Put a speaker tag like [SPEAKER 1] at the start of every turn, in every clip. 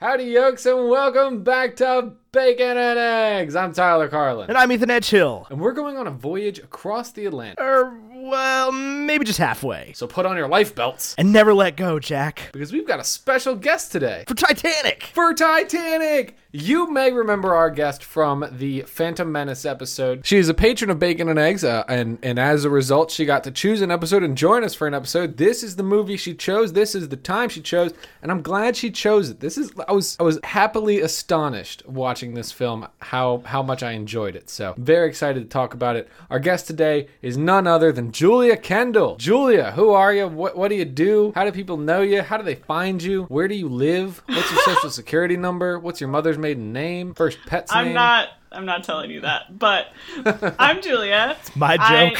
[SPEAKER 1] Howdy, yokes, and welcome back to Bacon and Eggs. I'm Tyler Carlin,
[SPEAKER 2] And I'm Ethan Edgehill.
[SPEAKER 1] and we're going on a voyage across the Atlantic.
[SPEAKER 2] Or, well, maybe just halfway.
[SPEAKER 1] So put on your life belts
[SPEAKER 2] And never let go, Jack.
[SPEAKER 1] because we've got a special guest today
[SPEAKER 2] For Titanic!
[SPEAKER 1] for Titanic. You may remember our guest from the Phantom Menace episode. She is a patron of Bacon and Eggs, uh, and and as a result, she got to choose an episode and join us for an episode. This is the movie she chose. This is the time she chose, and I'm glad she chose it. This is I was I was happily astonished watching this film how how much I enjoyed it. So very excited to talk about it. Our guest today is none other than Julia Kendall. Julia, who are you? What what do you do? How do people know you? How do they find you? Where do you live? What's your social security number? What's your mother's maiden name? First pet's
[SPEAKER 3] I'm
[SPEAKER 1] name?
[SPEAKER 3] not. I'm not telling you that. But I'm Julia.
[SPEAKER 2] My
[SPEAKER 3] I-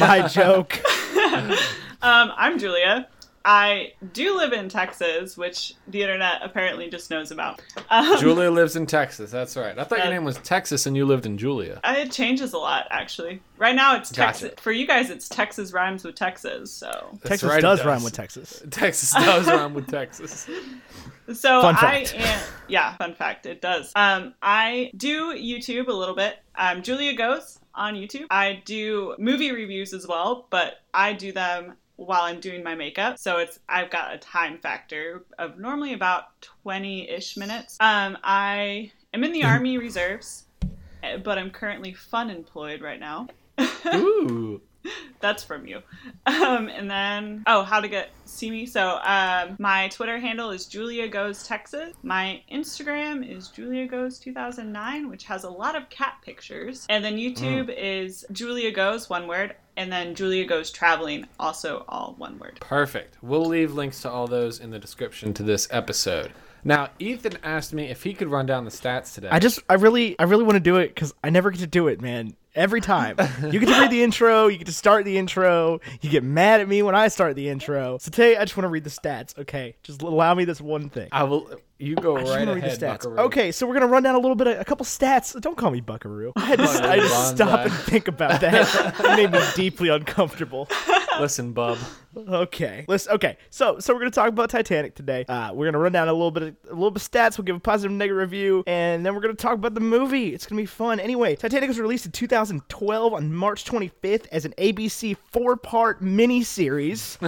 [SPEAKER 2] My joke.
[SPEAKER 3] Um, I'm Julia. I do live in Texas, which the internet apparently just knows about. Um,
[SPEAKER 1] Julia lives in Texas. That's right. I thought your
[SPEAKER 3] Uh,
[SPEAKER 1] name was Texas and you lived in Julia.
[SPEAKER 3] I- it changes a lot, actually. Right now, it's
[SPEAKER 1] Gotcha.
[SPEAKER 3] Texas. For you guys, it's Texas rhymes with Texas. So,
[SPEAKER 1] That's
[SPEAKER 2] Texas
[SPEAKER 1] right, it
[SPEAKER 2] does, rhyme with Texas.
[SPEAKER 1] Texas does rhyme with Texas.
[SPEAKER 3] so
[SPEAKER 2] Fun
[SPEAKER 3] I
[SPEAKER 2] fact.
[SPEAKER 3] am. Yeah, fun fact. It does. Um, I do YouTube a little bit. Um, Julia goes on YouTube. I do movie reviews as well, but I do them while I'm doing my makeup. So it's I've got a time factor of normally about 20-ish minutes. Um, I am in the
[SPEAKER 2] Mm-hmm.
[SPEAKER 3] Army Reserves, eh, but I'm currently fun employed right now.
[SPEAKER 1] Ooh.
[SPEAKER 3] That's from you. Um, and then, oh, how to get see me. So, um, my Twitter handle is Julia Goes Texas. My Instagram is Julia Goes 2009, which has a lot of cat pictures. And then YouTube
[SPEAKER 2] Mm.
[SPEAKER 3] is Julia Goes, one word. And then Julia Goes Traveling, also all one word.
[SPEAKER 1] Perfect. We'll leave links to all those in the description to this episode. Now, Ethan asked me if he could run down the stats today.
[SPEAKER 2] I just, I really, I really want to do it because I never get to do it, man. Every time. You get to read the intro, you get to start the intro, you get mad at me when I start the intro. So today I just want to read the stats, okay? Just allow me this one thing.
[SPEAKER 1] I will. You go
[SPEAKER 2] I just
[SPEAKER 1] right
[SPEAKER 2] wanna read
[SPEAKER 1] ahead.
[SPEAKER 2] the stats.
[SPEAKER 1] Buckaroo.
[SPEAKER 2] Okay, so we're gonna run down a little bit, of, a couple stats. Don't call me Buckaroo. I had to, I had to
[SPEAKER 1] Buckaroo
[SPEAKER 2] stop
[SPEAKER 1] Banzai.
[SPEAKER 2] and think about that. it made me deeply uncomfortable.
[SPEAKER 1] Listen, bub.
[SPEAKER 2] Okay, let's. Okay, so so we're gonna talk about Titanic today. Uh, we're gonna run down a little bit, of, a little bit of stats. We'll give a positive, and negative review, and then we're gonna talk about the movie. It's gonna be fun. Anyway, Titanic was released in 2012 on March 25th as an ABC four-part miniseries.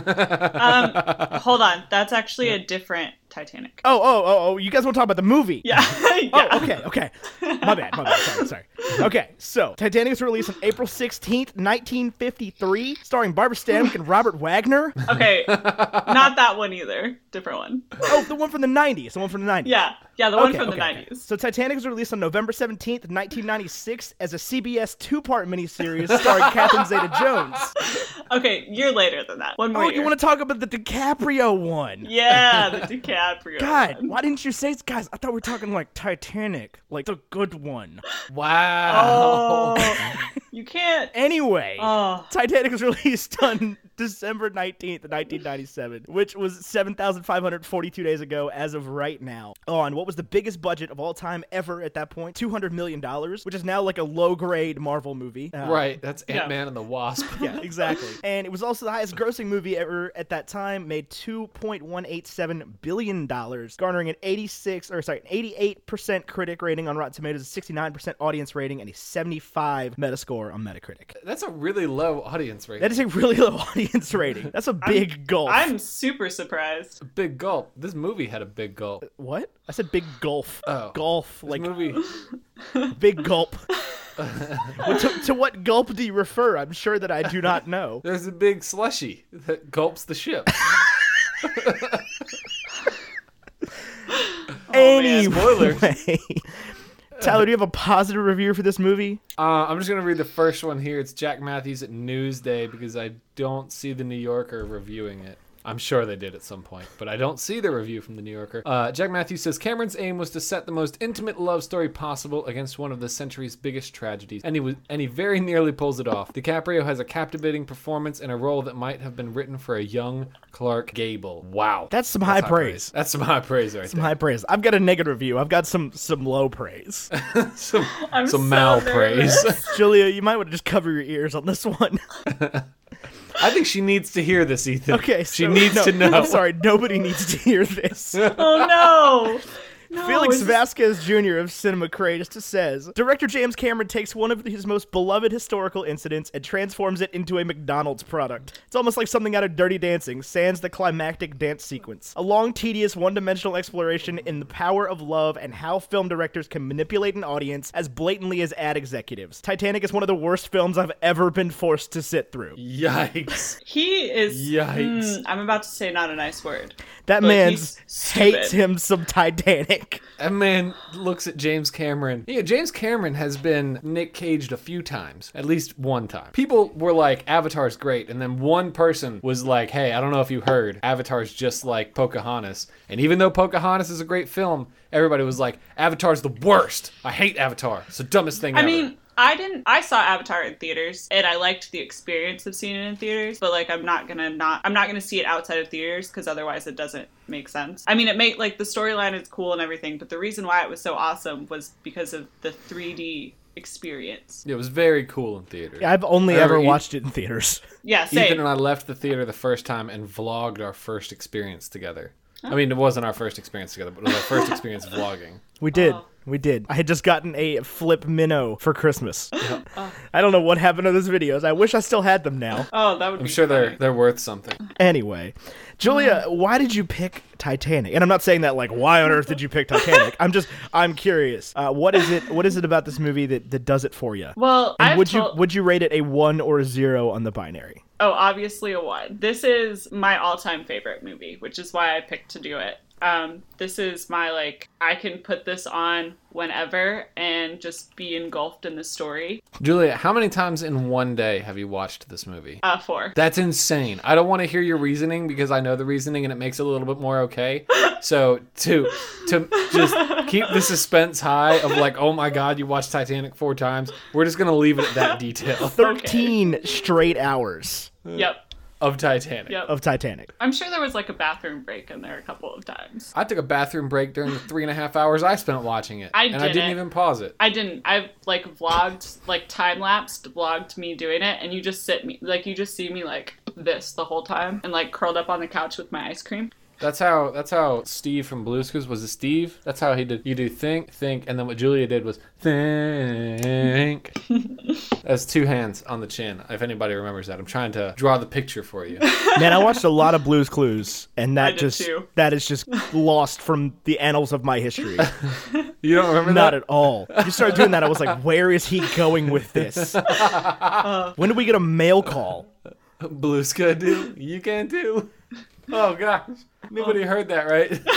[SPEAKER 3] Um, hold on. That's actually a different Titanic.
[SPEAKER 2] oh, oh, oh, oh! You guys want to talk about the movie?
[SPEAKER 3] Yeah. yeah.
[SPEAKER 2] Oh, okay, okay. My bad, my bad. Sorry, sorry. Okay, so Titanic was released on April 16th, 1953, starring Barbara Stanwyck and Robert Wagner.
[SPEAKER 3] Okay. Not that one either. Different one.
[SPEAKER 2] Oh, the one from the 90s, the one from the 90s.
[SPEAKER 3] Yeah. Yeah, the one
[SPEAKER 2] Okay,
[SPEAKER 3] from the
[SPEAKER 2] okay,
[SPEAKER 3] 90s.
[SPEAKER 2] okay. So Titanic was released on November 17th, 1996 as a CBS two-part miniseries starring Catherine Zeta-Jones.
[SPEAKER 3] Okay, year later than that. One more
[SPEAKER 2] Oh,
[SPEAKER 3] year.
[SPEAKER 2] you want to talk about the DiCaprio one?
[SPEAKER 3] Yeah, the DiCaprio.
[SPEAKER 2] God,
[SPEAKER 3] one.
[SPEAKER 2] why didn't you say, guys, I thought we were talking like Titanic, like the good one.
[SPEAKER 1] Wow.
[SPEAKER 3] Oh, you can't.
[SPEAKER 2] Anyway.
[SPEAKER 3] Oh,
[SPEAKER 2] Titanic was released on December 19th, 1997, which was 7,542 days ago as of right now. On what was the biggest budget of all time ever at that point? $200 million, which is now like a low grade Marvel movie. Uh,
[SPEAKER 1] Right. That's
[SPEAKER 3] Yeah.
[SPEAKER 1] Ant Man and the Wasp.
[SPEAKER 2] Yeah, exactly. and it was also the highest grossing movie ever at that time, made $2.187 billion, garnering an 86 or sorry, an 88% critic rating on Rotten Tomatoes, a 69% audience rating, and a 75 metascore on Metacritic.
[SPEAKER 1] That's a really low audience rate.
[SPEAKER 2] That is a really low audience rating. That's a big gulf.
[SPEAKER 3] I'm super surprised.
[SPEAKER 1] big gulp. This movie had a big gulp.
[SPEAKER 2] what? I said big gulf.
[SPEAKER 1] Oh.
[SPEAKER 2] Gulf,
[SPEAKER 1] This
[SPEAKER 2] like
[SPEAKER 1] movie.
[SPEAKER 2] big gulp. Well, to, to what gulp do you refer? I'm sure that I do not know.
[SPEAKER 1] There's a big slushy that gulps the ship.
[SPEAKER 3] Oh, man.
[SPEAKER 2] anyway, Tyler, do you have a positive review for this movie?
[SPEAKER 1] Uh, I'm just gonna read the first one here. It's Jack Matthews at Newsday because I don't see the New Yorker reviewing it. I'm sure they did at some point, but I don't see the review from the New Yorker. Uh, Jack Matthews says Cameron's aim was to set the most intimate love story possible against one of the century's biggest tragedies, and he was, and he very nearly pulls it off. DiCaprio has a captivating performance in a role that might have been written for a young Clark Gable. Wow,
[SPEAKER 2] That's some high praise.
[SPEAKER 1] That's some high praise right
[SPEAKER 2] Some
[SPEAKER 1] there.
[SPEAKER 2] high praise. I've got a negative review. I've got some some low praise.
[SPEAKER 1] some
[SPEAKER 3] I'm
[SPEAKER 1] some
[SPEAKER 3] so
[SPEAKER 1] mal praise.
[SPEAKER 3] nervous.
[SPEAKER 2] Julia, you might want to just cover your ears on this one.
[SPEAKER 1] I think she needs to hear this, Ethan.
[SPEAKER 2] Okay,
[SPEAKER 1] she
[SPEAKER 2] so-
[SPEAKER 1] needs
[SPEAKER 2] no,
[SPEAKER 1] to know.
[SPEAKER 2] I'm sorry, nobody needs to hear this.
[SPEAKER 3] Oh no. No,
[SPEAKER 2] Felix
[SPEAKER 3] is this-
[SPEAKER 2] Vasquez Jr. of Cinema Cray just says Director James Cameron takes one of his most beloved historical incidents and transforms it into a McDonald's product. It's almost like something out of Dirty Dancing, sans the climactic dance sequence. A long, tedious, one dimensional exploration in the power of love and how film directors can manipulate an audience as blatantly as ad executives. Titanic is one of the worst films I've ever been forced to sit through.
[SPEAKER 1] Yikes.
[SPEAKER 3] He is.
[SPEAKER 1] Yikes.
[SPEAKER 3] Mm, I'm about to say not a nice word.
[SPEAKER 2] That
[SPEAKER 3] Like,
[SPEAKER 2] man
[SPEAKER 3] he's stupid.
[SPEAKER 2] hates him some Titanic.
[SPEAKER 1] That man looks at James Cameron. Yeah, James Cameron has been Nick Caged a few times, at least one time. People were like, Avatar's great. And then one person was like, hey, I don't know if you heard, Avatar's just like Pocahontas. And even though Pocahontas is a great film, everybody was like, Avatar's the worst. I hate Avatar. It's the dumbest thing
[SPEAKER 3] I
[SPEAKER 1] ever.
[SPEAKER 3] mean, I didn't. I saw Avatar in theaters, and I liked the experience of seeing it in theaters. But like, I'm not gonna not. I'm not gonna see it outside of theaters because otherwise, it doesn't make sense. I mean, it made like the storyline is cool and everything, but the reason why it was so awesome was because of the 3D experience.
[SPEAKER 1] it was very cool in theater.
[SPEAKER 2] I've only
[SPEAKER 1] Remember,
[SPEAKER 2] ever
[SPEAKER 1] E-
[SPEAKER 2] watched it in theaters.
[SPEAKER 3] Yeah,
[SPEAKER 1] Ethan
[SPEAKER 3] same.
[SPEAKER 1] and I left the theater the first time and vlogged our first experience together.
[SPEAKER 3] Oh.
[SPEAKER 1] I mean, it wasn't our first experience together, but it was our first experience vlogging.
[SPEAKER 2] We did.
[SPEAKER 3] Oh.
[SPEAKER 2] We did. I had just gotten a flip minnow for Christmas. I don't know what happened to those videos. I wish I still had them now.
[SPEAKER 3] Oh, that would
[SPEAKER 1] I'm
[SPEAKER 3] be
[SPEAKER 1] sure they're
[SPEAKER 3] funny.
[SPEAKER 1] they're worth something.
[SPEAKER 2] Anyway, Julia,
[SPEAKER 3] Uh.
[SPEAKER 2] why did you pick Titanic? And I'm not saying that like why on earth did you pick Titanic? I'm just I'm curious. Uh, what is it? What is it about this movie that, that does it for you?
[SPEAKER 3] Well, I've
[SPEAKER 2] would
[SPEAKER 3] told-
[SPEAKER 2] you would you rate it a one or a zero on the binary?
[SPEAKER 3] Oh, obviously a one. This is my all-time favorite movie, which is why I picked to do it. Um, this is my like I can put this on whenever and just be engulfed in the story.
[SPEAKER 1] Julia, how many times in one day have you watched this movie?
[SPEAKER 3] Uh, four.
[SPEAKER 1] That's insane. I don't want to hear your reasoning because I know the reasoning and it makes it a little bit more okay. So to to just keep the suspense high of like, oh my god, you watched Titanic four times. We're just gonna leave it at that detail
[SPEAKER 2] Thirteen straight hours
[SPEAKER 3] Yep.
[SPEAKER 1] of Titanic.
[SPEAKER 3] Yep.
[SPEAKER 2] of Titanic.
[SPEAKER 3] I'm sure there was like a bathroom break in there a couple of times.
[SPEAKER 1] I took a bathroom break during the three and a half hours I spent watching it,
[SPEAKER 3] I
[SPEAKER 1] and I didn't
[SPEAKER 3] didn't.
[SPEAKER 1] even pause it.
[SPEAKER 3] I didn't. I've like vlogged, like time lapsed, vlogged me doing it, and you just sit me like you just see me like this the whole time and like curled up on the couch with my ice cream.
[SPEAKER 1] That's how that's how Steve from Blueskis was it Steve? That's how he did you do think, think, and then what Julia did was think. That's two hands on the chin, if anybody remembers that. I'm trying to draw the picture for you.
[SPEAKER 2] Man, I watched a lot of Blue's Clues, and that
[SPEAKER 3] did
[SPEAKER 2] just
[SPEAKER 3] too.
[SPEAKER 2] that is just lost from the annals of my history.
[SPEAKER 1] You don't remember
[SPEAKER 2] Not
[SPEAKER 1] that?
[SPEAKER 2] at all. You started doing that, I was like, where is he going with this? when do we get a mail call?
[SPEAKER 1] Blueska do. You can do. Oh gosh. Nobody heard that, right?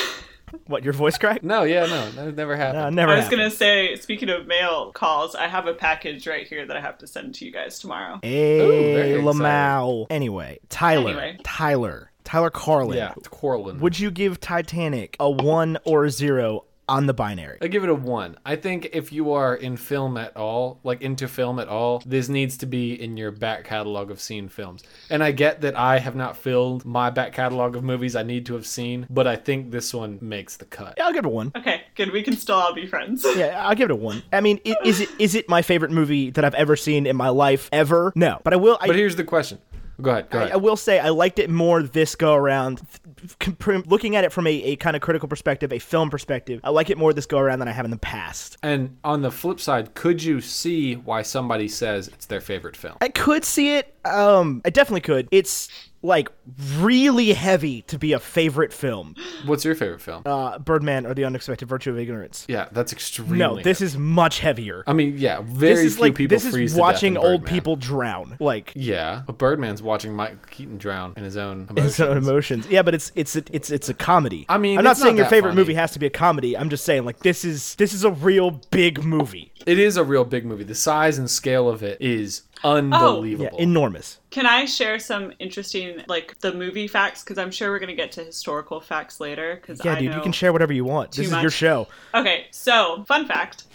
[SPEAKER 2] What, your voice crack?
[SPEAKER 1] No, yeah, no. That never
[SPEAKER 2] No,
[SPEAKER 1] happened.
[SPEAKER 2] never.
[SPEAKER 3] I was
[SPEAKER 2] happened.
[SPEAKER 3] gonna say, speaking of mail calls, I have a package right here that I have to send to you guys tomorrow.
[SPEAKER 1] Ooh,
[SPEAKER 2] Hey,
[SPEAKER 1] very
[SPEAKER 2] Lamau. Anyway, Tyler.
[SPEAKER 3] Anyway.
[SPEAKER 2] Tyler. Tyler Carlin.
[SPEAKER 1] Yeah, it's Corlin.
[SPEAKER 2] Would you give Titanic a one or a zero on the binary?
[SPEAKER 1] I give it a one. I think if you are in film at all, like into film at all, this needs to be in your back catalog of seen films. And I get that I have not filled my back catalog of movies I need to have seen, but I think this one makes the cut.
[SPEAKER 2] Yeah, I'll give it a one.
[SPEAKER 3] Okay, good. We can still all be friends.
[SPEAKER 2] Yeah, I'll give it a one. I mean, i- is it is it my favorite movie that I've ever seen in my life ever? No, but I will. I,
[SPEAKER 1] But here's the question. Go ahead. Go
[SPEAKER 2] I, I
[SPEAKER 1] ahead.
[SPEAKER 2] will say I liked it more this go around. Th- comp- Looking at it from a, a kind of critical perspective, a film perspective, I like it more this go around than I have in the past.
[SPEAKER 1] And on the flip side, could you see why somebody says it's their favorite film?
[SPEAKER 2] I could see it. Um, I definitely could. It's like really heavy to be a favorite film.
[SPEAKER 1] What's your favorite film?
[SPEAKER 2] Uh, Birdman or The Unexpected Virtue of Ignorance.
[SPEAKER 1] yeah, that's extremely.
[SPEAKER 2] No, this is much heavier.
[SPEAKER 1] I mean, yeah, very
[SPEAKER 2] this is
[SPEAKER 1] few
[SPEAKER 2] like
[SPEAKER 1] people
[SPEAKER 2] this
[SPEAKER 1] freeze
[SPEAKER 2] is
[SPEAKER 1] to death
[SPEAKER 2] watching
[SPEAKER 1] in
[SPEAKER 2] old
[SPEAKER 1] Birdman.
[SPEAKER 2] people drown. Like
[SPEAKER 1] Yeah, but Birdman's watching Mike Keaton drown in his own
[SPEAKER 2] his own
[SPEAKER 1] emotions.
[SPEAKER 2] emotions. Yeah, but it's it's a, it's it's a comedy.
[SPEAKER 1] I mean,
[SPEAKER 2] I'm not
[SPEAKER 1] it's not
[SPEAKER 2] saying your
[SPEAKER 1] that
[SPEAKER 2] favorite
[SPEAKER 1] funny.
[SPEAKER 2] movie has to be a comedy. I'm just saying like this is this is a real big movie.
[SPEAKER 1] It is a real big movie. The size and scale of it is
[SPEAKER 3] Oh,
[SPEAKER 1] unbelievable.
[SPEAKER 2] Yeah, enormous.
[SPEAKER 3] Can I share some interesting, like, the movie facts? Because I'm sure we're gonna get to historical facts later. Because
[SPEAKER 2] Yeah,
[SPEAKER 3] I
[SPEAKER 2] dude,
[SPEAKER 3] know...
[SPEAKER 2] you can share whatever you want. This is
[SPEAKER 3] much.
[SPEAKER 2] your show.
[SPEAKER 3] Okay, so fun fact: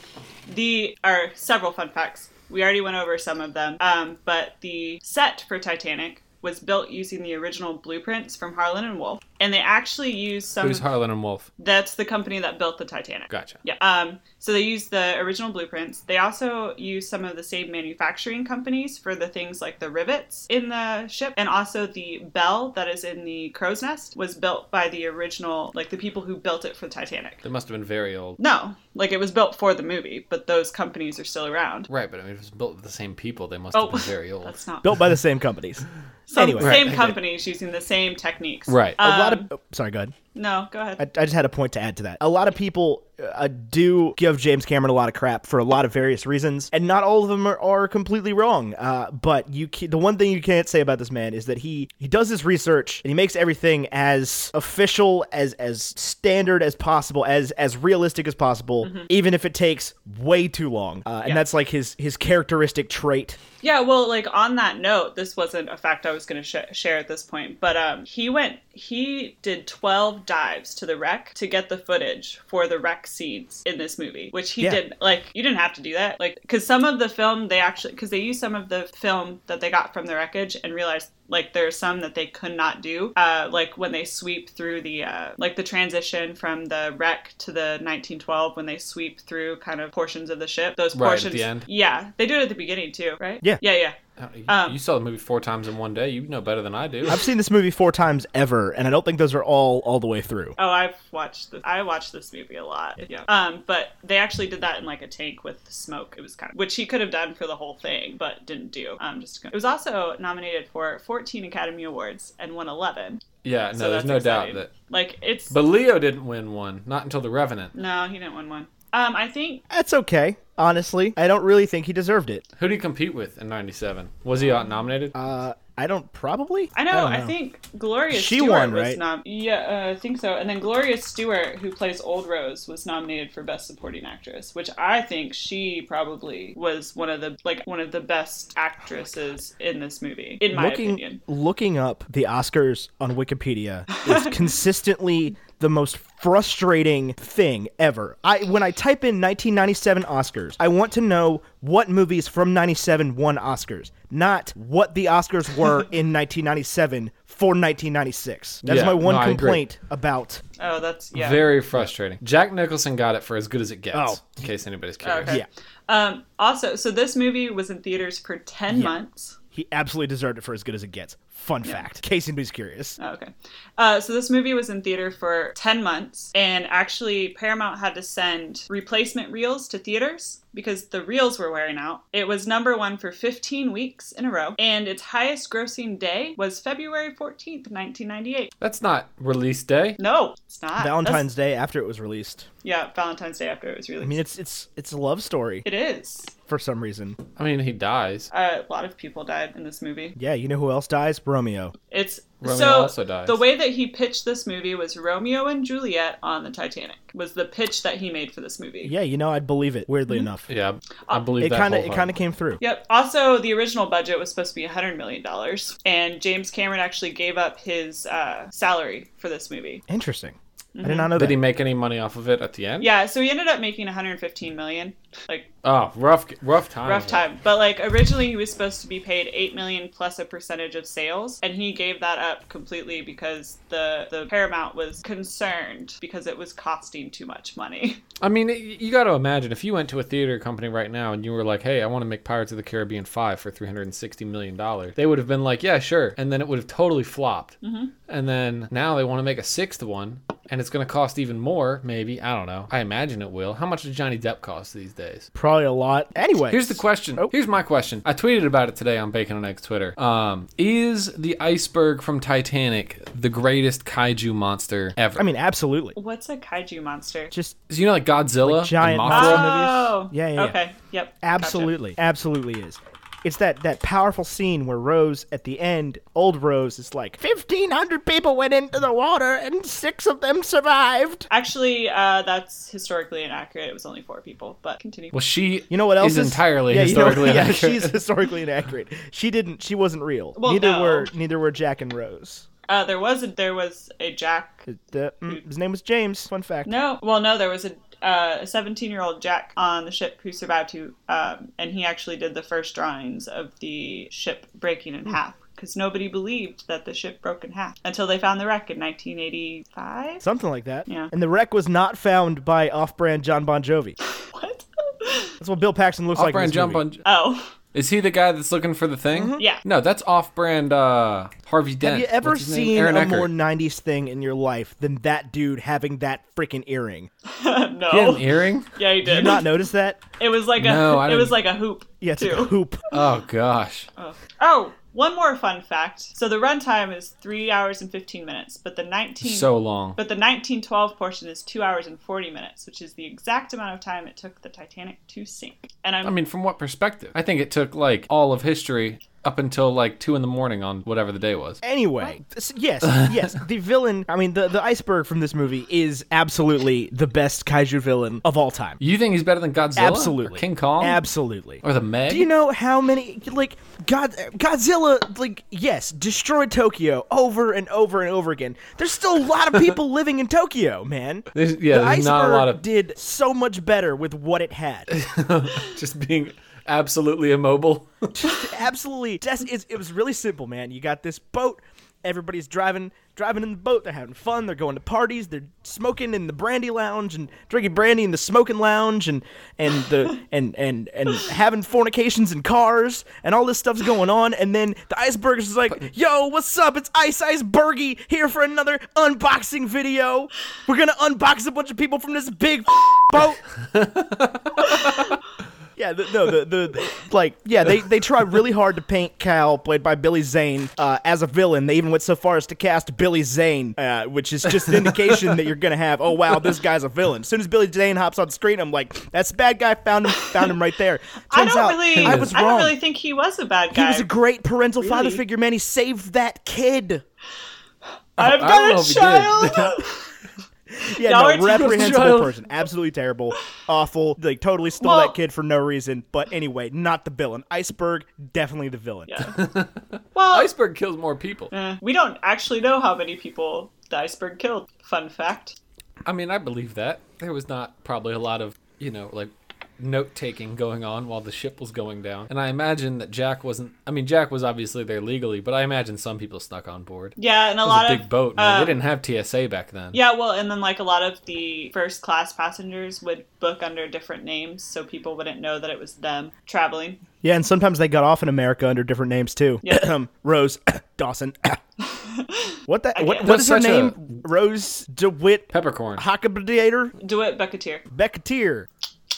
[SPEAKER 3] the are several fun facts. We already went over some of them, um, but the set for Titanic was built using the original blueprints from Harlan and Wolff. and they actually use some.
[SPEAKER 1] Who's Harlan and Wolf?
[SPEAKER 3] that's the company that built the Titanic.
[SPEAKER 1] Gotcha.
[SPEAKER 3] um, Yeah. Um, so they use the original blueprints. They also use some of the same manufacturing companies for the things like the rivets in the ship, and also the bell that is in the crow's nest was built by the original, like the people who built it for the Titanic.
[SPEAKER 1] That must have been very old.
[SPEAKER 3] No, like it was built for the movie, but those companies are still around.
[SPEAKER 1] Right, but I mean, if it was built with the same people, they must
[SPEAKER 3] Oh,
[SPEAKER 1] have been very old.
[SPEAKER 3] That's not
[SPEAKER 2] built by the same companies.
[SPEAKER 3] So
[SPEAKER 2] anyway,
[SPEAKER 3] same um, companies using the same techniques.
[SPEAKER 1] Right.
[SPEAKER 2] a
[SPEAKER 1] Uh,
[SPEAKER 2] lot of oh, sorry, go ahead.
[SPEAKER 3] No, go ahead.
[SPEAKER 2] I, I just had a point to add to that. A lot of people uh, do give James Cameron a lot of crap for a lot of various reasons, and not all of them are, are completely wrong. Uh, but you, ca- the one thing you can't say about this man is that he he does his research and he makes everything as official as as standard as possible, as as realistic as possible, even if it takes way too long. Uh, and that's like his his characteristic trait.
[SPEAKER 3] Yeah, well, like on that note, this wasn't a fact I was going to sh- share at this point, but um, he went, he did 12 dives to the wreck to get the footage for the wreck scenes in this movie, which he
[SPEAKER 2] Yeah.
[SPEAKER 3] did, like, you didn't have to do that. Like, because some of the film, they actually, because they used some of the film that they got from the wreckage and realized. Like there are some that they could not do, uh, like when they sweep through the uh, like the transition from the wreck to the 1912 when they sweep through kind of portions of the ship. Those
[SPEAKER 1] Right, at
[SPEAKER 3] portions,
[SPEAKER 1] the end.
[SPEAKER 3] yeah, they do it at the beginning too, right?
[SPEAKER 2] Yeah.
[SPEAKER 3] yeah, yeah.
[SPEAKER 1] Uh, you-
[SPEAKER 3] um,
[SPEAKER 1] you saw the movie four times in one day. You know better than I do.
[SPEAKER 2] I've seen this movie four times ever, and I don't think those are all all the way through.
[SPEAKER 3] Oh, I've watched this. I watched this movie a lot. Yeah. Um, but they actually did that in like a tank with smoke. It was kind of which he could have done for the whole thing, but didn't do. Um, just it was also nominated for 14 Academy Awards and won 11.
[SPEAKER 1] yeah, no,
[SPEAKER 3] So
[SPEAKER 1] there's
[SPEAKER 3] that's
[SPEAKER 1] no
[SPEAKER 3] exciting.
[SPEAKER 1] doubt that.
[SPEAKER 3] like it's.
[SPEAKER 1] But Leo didn't win one. Not until The Revenant.
[SPEAKER 3] no, he didn't win one. Um, I think
[SPEAKER 2] That's okay. Honestly, I don't really think he deserved it.
[SPEAKER 1] Who did he compete with in '97? Was he out nominated?
[SPEAKER 2] Uh, I don't probably.
[SPEAKER 3] I know.
[SPEAKER 2] don't
[SPEAKER 3] I, think Gloria
[SPEAKER 2] She
[SPEAKER 3] Stewart
[SPEAKER 2] won,
[SPEAKER 3] was
[SPEAKER 2] right?
[SPEAKER 3] nom- Yeah, uh, I think so. And then Gloria Stewart, who plays Old Rose, was nominated for Best Supporting Actress, which I think she probably was one of the like one of the best actresses in this movie, in my
[SPEAKER 2] looking
[SPEAKER 3] opinion.
[SPEAKER 2] looking up the Oscars on Wikipedia is consistently the most frustrating thing ever. I when I type in 1997 Oscars, I want to know what movies from 97 won Oscars, not what the Oscars were in 1997 for 1996. That's
[SPEAKER 1] Yeah,
[SPEAKER 2] my one
[SPEAKER 1] no, I agree.
[SPEAKER 2] complaint about
[SPEAKER 3] Oh, that's yeah.
[SPEAKER 1] Very frustrating. Jack Nicholson got it for as good as it gets.
[SPEAKER 2] Oh.
[SPEAKER 1] In case anybody's curious.
[SPEAKER 3] okay.
[SPEAKER 2] yeah.
[SPEAKER 3] Um, also, so this movie was in theaters for ten months.
[SPEAKER 2] he absolutely deserved it for as good as it gets. Fun fact, in case anybody's curious.
[SPEAKER 3] Oh, okay. Uh, so this movie was in theater for 10 months, and actually, Paramount had to send replacement reels to theaters because the reels were wearing out. It was number one for 15 weeks in a row, and its highest grossing day was February 14th, 1998.
[SPEAKER 1] That's not release day.
[SPEAKER 3] No, it's not.
[SPEAKER 2] Valentine's Day after it was released.
[SPEAKER 3] That's- yeah, Valentine's Day after it was
[SPEAKER 2] I
[SPEAKER 3] released.
[SPEAKER 2] mean, it's it's it's a love story
[SPEAKER 3] It is.
[SPEAKER 2] for some reason.
[SPEAKER 1] I mean, he dies.
[SPEAKER 3] Uh, a lot of people died in this movie.
[SPEAKER 2] Yeah, you know who else dies? Romeo.
[SPEAKER 3] It's
[SPEAKER 1] Romeo
[SPEAKER 3] so
[SPEAKER 1] also dies.
[SPEAKER 3] the way that he pitched this movie was Romeo and Juliet on the Titanic was the pitch that he made for this movie.
[SPEAKER 2] Yeah, you know I'd believe it. Weirdly
[SPEAKER 3] Mm-hmm.
[SPEAKER 2] enough,
[SPEAKER 1] Yeah,
[SPEAKER 3] Uh,
[SPEAKER 1] I believe
[SPEAKER 2] it
[SPEAKER 1] that.
[SPEAKER 2] kind of it kind
[SPEAKER 1] wholeheartedly.
[SPEAKER 2] of came through.
[SPEAKER 3] Yep. Also, the original budget was supposed to be $100 million, and James Cameron actually gave up his uh, salary for this movie.
[SPEAKER 2] Interesting. I did
[SPEAKER 3] Mm-hmm.
[SPEAKER 2] not know
[SPEAKER 1] Did
[SPEAKER 2] that.
[SPEAKER 1] he make any money off of it at the end?
[SPEAKER 3] Yeah, so he ended up making 115 million. Like
[SPEAKER 1] Oh, rough, rough time.
[SPEAKER 3] rough time. But like originally he was supposed to be paid 8 million plus a percentage of sales, and he gave that up completely because the the Paramount was concerned because it was costing too much money.
[SPEAKER 1] I mean, y- you got to imagine if you went to a theater company right now and you were like, "Hey, I want to make Pirates of the Caribbean five for three hundred and sixty million dollars," they would have been like, "Yeah, sure," and then it would have totally flopped.
[SPEAKER 3] Mm-hmm.
[SPEAKER 1] And then now they want to make a sixth one, and it's going to cost even more. Maybe I don't know. I imagine it will. How much does Johnny Depp cost these days?
[SPEAKER 2] Probably a lot. Anyway,
[SPEAKER 1] Here's the question.
[SPEAKER 2] Oh.
[SPEAKER 1] Here's my question. I tweeted about it today on Bacon and Eggs Twitter. Um, is the iceberg from Titanic the greatest kaiju monster ever?
[SPEAKER 2] I mean, absolutely.
[SPEAKER 3] What's a kaiju monster?
[SPEAKER 2] Just
[SPEAKER 1] you know, like Godzilla,
[SPEAKER 2] giant
[SPEAKER 1] and
[SPEAKER 2] monster
[SPEAKER 1] Mothra?
[SPEAKER 3] Oh.
[SPEAKER 2] movies? Yeah, yeah, yeah.
[SPEAKER 3] Okay. Yep. Gotcha.
[SPEAKER 2] absolutely, absolutely is. It's that that powerful scene where Rose at the end, old Rose, is like, fifteen hundred people went into the water and six of them survived.
[SPEAKER 3] Actually, uh, that's historically inaccurate. It was only four people, but continue.
[SPEAKER 1] Well, she
[SPEAKER 2] You know what else
[SPEAKER 1] is entirely
[SPEAKER 2] Yeah, you know-
[SPEAKER 1] historically
[SPEAKER 2] yeah,
[SPEAKER 1] inaccurate.
[SPEAKER 2] she's historically inaccurate. She didn't. She wasn't real.
[SPEAKER 3] Well,
[SPEAKER 2] neither
[SPEAKER 3] no.
[SPEAKER 2] were neither were Jack and Rose.
[SPEAKER 3] Uh, there was a, there was a Jack.
[SPEAKER 2] The- mm, his name was James. Fun fact.
[SPEAKER 3] No, well, no, there was a uh, a 17 year old Jack on the ship who survived, who um, and he actually did the first drawings of the ship breaking in half. because nobody believed that the ship broke in half until they found the wreck in 1985.
[SPEAKER 2] Something like that.
[SPEAKER 3] Yeah.
[SPEAKER 2] And the wreck was not found by off-brand John Bon Jovi.
[SPEAKER 3] What?
[SPEAKER 2] That's what Bill Paxton looks like. in
[SPEAKER 1] Off-brand
[SPEAKER 2] this
[SPEAKER 1] John
[SPEAKER 2] movie.
[SPEAKER 1] Bon.
[SPEAKER 3] oh,
[SPEAKER 1] Is he the guy that's looking for the thing?
[SPEAKER 3] Yeah.
[SPEAKER 1] No, that's off-brand uh, Harvey Dent.
[SPEAKER 2] Have you ever
[SPEAKER 1] What's his name?
[SPEAKER 2] seen
[SPEAKER 1] Aaron
[SPEAKER 2] a
[SPEAKER 1] Eckert.
[SPEAKER 2] more '90s thing in your life than that dude having that freaking earring?
[SPEAKER 1] He had an
[SPEAKER 3] no.
[SPEAKER 1] earring?
[SPEAKER 3] Yeah, he
[SPEAKER 2] Did you
[SPEAKER 3] did.
[SPEAKER 2] not notice that?
[SPEAKER 3] It was like a
[SPEAKER 1] No, I
[SPEAKER 3] it was
[SPEAKER 1] didn't-
[SPEAKER 3] like a hoop.
[SPEAKER 2] Yeah, it's
[SPEAKER 3] too.
[SPEAKER 2] like a hoop.
[SPEAKER 1] Oh gosh.
[SPEAKER 3] Oh. Oh, one more fun fact. So the runtime is three hours and fifteen minutes, but the nineteen
[SPEAKER 1] So long.
[SPEAKER 3] but the nineteen twelve portion is two hours and forty minutes, which is the exact amount of time it took the Titanic to sink. And I'm
[SPEAKER 1] I mean, from what perspective? I think it took like all of history up until like two in the morning on whatever the day was.
[SPEAKER 2] Anyway, s- yes, yes, the villain. I mean, the the iceberg from this movie is absolutely the best kaiju villain of all time.
[SPEAKER 1] You think he's better than Godzilla?
[SPEAKER 2] Absolutely,
[SPEAKER 1] Or King Kong?
[SPEAKER 2] Absolutely.
[SPEAKER 1] Or the Meg?
[SPEAKER 2] Do you know how many like God Godzilla like yes destroyed Tokyo over and over and over again? There's still a lot of people living in Tokyo, man.
[SPEAKER 1] There's- yeah,
[SPEAKER 2] the
[SPEAKER 1] there's
[SPEAKER 2] iceberg
[SPEAKER 1] not a lot of-
[SPEAKER 2] did so much better with what it had.
[SPEAKER 1] Just being absolutely immobile.
[SPEAKER 2] Absolutely, just it's, it was really simple, man. You got this boat. Everybody's driving, driving in the boat. They're having fun. They're going to parties. They're smoking in the brandy lounge and drinking brandy in the smoking lounge and and the and and and having fornications in cars and all this stuff's going on. And then the iceberg is just like, "Yo, what's up? It's Ice Icebergy here for another unboxing video. We're gonna unbox a bunch of people from this big boat." Yeah, the, no, the, the the- like yeah, they they try really hard to paint Cal, played by Billy Zane, uh, as a villain. They even went so far as to cast Billy Zane, uh, which is just an indication that you're gonna have. Oh wow, this guy's a villain. As soon as Billy Zane hops on screen, I'm like, that's the bad guy. Found him, found him right there.
[SPEAKER 3] I
[SPEAKER 2] Turns
[SPEAKER 3] don't
[SPEAKER 2] out,
[SPEAKER 3] really
[SPEAKER 2] I was wrong.
[SPEAKER 3] don't really think he was a bad guy.
[SPEAKER 2] he was a great parental father
[SPEAKER 3] Really?
[SPEAKER 2] figure, man. He saved that kid.
[SPEAKER 3] I've
[SPEAKER 1] I don't know
[SPEAKER 3] got
[SPEAKER 1] if
[SPEAKER 3] a
[SPEAKER 1] he
[SPEAKER 3] child.
[SPEAKER 2] Yeah,
[SPEAKER 3] Y'all
[SPEAKER 2] no,
[SPEAKER 3] are terrible
[SPEAKER 2] reprehensible
[SPEAKER 1] child.
[SPEAKER 2] person. Absolutely terrible. Awful. Like, totally stole
[SPEAKER 3] Well-
[SPEAKER 2] that kid for no reason. But anyway, not the villain. Iceberg, definitely the villain.
[SPEAKER 3] well,
[SPEAKER 1] Iceberg kills more people.
[SPEAKER 3] eh, we don't actually know how many people the iceberg killed. Fun fact.
[SPEAKER 1] I mean, I believe that. There was not probably a lot of, you know, like note taking going on while the ship was going down. And I imagine that Jack wasn't I mean, Jack was obviously there legally, but I imagine some people snuck on board.
[SPEAKER 3] Yeah, and a
[SPEAKER 1] It
[SPEAKER 3] lot
[SPEAKER 1] was a
[SPEAKER 3] of
[SPEAKER 1] big boat, man.
[SPEAKER 3] uh,
[SPEAKER 1] they didn't have TSA back then.
[SPEAKER 3] Yeah, well, and then like a lot of the first class passengers would book under different names so people wouldn't know that it was them traveling.
[SPEAKER 2] Yeah, and sometimes they got off in America under different names too. Um,
[SPEAKER 3] Yeah.
[SPEAKER 2] Rose Dawson. what that? What,
[SPEAKER 3] can't-
[SPEAKER 2] what is her
[SPEAKER 1] That's such
[SPEAKER 2] name? Rose DeWitt
[SPEAKER 1] Peppercorn.
[SPEAKER 3] Uh-huh.
[SPEAKER 2] Hockabadiator
[SPEAKER 3] DeWitt Bucketeer.
[SPEAKER 2] Becketeer.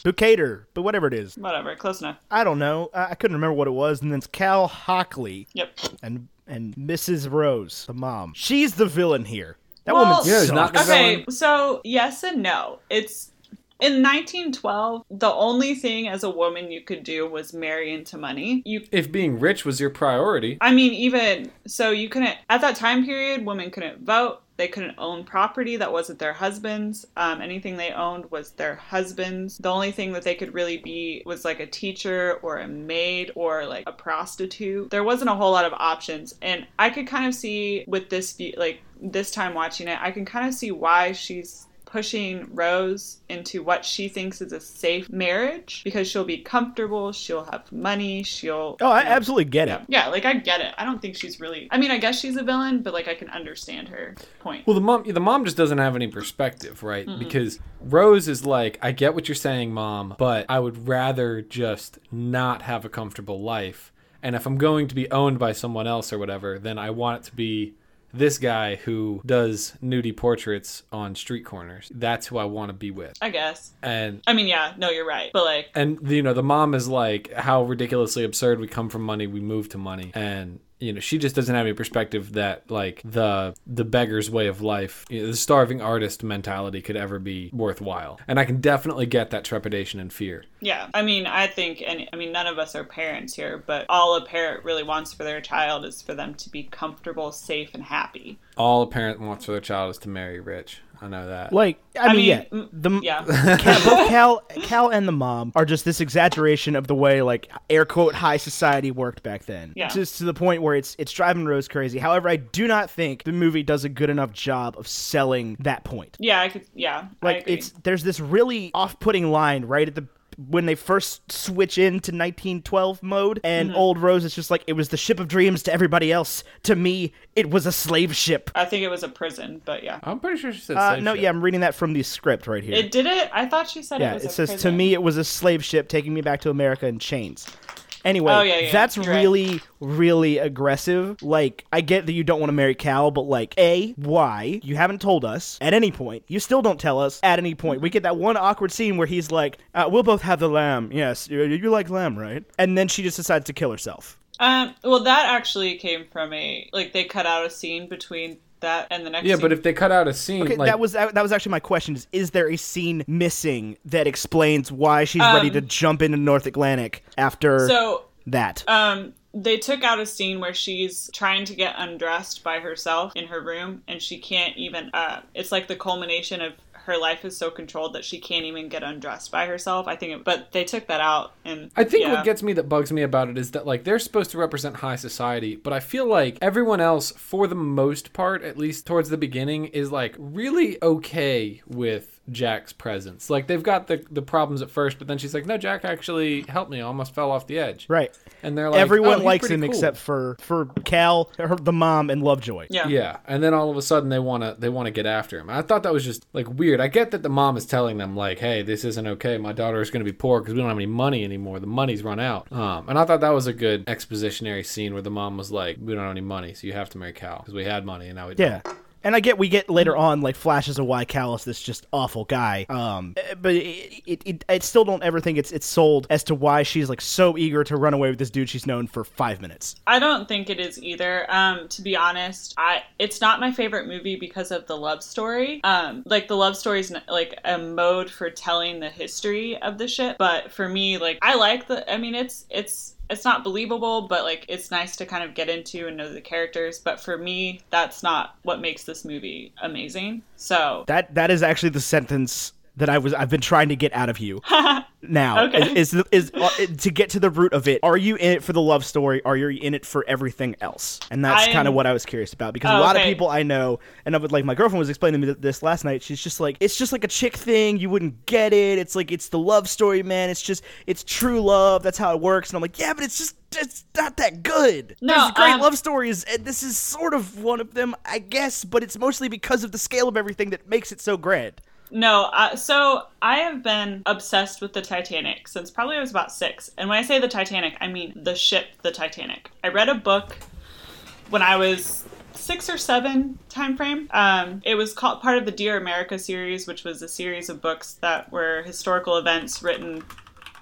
[SPEAKER 2] Bucator, but whatever it is,
[SPEAKER 3] Whatever, close enough.
[SPEAKER 2] I don't know. I I couldn't remember what it was. And then it's Cal Hockley
[SPEAKER 3] Yep.
[SPEAKER 2] and and Mrs. Rose, the mom. She's the villain here. That
[SPEAKER 3] Well-
[SPEAKER 2] woman
[SPEAKER 3] Yeah,
[SPEAKER 1] it's
[SPEAKER 2] sucks.
[SPEAKER 1] not the
[SPEAKER 3] Okay,
[SPEAKER 1] villain.
[SPEAKER 3] so yes and no. It's in 1912, the only thing as a woman you could do was marry into money. You
[SPEAKER 1] If being rich was your priority,
[SPEAKER 3] I mean, even so, you couldn't at that time period. Women couldn't vote. They couldn't own property that wasn't their husband's. Um, anything they owned was their husband's. The only thing that they could really be was like a teacher or a maid or like a prostitute. There wasn't a whole lot of options, and I could kind of see with this view, like this time watching it, I can kind of see why she's pushing Rose into what she thinks is a safe marriage because she'll be comfortable, she'll have money, she'll
[SPEAKER 2] Oh, I
[SPEAKER 3] you know,
[SPEAKER 2] absolutely get it.
[SPEAKER 3] yeah, like I get it. I don't think she's really. I mean, I guess she's a villain, but like I can understand her point.
[SPEAKER 1] Well, the mom, the mom just doesn't have any perspective, right? Because Rose is like, I get what you're saying, mom, but I would rather just not have a comfortable life. And if I'm going to be owned by someone else or whatever, then I want it to be this guy who does nudie portraits on street corners. That's who I want to be with.
[SPEAKER 3] I guess.
[SPEAKER 1] And
[SPEAKER 3] I mean, yeah, no, you're right. But like,
[SPEAKER 1] and you know, the mom is like, how ridiculously absurd we come from money, we move to money. And you know, she just doesn't have any perspective that like the the beggar's way of life, you know, the starving artist mentality could ever be worthwhile. And I can definitely get that trepidation and fear.
[SPEAKER 3] yeah, I mean, I think, and I mean, none of us are parents here, but all a parent really wants for their child is for them to be comfortable, safe, and happy.
[SPEAKER 1] All a parent wants for their child is to marry rich. I know that.
[SPEAKER 2] Like, I, mean,
[SPEAKER 3] mean,
[SPEAKER 2] yeah,
[SPEAKER 3] mm,
[SPEAKER 2] the
[SPEAKER 3] Yeah.
[SPEAKER 2] Cal, both Cal, Cal and the mom are just this exaggeration of the way like air quote high society worked back then.
[SPEAKER 3] Yeah.
[SPEAKER 2] Just to the point where it's it's driving Rose crazy. However, I do not think the movie does a good enough job of selling that point.
[SPEAKER 3] Yeah, I could. Yeah, I
[SPEAKER 2] Like
[SPEAKER 3] agree.
[SPEAKER 2] it's there's this really off-putting line right at the when they first switch into 1912 mode,
[SPEAKER 3] Mm-hmm.
[SPEAKER 2] and Old Rose is just like, it was the ship of dreams to everybody else. To me, it was a slave ship.
[SPEAKER 3] I think it was a prison, but yeah.
[SPEAKER 1] I'm pretty sure she said
[SPEAKER 2] Uh,
[SPEAKER 1] slave
[SPEAKER 2] no,
[SPEAKER 1] ship.
[SPEAKER 2] yeah, I'm reading that from the script right here.
[SPEAKER 3] It did it? I thought she said
[SPEAKER 2] yeah,
[SPEAKER 3] it was
[SPEAKER 2] it
[SPEAKER 3] a
[SPEAKER 2] says to
[SPEAKER 3] prison.
[SPEAKER 2] me it was a slave ship taking me back to America in chains. Anyway,
[SPEAKER 3] Oh, yeah, yeah,
[SPEAKER 2] that's
[SPEAKER 3] you're right.
[SPEAKER 2] really, really aggressive. Like, I get that you don't want to marry Cal, but like, A, why? You haven't told us at any point. You still don't tell us at any point. We get that one awkward scene where he's like, uh, we'll both have the lamb. Yes, you, you like lamb, right? And then she just decides to kill herself.
[SPEAKER 3] Um, well, that actually came from a like they cut out a scene between that and the next.
[SPEAKER 1] Yeah, but
[SPEAKER 3] scene.
[SPEAKER 1] if they cut out a scene,
[SPEAKER 2] Okay,
[SPEAKER 1] like
[SPEAKER 2] that was that was actually my question: is is there a scene missing that explains why she's ready to jump into North Atlantic after
[SPEAKER 3] Um, so
[SPEAKER 2] that?
[SPEAKER 3] um, they took out a scene where she's trying to get undressed by herself in her room, and she can't even. Uh, it's like the culmination of her life is so controlled that she can't even get undressed by herself. I think, it, but they took that out, and
[SPEAKER 1] I think
[SPEAKER 3] yeah.
[SPEAKER 1] what gets me that bugs me about it is that like they're supposed to represent high society, but I feel like everyone else, for the most part, at least towards the beginning, is like really okay with Jack's presence. Like they've got the the problems at first, but then she's like, "No, Jack actually helped me. I almost fell off the edge."
[SPEAKER 2] Right.
[SPEAKER 1] And they're like, "Oh,
[SPEAKER 2] Everyone
[SPEAKER 1] he's
[SPEAKER 2] likes
[SPEAKER 1] pretty
[SPEAKER 2] him
[SPEAKER 1] cool."
[SPEAKER 2] except for for Cal, her, the mom, and Lovejoy.
[SPEAKER 3] yeah.
[SPEAKER 1] Yeah, and then all of a sudden they wanna they wanna get after him. I thought that was just like weird. I get that the mom is telling them like, "Hey, this isn't okay. My daughter is gonna be poor because we don't have any money anymore. The money's run out." Um, and I thought that was a good expositionary scene where the mom was like, "We don't have any money, so you have to marry Cal because we had money and now we don't."
[SPEAKER 2] Yeah. And I get we get later on like flashes of why Cal is this just awful guy. Um, eh, but it, it, it I still don't ever think it's it's sold as to why she's like so eager to run away with this dude she's known for five minutes.
[SPEAKER 3] I don't think it is either. Um, to be honest, I it's not my favorite movie because of the love story. Um, like the love story is n- like a mode for telling the history of the ship. But for me, like I like the. I mean, it's it's it's not believable, but like it's nice to kind of get into and know the characters. But for me, that's not what makes this movie amazing. So
[SPEAKER 2] That that is actually the sentence that I was I've been trying to get out of you. now
[SPEAKER 3] Okay.
[SPEAKER 2] is is, is uh, to get to the root of it. Are you in it for the love story? Are you in it for everything else? And that's
[SPEAKER 3] I
[SPEAKER 2] kind of
[SPEAKER 3] am-
[SPEAKER 2] what I was curious about because a
[SPEAKER 3] Oh,
[SPEAKER 2] lot of
[SPEAKER 3] okay.
[SPEAKER 2] people I know, and I would like my girlfriend was explaining to me th- this last night. She's just like, it's just like a chick thing. You wouldn't get it. It's like it's the love story, man. It's just it's true love. That's how it works. And I'm like, yeah, but it's just it's not that good.
[SPEAKER 3] No,
[SPEAKER 2] There's great
[SPEAKER 3] um,
[SPEAKER 2] love stories, and this is sort of one of them, I guess. But it's mostly because of the scale of everything that makes it so grand.
[SPEAKER 3] No, uh, so I have been obsessed with the Titanic since probably I was about six. And when I say the Titanic, I mean the ship, the Titanic. I read a book when I was six or seven time frame. Um, it was called part of the Dear America series, which was a series of books that were historical events written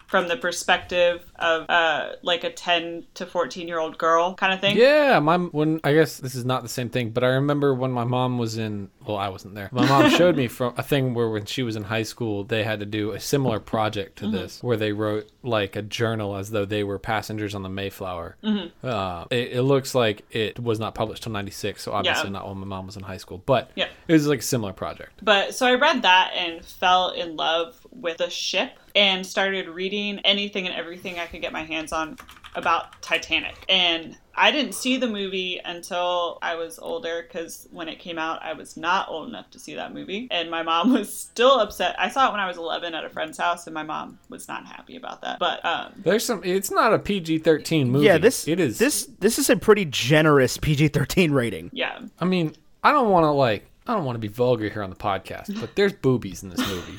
[SPEAKER 3] from the perspective of uh, like a 10 to 14 year old girl kind of thing.
[SPEAKER 1] Yeah, my when I guess this is not the same thing, but I remember when my mom was in. Well, I wasn't there. My mom showed me from a thing where when she was in high school, they had to do a similar project to
[SPEAKER 3] Mm-hmm.
[SPEAKER 1] this, where they wrote like a journal as though they were passengers on the Mayflower.
[SPEAKER 3] Mm-hmm.
[SPEAKER 1] Uh, it, it looks like it was not published till '96, so obviously
[SPEAKER 3] Yeah.
[SPEAKER 1] not when my mom was in high school, but
[SPEAKER 3] Yeah.
[SPEAKER 1] it was like a similar project.
[SPEAKER 3] But so I read that and fell in love with the ship and started reading anything and everything I could get my hands on about Titanic. And I didn't see the movie until I was older because when it came out, I was not old enough to see that movie. And my mom was still upset. I saw it when I was 11 at a friend's house, and my mom was not happy about that. But um,
[SPEAKER 1] There's some. It's not a PG-13 movie.
[SPEAKER 2] Yeah, this
[SPEAKER 1] it is.
[SPEAKER 2] This this is a pretty generous PG-13 rating.
[SPEAKER 3] yeah,
[SPEAKER 1] I mean, I don't want to like, I don't want to be vulgar here on the podcast, but there's boobies in this movie.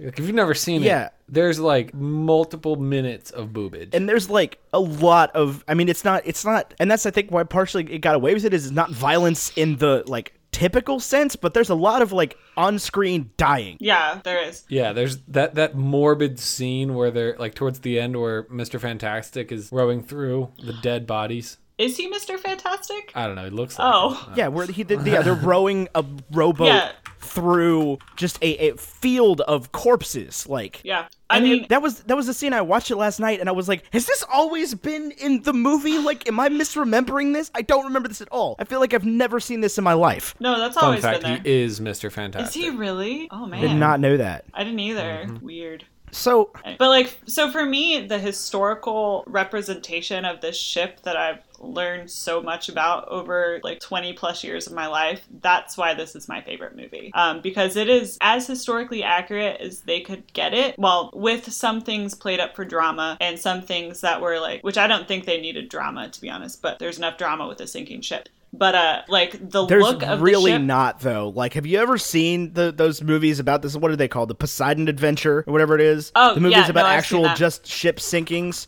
[SPEAKER 1] like, if you've never seen
[SPEAKER 2] Yeah.
[SPEAKER 1] it, there's like multiple minutes of boobage.
[SPEAKER 2] And there's like a lot of I mean it's not it's not and that's I think why partially it got away with it is it's not violence in the like typical sense, but there's a lot of like on-screen dying.
[SPEAKER 3] yeah, there is.
[SPEAKER 1] yeah, there's that that morbid scene where they're like towards the end where Mr. Fantastic is rowing through the dead bodies.
[SPEAKER 3] Is he Mr. Fantastic?
[SPEAKER 1] I don't know. It looks like.
[SPEAKER 3] Oh.
[SPEAKER 2] Yeah, where he did yeah, they're rowing a rowboat
[SPEAKER 3] Yeah.
[SPEAKER 2] through just a, a field of corpses like
[SPEAKER 3] Yeah. I
[SPEAKER 2] I mean,
[SPEAKER 3] mean,
[SPEAKER 2] that was that was the scene I watched it last night, and I was like, "Has this always been in the movie? Like, am I misremembering this? I don't remember this at all. I feel like I've never seen this in my life.
[SPEAKER 3] no, that's
[SPEAKER 1] Fun
[SPEAKER 3] always been
[SPEAKER 1] fact:
[SPEAKER 3] there.
[SPEAKER 1] He is Mr.
[SPEAKER 3] Is
[SPEAKER 1] Fantastic.
[SPEAKER 3] he really? Oh man.
[SPEAKER 2] Did not know that. Mm-hmm.
[SPEAKER 3] I didn't either. Weird.
[SPEAKER 2] So
[SPEAKER 3] But like, so for me, the historical representation of this ship that I've learned so much about over like 20 plus years of my life, that's why this is my favorite movie. Um, because it is as historically accurate as they could get it. Well, with some things played up for drama and some things that were like, which I don't think they needed drama to be honest, but there's enough drama with a sinking ship. But uh, like the
[SPEAKER 2] There's
[SPEAKER 3] look of
[SPEAKER 2] really
[SPEAKER 3] the ship,
[SPEAKER 2] not though. Like, have you ever seen the, those movies about this? What are they called? The Poseidon Adventure or whatever it is.
[SPEAKER 3] Oh,
[SPEAKER 2] the movies
[SPEAKER 3] yeah, no,
[SPEAKER 2] about
[SPEAKER 3] I've seen
[SPEAKER 2] actual
[SPEAKER 3] that.
[SPEAKER 2] just ship sinkings.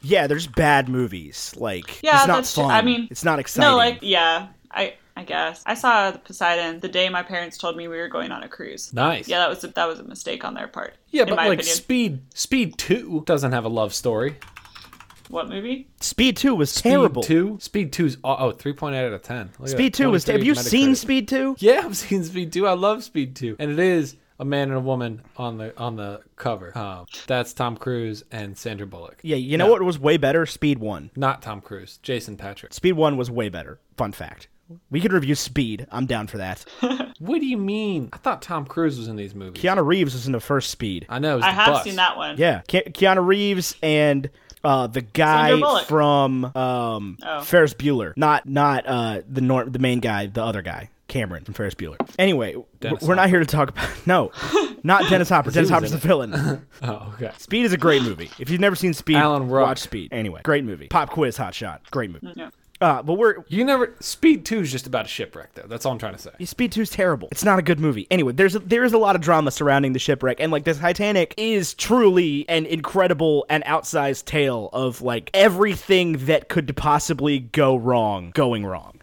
[SPEAKER 2] Yeah, there's bad movies. Like,
[SPEAKER 3] Yeah,
[SPEAKER 2] it's not
[SPEAKER 3] that's ju-
[SPEAKER 2] fun.
[SPEAKER 3] I mean,
[SPEAKER 2] it's not exciting.
[SPEAKER 3] no, like yeah, I I guess I saw the Poseidon the day my parents told me we were going on a cruise.
[SPEAKER 1] Nice.
[SPEAKER 3] Yeah, that was a, that was a mistake on their part.
[SPEAKER 1] Yeah,
[SPEAKER 3] in
[SPEAKER 1] but
[SPEAKER 3] my
[SPEAKER 1] like
[SPEAKER 3] opinion.
[SPEAKER 1] Speed Speed 2 doesn't have a love story.
[SPEAKER 3] what movie?
[SPEAKER 2] Speed Two was
[SPEAKER 1] Speed
[SPEAKER 2] terrible.
[SPEAKER 1] 2? Speed 2's oh, oh 3.8 out of 10. Look at
[SPEAKER 2] Speed
[SPEAKER 1] that,
[SPEAKER 2] Two was.
[SPEAKER 1] 23
[SPEAKER 2] Have you seen
[SPEAKER 1] Metacritic.
[SPEAKER 2] Speed Two?
[SPEAKER 1] Yeah, I've seen Speed 2. I love Speed 2. And it is a man and a woman on the on the cover. Um, that's Tom Cruise and Sandra Bullock.
[SPEAKER 2] Yeah, you know what was way better? Speed One.
[SPEAKER 1] Not Tom Cruise, Jason Patrick.
[SPEAKER 2] Speed One was way better. Fun fact. We could review Speed. I'm down for that.
[SPEAKER 1] What do you mean? I thought Tom Cruise was in these movies.
[SPEAKER 2] Keanu Reeves was in the first Speed.
[SPEAKER 1] I know. it was
[SPEAKER 3] I
[SPEAKER 1] the
[SPEAKER 3] have
[SPEAKER 1] bus.
[SPEAKER 3] seen that one.
[SPEAKER 2] Yeah, Ke- Keanu Reeves and uh, the guy
[SPEAKER 3] Sandra Bullock.
[SPEAKER 2] from um,
[SPEAKER 1] Oh.
[SPEAKER 2] Ferris Bueller, not not uh, the nor- the main guy, the other guy, Cameron from Ferris Bueller. Anyway, w-
[SPEAKER 1] Dennis
[SPEAKER 2] we're not here to talk about no, not Dennis Hopper. Dennis
[SPEAKER 1] was
[SPEAKER 2] Hopper's
[SPEAKER 1] in
[SPEAKER 2] the villain.
[SPEAKER 1] Oh, okay.
[SPEAKER 2] Speed is a great movie. If you've never seen Speed,
[SPEAKER 1] Alan Ruck. Mm.
[SPEAKER 2] watch Speed. Anyway, great movie. Pop quiz, Hot Shot, great movie.
[SPEAKER 3] Yeah.
[SPEAKER 2] Uh, but we're
[SPEAKER 1] You never. Speed 2 is just about a shipwreck, though. That's all I'm trying to say.
[SPEAKER 2] Speed 2 is terrible. It's not a good movie. Anyway, there's a, there is a lot of drama surrounding the shipwreck, and like the Titanic is truly an incredible and outsized tale of like everything that could possibly go wrong going wrong.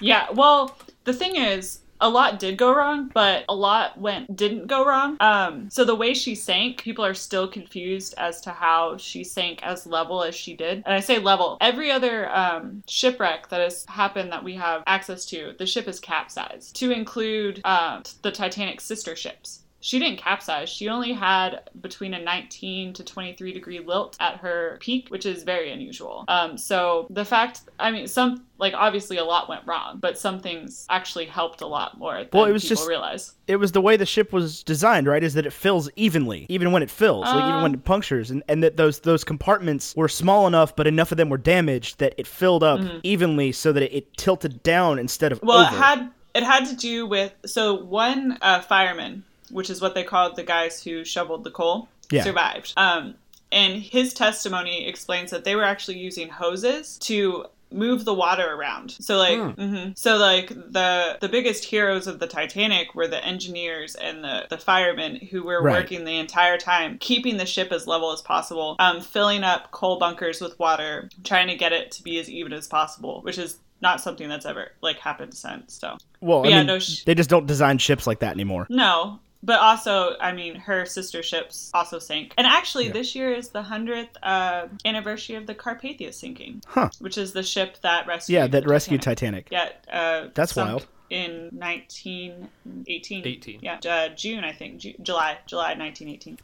[SPEAKER 3] Yeah, well, the thing is, a lot did go wrong, but a lot went didn't go wrong. Um, so the way she sank, people are still confused as to how she sank as level as she did. And I say level. Every other um, shipwreck that has happened that we have access to, the ship is capsized, to include um, the Titanic's sister ships. She didn't capsize. She only had between a 19 to 23 degree lilt at her peak, which is very unusual. Um, so the fact, I mean, some like obviously a lot went wrong, but some things actually helped a lot more than
[SPEAKER 2] Well, it was
[SPEAKER 3] people
[SPEAKER 2] just-
[SPEAKER 3] realize.
[SPEAKER 2] It was the way the ship was designed, right? Is that it fills evenly, even when it fills, like even
[SPEAKER 3] Oh.
[SPEAKER 2] when it punctures, and, and that those those compartments were small enough, but enough of them were damaged that it filled up evenly, so that it, it tilted down instead of
[SPEAKER 3] Mm-hmm. Well,
[SPEAKER 2] over.
[SPEAKER 3] it had it had to do with so one uh, fireman, which is what they called the guys who shoveled the coal,
[SPEAKER 2] Yeah.
[SPEAKER 3] survived. Um, and his testimony explains that they were actually using hoses to move the water around. So like,
[SPEAKER 2] Hmm.
[SPEAKER 3] mhm. so like the the biggest heroes of the Titanic were the engineers and the the firemen who were
[SPEAKER 2] Right.
[SPEAKER 3] working the entire time, keeping the ship as level as possible, um, filling up coal bunkers with water, trying to get it to be as even as possible, which is not something that's ever like happened since. So
[SPEAKER 2] well, I
[SPEAKER 3] yeah,
[SPEAKER 2] mean,
[SPEAKER 3] no, sh-
[SPEAKER 2] they just don't design ships like that anymore.
[SPEAKER 3] no, but also, I mean, her sister ships also sank. And actually, this year is the hundredth uh, anniversary of the Carpathia sinking,
[SPEAKER 2] Huh.
[SPEAKER 3] which is the ship that rescued.
[SPEAKER 2] Yeah, that
[SPEAKER 3] the
[SPEAKER 2] rescued
[SPEAKER 3] Titanic.
[SPEAKER 2] Titanic.
[SPEAKER 3] Yeah, uh,
[SPEAKER 2] That's
[SPEAKER 3] sunk
[SPEAKER 2] wild.
[SPEAKER 3] In 1918.
[SPEAKER 1] 18.
[SPEAKER 3] Yeah, uh, June, I think. Ju- July, July 1918.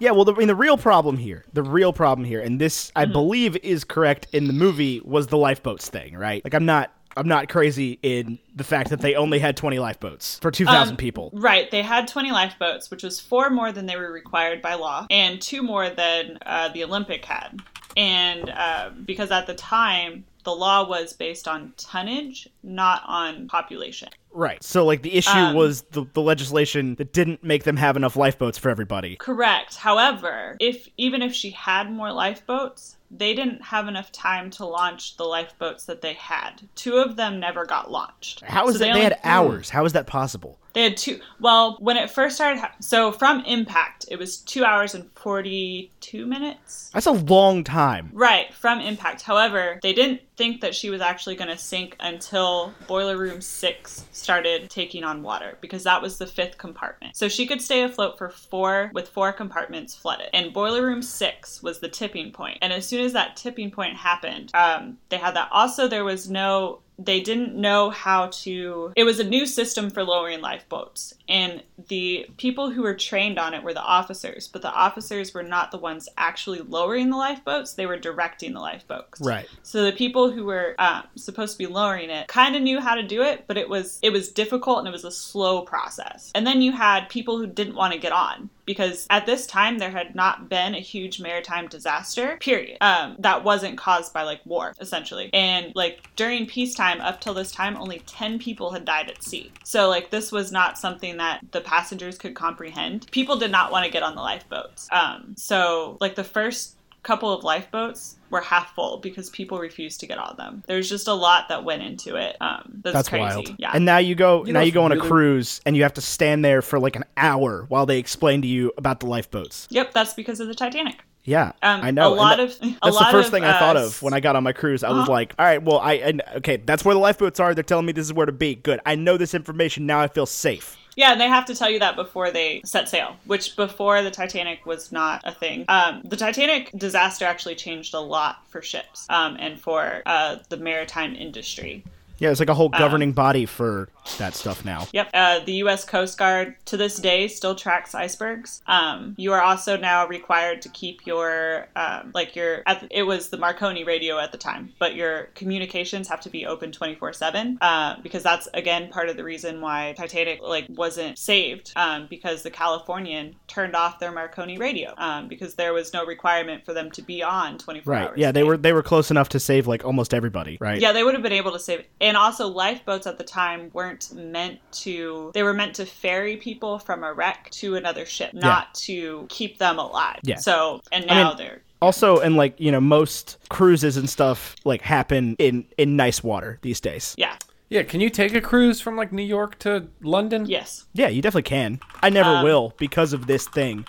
[SPEAKER 2] Yeah, well, the, I mean, the real problem here, the real problem here, and this I
[SPEAKER 3] Mm-hmm.
[SPEAKER 2] believe is correct in the movie was the lifeboats thing, right? Like, I'm not, I'm not crazy in the fact that they only had 20 lifeboats for 2,000
[SPEAKER 3] Um,
[SPEAKER 2] people.
[SPEAKER 3] Right, they had 20 lifeboats, which was four more than they were required by law, and two more than uh, the Olympic had. And uh, because at the time, the law was based on tonnage, not on population.
[SPEAKER 2] Right. So, like, the issue
[SPEAKER 3] um,
[SPEAKER 2] was the, the legislation that didn't make them have enough lifeboats for everybody.
[SPEAKER 3] Correct. However, if even if she had more lifeboats, they didn't have enough time to launch the lifeboats that they had. Two of them never got launched.
[SPEAKER 2] How is
[SPEAKER 3] So
[SPEAKER 2] that? They,
[SPEAKER 3] only-
[SPEAKER 2] had hours. How is that possible?
[SPEAKER 3] They had two. Well, when it first started, ha- so from impact, it was two hours and 42 minutes.
[SPEAKER 2] That's a long time.
[SPEAKER 3] Right, from impact. However, they didn't think that she was actually going to sink until Boiler Room 6 started taking on water because that was the fifth compartment. So she could stay afloat for four with four compartments flooded. And Boiler Room 6 was the tipping point. And as soon as that tipping point happened, um, they had that. Also, there was no they didn't know how to it was a new system for lowering lifeboats and the people who were trained on it were the officers but the officers were not the ones actually lowering the lifeboats they were directing the lifeboats
[SPEAKER 2] Right.
[SPEAKER 3] so the people who were um, supposed to be lowering it kind of knew how to do it but it was it was difficult and it was a slow process and then you had people who didn't want to get on because at this time there had not been a huge maritime disaster, period. Um, that wasn't caused by like war, essentially. And like during peacetime, up till this time, only 10 people had died at sea. So like this was not something that the passengers could comprehend. People did not want to get on the lifeboats. Um, so like the first couple of lifeboats were half full because people refused to get on them. There's just a lot that went into it. Um, that's,
[SPEAKER 2] That's
[SPEAKER 3] crazy.
[SPEAKER 2] wild.
[SPEAKER 3] Yeah.
[SPEAKER 2] And now you go.
[SPEAKER 1] You
[SPEAKER 2] now
[SPEAKER 1] know
[SPEAKER 2] you go on a
[SPEAKER 1] what's really-
[SPEAKER 2] cruise, and you have to stand there for like an hour while they explain to you about the lifeboats.
[SPEAKER 3] yep, that's because of the Titanic.
[SPEAKER 2] Yeah,
[SPEAKER 3] Um,
[SPEAKER 2] I know.
[SPEAKER 3] A
[SPEAKER 2] and
[SPEAKER 3] lot
[SPEAKER 2] tha-
[SPEAKER 3] of a
[SPEAKER 2] That's the
[SPEAKER 3] lot
[SPEAKER 2] first
[SPEAKER 3] of, Uh-huh.
[SPEAKER 2] thing I thought
[SPEAKER 3] uh,
[SPEAKER 2] of when I got on my cruise. I was like, "All right, well, I and, okay, that's where the lifeboats are. They're telling me this is where to be. Good. I know this information now. I feel safe."
[SPEAKER 3] Yeah, and they have to tell you that before they set sail, which before the Titanic was not a thing. Um, the Titanic disaster actually changed a lot for ships um, and for uh, the maritime industry.
[SPEAKER 2] Yeah, it's like a whole
[SPEAKER 3] Um,
[SPEAKER 2] governing body for that stuff now.
[SPEAKER 3] Yep. Uh, the U.S. Coast Guard to this day still tracks icebergs. Um, you are also now required to keep your um, like your at it was the Marconi radio at the time, but your communications have to be open 24/7 uh, because that's again part of the reason why Titanic like wasn't saved um, because the Californian turned off their Marconi radio um, because there was no requirement for them to be on 24
[SPEAKER 2] Right.
[SPEAKER 3] hours.
[SPEAKER 2] Yeah,
[SPEAKER 3] a
[SPEAKER 2] they
[SPEAKER 3] day.
[SPEAKER 2] were they were close enough to save like almost everybody, right?
[SPEAKER 3] Yeah, they would have been able to save. And also, lifeboats at the time weren't meant to. They were meant to ferry people from a wreck to another ship, not to keep them alive.
[SPEAKER 2] Yeah.
[SPEAKER 3] So, and now
[SPEAKER 2] mean-
[SPEAKER 3] they're.
[SPEAKER 2] Also, and like, you know, most cruises and stuff like happen in in nice water these days.
[SPEAKER 3] Yeah.
[SPEAKER 1] Yeah, can you take a cruise from like New York to London?
[SPEAKER 3] Yes.
[SPEAKER 2] Yeah, you definitely can. I never
[SPEAKER 3] Um,
[SPEAKER 2] will because of this thing.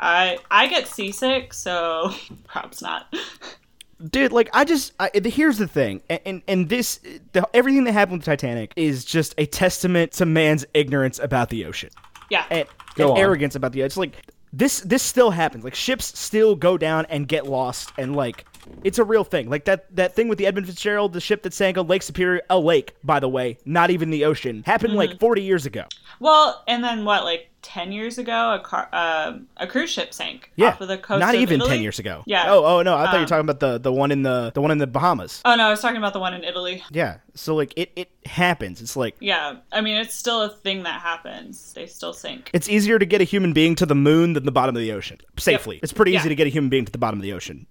[SPEAKER 3] I I get seasick, so perhaps not.
[SPEAKER 2] dude like i just I, the- here's the thing and and, and this the, everything that happened with titanic is just a testament to man's ignorance about the ocean
[SPEAKER 3] Yeah.
[SPEAKER 2] and,
[SPEAKER 1] Go
[SPEAKER 2] and
[SPEAKER 1] on.
[SPEAKER 2] arrogance about the ocean It's like this this still happens like ships still go down and get lost and like it's a real thing like that that thing with the edmund fitzgerald the ship that sank on lake superior a lake by the way not even the ocean happened
[SPEAKER 3] Mm-hmm.
[SPEAKER 2] like 40 years ago
[SPEAKER 3] well, and then what? Like ten years ago, a car, um, a cruise ship sank
[SPEAKER 2] yeah
[SPEAKER 3] off of the coast.
[SPEAKER 2] not
[SPEAKER 3] of
[SPEAKER 2] even
[SPEAKER 3] Italy.
[SPEAKER 2] 10 years ago
[SPEAKER 3] Yeah.
[SPEAKER 2] oh oh no i thought you were
[SPEAKER 3] Um,
[SPEAKER 2] talking about the the one in the the one in the bahamas
[SPEAKER 3] Oh no, I was talking about the one in Italy.
[SPEAKER 2] yeah so like it it happens it's like
[SPEAKER 3] Yeah, I mean it's still a thing that happens. They still sink.
[SPEAKER 2] It's easier to get a human being to the moon than the bottom of the ocean. Safely.
[SPEAKER 3] Yep.
[SPEAKER 2] It's pretty
[SPEAKER 3] Yeah.
[SPEAKER 2] easy to get a human being to the bottom of the ocean.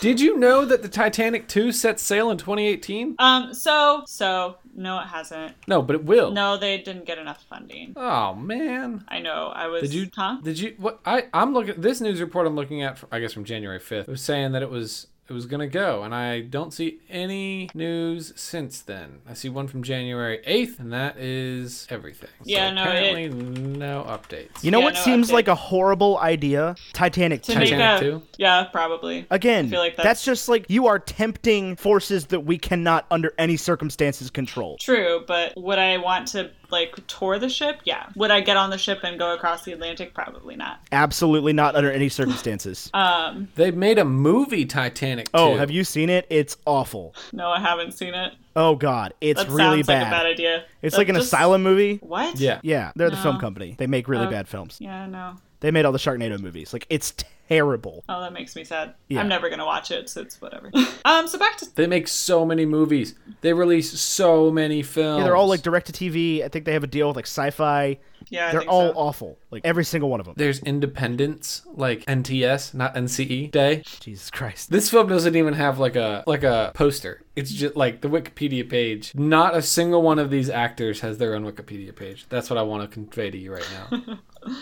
[SPEAKER 1] Did you know that the Titanic 2 set sail in 2018?
[SPEAKER 3] Um. So so no, it hasn't.
[SPEAKER 1] No, but it will.
[SPEAKER 3] No, they didn't get enough funding.
[SPEAKER 1] Oh man.
[SPEAKER 3] I know. I was.
[SPEAKER 1] Did you?
[SPEAKER 3] Huh?
[SPEAKER 1] Did you? What? I I'm looking. This news report I'm looking at, I guess from January 5th, was saying that it was it was gonna go, and I don't see any news since then. I see one from January 8th, and that is everything. So
[SPEAKER 3] Yeah, no,
[SPEAKER 1] Apparently, no updates.
[SPEAKER 2] You know
[SPEAKER 3] Yeah,
[SPEAKER 2] what
[SPEAKER 3] no,
[SPEAKER 2] seems
[SPEAKER 3] update.
[SPEAKER 2] like a horrible idea? Titanic
[SPEAKER 3] to
[SPEAKER 2] 2.
[SPEAKER 3] make
[SPEAKER 1] Titanic
[SPEAKER 3] a
[SPEAKER 1] too?
[SPEAKER 3] yeah, probably.
[SPEAKER 2] Again,
[SPEAKER 3] I feel like
[SPEAKER 2] that's...
[SPEAKER 3] that's,
[SPEAKER 2] just like you are tempting forces that we cannot under any circumstances control.
[SPEAKER 3] true. But would I want to like tour the ship? Yeah. Would I get on the ship and go across the Atlantic? Probably not.
[SPEAKER 2] Absolutely not under any circumstances.
[SPEAKER 3] Um.
[SPEAKER 1] They made a movie Titanic.
[SPEAKER 2] oh,
[SPEAKER 1] 2.
[SPEAKER 2] have you seen it? It's awful.
[SPEAKER 3] No, I haven't seen it.
[SPEAKER 2] Oh god, it's
[SPEAKER 3] That
[SPEAKER 2] really
[SPEAKER 3] sounds
[SPEAKER 2] bad.
[SPEAKER 3] like a bad idea.
[SPEAKER 2] It's
[SPEAKER 3] That
[SPEAKER 2] like an
[SPEAKER 3] just-
[SPEAKER 2] asylum movie.
[SPEAKER 3] What?
[SPEAKER 1] Yeah.
[SPEAKER 2] Yeah, they're the film
[SPEAKER 3] No. Uh,
[SPEAKER 2] company. They make really bad films.
[SPEAKER 3] Yeah. No.
[SPEAKER 2] They made all the Sharknado movies. Like it's terrible.
[SPEAKER 3] Oh, that makes me sad.
[SPEAKER 2] Yeah.
[SPEAKER 3] I'm never gonna watch it, so it's whatever. um. So back to
[SPEAKER 1] They make so many movies. They release so many films.
[SPEAKER 2] Yeah, they're all like direct to TV. I think they have a deal with like sci-fi.
[SPEAKER 3] yeah. I
[SPEAKER 2] They're
[SPEAKER 3] think
[SPEAKER 2] all
[SPEAKER 3] so.
[SPEAKER 2] awful. Like every single one of them.
[SPEAKER 1] There's Independence, like NTS, not NCE Day.
[SPEAKER 2] Jesus Christ.
[SPEAKER 1] This film doesn't even have like a like a poster. It's just like the Wikipedia page. Not a single one of these actors has their own Wikipedia page. That's what I want to convey to you right now.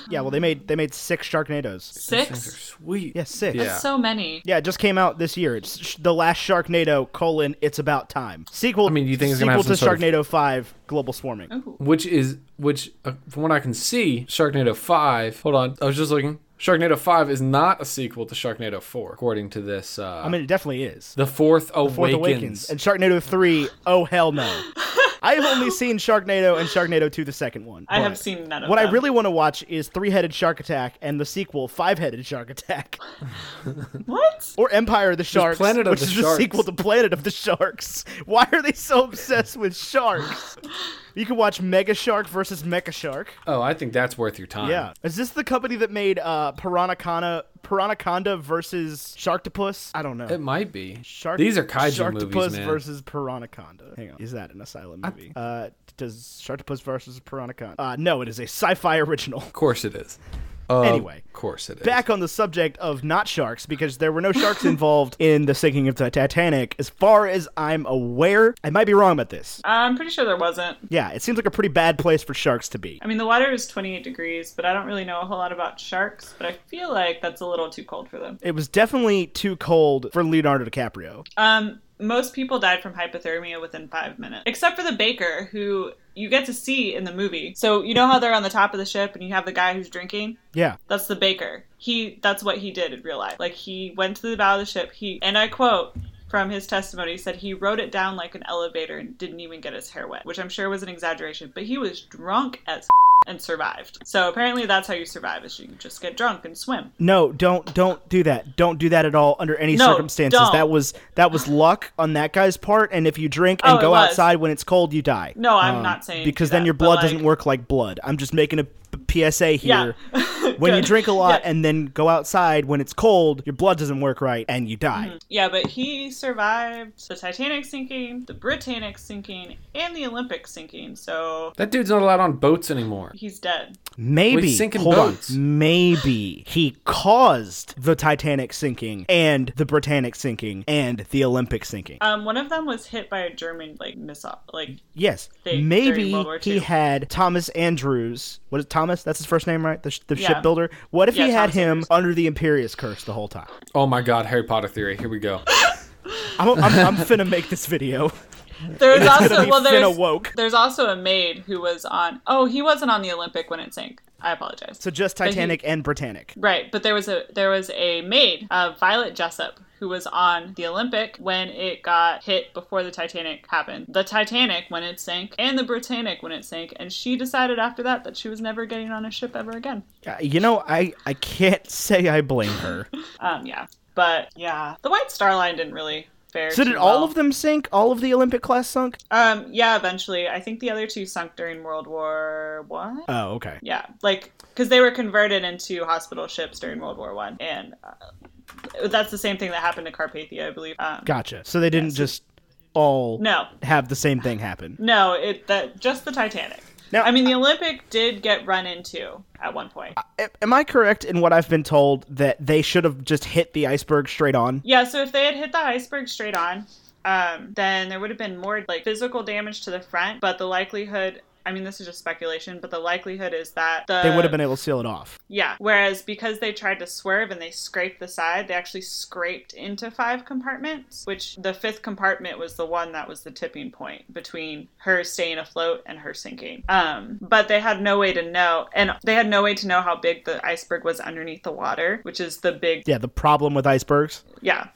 [SPEAKER 2] Yeah, well they made they made six Sharknadoes.
[SPEAKER 1] Things are
[SPEAKER 3] six.
[SPEAKER 1] sweet.
[SPEAKER 2] Yeah, six.
[SPEAKER 1] Yeah.
[SPEAKER 3] So many.
[SPEAKER 2] Yeah, it just came out this year. It's sh- the last Sharknado colon. It's about time. Sequel. I
[SPEAKER 1] mean, you think it's
[SPEAKER 2] sequel
[SPEAKER 1] gonna have
[SPEAKER 2] to
[SPEAKER 1] some sort of-
[SPEAKER 2] Sharknado Five: Global Swarming.
[SPEAKER 1] Which is which uh, from what I can see, Sharknado 5. Hold on. I was just looking. Sharknado 5 is not a sequel to Sharknado 4 according to this uh
[SPEAKER 2] I mean, it definitely is.
[SPEAKER 1] The Fourth Awakens.
[SPEAKER 2] Fourth Awakens and Sharknado Three. Oh hell no. I've only seen Sharknado and Sharknado Two, the second one.
[SPEAKER 3] I have
[SPEAKER 2] but
[SPEAKER 3] seen none of
[SPEAKER 2] What I
[SPEAKER 3] them.
[SPEAKER 2] really want to watch is Three Headed Shark Attack and the sequel, Five Headed Shark Attack.
[SPEAKER 3] What?
[SPEAKER 2] or Empire of the Sharks,
[SPEAKER 1] Planet of
[SPEAKER 2] which
[SPEAKER 1] the
[SPEAKER 2] is
[SPEAKER 1] Sharks.
[SPEAKER 2] the sequel to Planet of the Sharks. Why are they so obsessed with sharks? you can watch Mega Shark versus Mecha Shark.
[SPEAKER 1] Oh, I think that's worth your time.
[SPEAKER 2] Yeah, is this the company that made uh, Piranhaconda, Piranhaconda versus Sharktopus? I don't know.
[SPEAKER 1] It might be.
[SPEAKER 2] Shark.
[SPEAKER 1] These are kaiju
[SPEAKER 2] Sharktopus
[SPEAKER 1] movies, man.
[SPEAKER 2] versus Piranhaconda. Hang on, is that an asylum movie? Uh, does Sharktopus versus Piranhaconda? Uh, no, it is a sci-fi original.
[SPEAKER 1] Of course it is.
[SPEAKER 2] anyway,
[SPEAKER 1] Of course it is.
[SPEAKER 2] back on the subject of not sharks because there were no sharks involved in the sinking of the Titanic, as far as I'm aware. I might be wrong about this.
[SPEAKER 3] I'm pretty sure there wasn't.
[SPEAKER 2] Yeah, it seems like a pretty bad place for sharks to be.
[SPEAKER 3] I mean, the water is 28 degrees, but I don't really know a whole lot about sharks, but I feel like that's a little too cold for them.
[SPEAKER 2] It was definitely too cold for Leonardo DiCaprio.
[SPEAKER 3] Um, most people died from hypothermia within five minutes, except for the baker, who you get to see in the movie. So you know how they're on the top of the ship, and you have the guy who's drinking.
[SPEAKER 2] Yeah.
[SPEAKER 3] That's the baker. He that's what he did in real life. Like he went to the bow of the ship. He and I quote from his testimony he said he wrote it down like an elevator and didn't even get his hair wet, which I'm sure was an exaggeration. But he was drunk as and survived. So apparently that's how you survive is you just get drunk and swim.
[SPEAKER 2] No, don't don't do that. Don't do that at all under any
[SPEAKER 3] No,
[SPEAKER 2] circumstances.
[SPEAKER 3] don't.
[SPEAKER 2] That was that was luck on that guy's part and if you drink and
[SPEAKER 3] Oh, it
[SPEAKER 2] go
[SPEAKER 3] was.
[SPEAKER 2] outside when it's cold, you die. Um,
[SPEAKER 3] No, I'm not saying
[SPEAKER 2] because
[SPEAKER 3] do
[SPEAKER 2] then
[SPEAKER 3] that,
[SPEAKER 2] your
[SPEAKER 3] but,
[SPEAKER 2] blood
[SPEAKER 3] like-
[SPEAKER 2] doesn't work like blood. I'm just making a p- PSA
[SPEAKER 3] Yeah.
[SPEAKER 2] here. when you
[SPEAKER 3] Good.
[SPEAKER 2] drink a lot
[SPEAKER 3] Yeah.
[SPEAKER 2] and then go outside when it's cold, your blood doesn't work right and you die.
[SPEAKER 3] Yeah, but he survived the Titanic sinking, the Britannic sinking, and the Olympic sinking. So
[SPEAKER 1] that dude's not allowed on boats anymore.
[SPEAKER 3] he's dead.
[SPEAKER 2] Maybe
[SPEAKER 1] With sinking
[SPEAKER 2] hold
[SPEAKER 1] boats.
[SPEAKER 2] on. Maybe he caused the Titanic sinking and the Britannic sinking and the Olympic sinking.
[SPEAKER 3] Um, one of them was hit by a German like missile. Like
[SPEAKER 2] Yes,
[SPEAKER 3] They- during
[SPEAKER 2] maybe
[SPEAKER 3] World War
[SPEAKER 2] he
[SPEAKER 3] II.
[SPEAKER 2] had Thomas Andrews. What is Thomas? That's his first name, right? The, sh- the
[SPEAKER 3] Yeah.
[SPEAKER 2] shipbuilder. What if
[SPEAKER 3] Yeah,
[SPEAKER 2] he had
[SPEAKER 3] Thomas
[SPEAKER 2] him
[SPEAKER 3] Andrews.
[SPEAKER 2] under the Imperious curse the whole time?
[SPEAKER 1] Oh my god, Harry Potter theory. Here we go.
[SPEAKER 2] I'm, I'm, I'm finna make this video.
[SPEAKER 3] there's
[SPEAKER 2] gonna
[SPEAKER 3] also
[SPEAKER 2] be
[SPEAKER 3] well
[SPEAKER 2] Finna
[SPEAKER 3] there's
[SPEAKER 2] woke.
[SPEAKER 3] there's also a maid who was on. Oh, he wasn't on the Olympic when it sank. I apologize.
[SPEAKER 2] So just
[SPEAKER 3] he-
[SPEAKER 2] Titanic and Britannic.
[SPEAKER 3] Right, but there was a there was a maid, uh, Violet Jessup, who was on the Olympic when it got hit before the Titanic happened. The Titanic when it sank, and the Britannic when it sank, and she decided after that that she was never getting on a ship ever again.
[SPEAKER 2] Uh, You know, I I can't say I blame her.
[SPEAKER 3] Um, yeah, but yeah, the White Star Line didn't really fare.
[SPEAKER 2] So did
[SPEAKER 3] too
[SPEAKER 2] all
[SPEAKER 3] well.
[SPEAKER 2] of them sink? All of the Olympic class sunk?
[SPEAKER 3] Um, yeah, eventually, I think the other two sunk during World War One.
[SPEAKER 2] Oh, okay.
[SPEAKER 3] Yeah, like because they were converted into hospital ships during World War One, and uh, that's the same thing that happened to Carpathia, I believe. Um,
[SPEAKER 2] Gotcha. So they didn't just all
[SPEAKER 3] no,
[SPEAKER 2] have the same thing happen.
[SPEAKER 3] no, it that just the Titanic.
[SPEAKER 2] Now-
[SPEAKER 3] I mean, the Olympic did get run into at one point.
[SPEAKER 2] A- Am I correct in what I've been told that they should have just hit the iceberg straight on?
[SPEAKER 3] Yeah, so if they had hit the iceberg straight on, um, then there would have been more like physical damage to the front. But the likelihood, I mean, this is just speculation, but the likelihood is that the,
[SPEAKER 2] They would have been able to seal it off.
[SPEAKER 3] Yeah. Whereas because they tried to swerve and they scraped the side, they actually scraped into five compartments, which the fifth compartment was the one that was the tipping point between her staying afloat and her sinking. Um, but they had no way to know, and they had no way to know how big the iceberg was underneath the water, which is the big,
[SPEAKER 2] Yeah, the problem with icebergs.
[SPEAKER 3] yeah.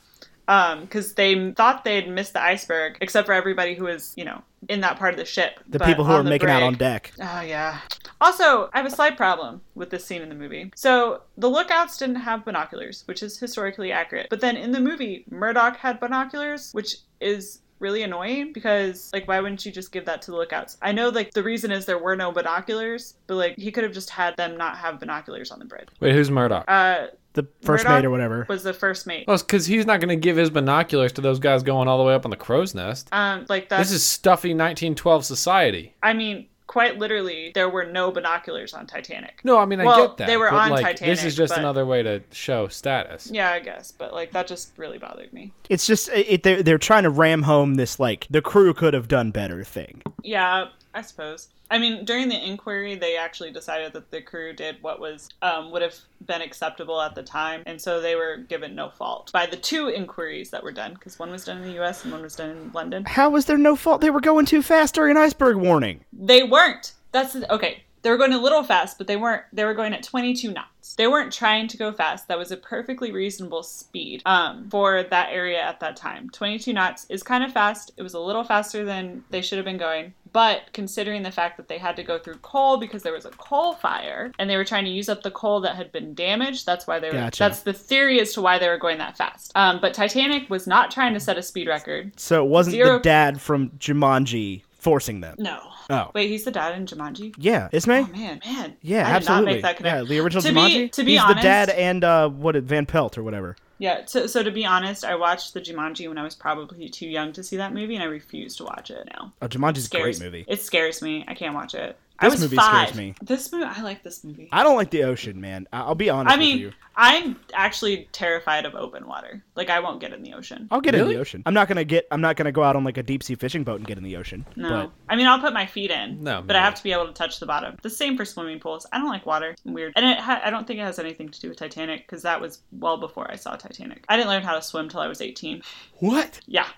[SPEAKER 3] Um, because they thought they'd missed the iceberg, except for everybody who was, you know, in that part of the ship.
[SPEAKER 2] The
[SPEAKER 3] But
[SPEAKER 2] people who
[SPEAKER 3] on
[SPEAKER 2] are
[SPEAKER 3] the
[SPEAKER 2] making out
[SPEAKER 3] brig-
[SPEAKER 2] on deck.
[SPEAKER 3] Oh yeah. Also, I have a slight problem with this scene in the movie. So the lookouts didn't have binoculars, which is historically accurate. But then in the movie, Murdoch had binoculars, which is really annoying because like why wouldn't you just give that to the lookouts? I know like the reason is there were no binoculars, but like he could have just had them not have binoculars on the bridge.
[SPEAKER 1] Wait, who's Murdoch?
[SPEAKER 3] Uh
[SPEAKER 2] The first
[SPEAKER 3] Murdoch
[SPEAKER 2] mate or whatever.
[SPEAKER 3] was the first mate.
[SPEAKER 1] Well, it's because he's not going to give his binoculars to those guys going all the way up on the crow's nest.
[SPEAKER 3] Um like that's
[SPEAKER 1] This is stuffy 1912 society.
[SPEAKER 3] I mean, quite literally there were no binoculars on Titanic.
[SPEAKER 1] No, I mean I
[SPEAKER 3] Well,
[SPEAKER 1] get that.
[SPEAKER 3] they were
[SPEAKER 1] but,
[SPEAKER 3] on
[SPEAKER 1] like, This
[SPEAKER 3] Titanic,
[SPEAKER 1] is just
[SPEAKER 3] but-
[SPEAKER 1] another way to show status.
[SPEAKER 3] Yeah, I guess, but like that just really bothered me.
[SPEAKER 2] It's just it, they're they're trying to ram home this like the crew could have done better thing.
[SPEAKER 3] Yeah, I suppose. I mean, during the inquiry, they actually decided that the crew did what was um, would have been acceptable at the time, and so they were given no fault by the two inquiries that were done, because one was done in the U.S. and one was done in London.
[SPEAKER 2] How was there no fault? They were going too fast during an iceberg warning.
[SPEAKER 3] They weren't. That's the, okay. They were going a little fast, but they weren't. They were going at 22 knots. They weren't trying to go fast. That was a perfectly reasonable speed um, for that area at that time. 22 knots is kind of fast. It was a little faster than they should have been going. But considering the fact that they had to go through coal because there was a coal fire and they were trying to use up the coal that had been damaged, that's why they were.
[SPEAKER 2] Gotcha.
[SPEAKER 3] That's the theory as to why they were going that fast. Um, but Titanic was not trying to set a speed record.
[SPEAKER 2] So it wasn't the
[SPEAKER 3] Zero-
[SPEAKER 2] dad from Jumanji forcing them.
[SPEAKER 3] No.
[SPEAKER 2] Oh.
[SPEAKER 3] Wait, he's the dad in Jumanji?
[SPEAKER 2] Yeah, Ismay?
[SPEAKER 3] Oh, man, man.
[SPEAKER 2] Yeah,
[SPEAKER 3] I
[SPEAKER 2] absolutely.
[SPEAKER 3] Did not make that
[SPEAKER 2] yeah,
[SPEAKER 3] connection.
[SPEAKER 2] the original
[SPEAKER 3] to
[SPEAKER 2] Jumanji.
[SPEAKER 3] Be, to be
[SPEAKER 2] He's
[SPEAKER 3] honest,
[SPEAKER 2] the dad and uh, what Van Pelt or whatever.
[SPEAKER 3] Yeah. So, so to be honest, I watched the Jumanji when I was probably too young to see that movie, and I refuse to watch it now.
[SPEAKER 2] Oh, Jumanji's a
[SPEAKER 3] Scares
[SPEAKER 2] great movie.
[SPEAKER 3] It scares me. I can't watch it. I
[SPEAKER 2] This
[SPEAKER 3] was
[SPEAKER 2] movie
[SPEAKER 3] five.
[SPEAKER 2] scares me.
[SPEAKER 3] This movie, I like this movie. I,
[SPEAKER 2] I don't like the ocean, man. I- I'll be honest with you.
[SPEAKER 3] mean, I'm actually terrified of open water. Like, I won't get in the ocean.
[SPEAKER 2] I'll get in
[SPEAKER 1] Really?
[SPEAKER 2] the ocean. I'm not gonna get. I'm not gonna go out on like a deep sea fishing boat and get in the ocean.
[SPEAKER 3] No,
[SPEAKER 2] But
[SPEAKER 3] I mean I'll put my feet in.
[SPEAKER 1] No,
[SPEAKER 3] but
[SPEAKER 1] no.
[SPEAKER 3] I have to be able to touch the bottom. The same for swimming pools. I don't like water. It's weird, and it ha- I don't think it has anything to do with Titanic because that was well before I saw Titanic. I didn't learn how to swim till I was 18.
[SPEAKER 2] what?
[SPEAKER 3] Yeah,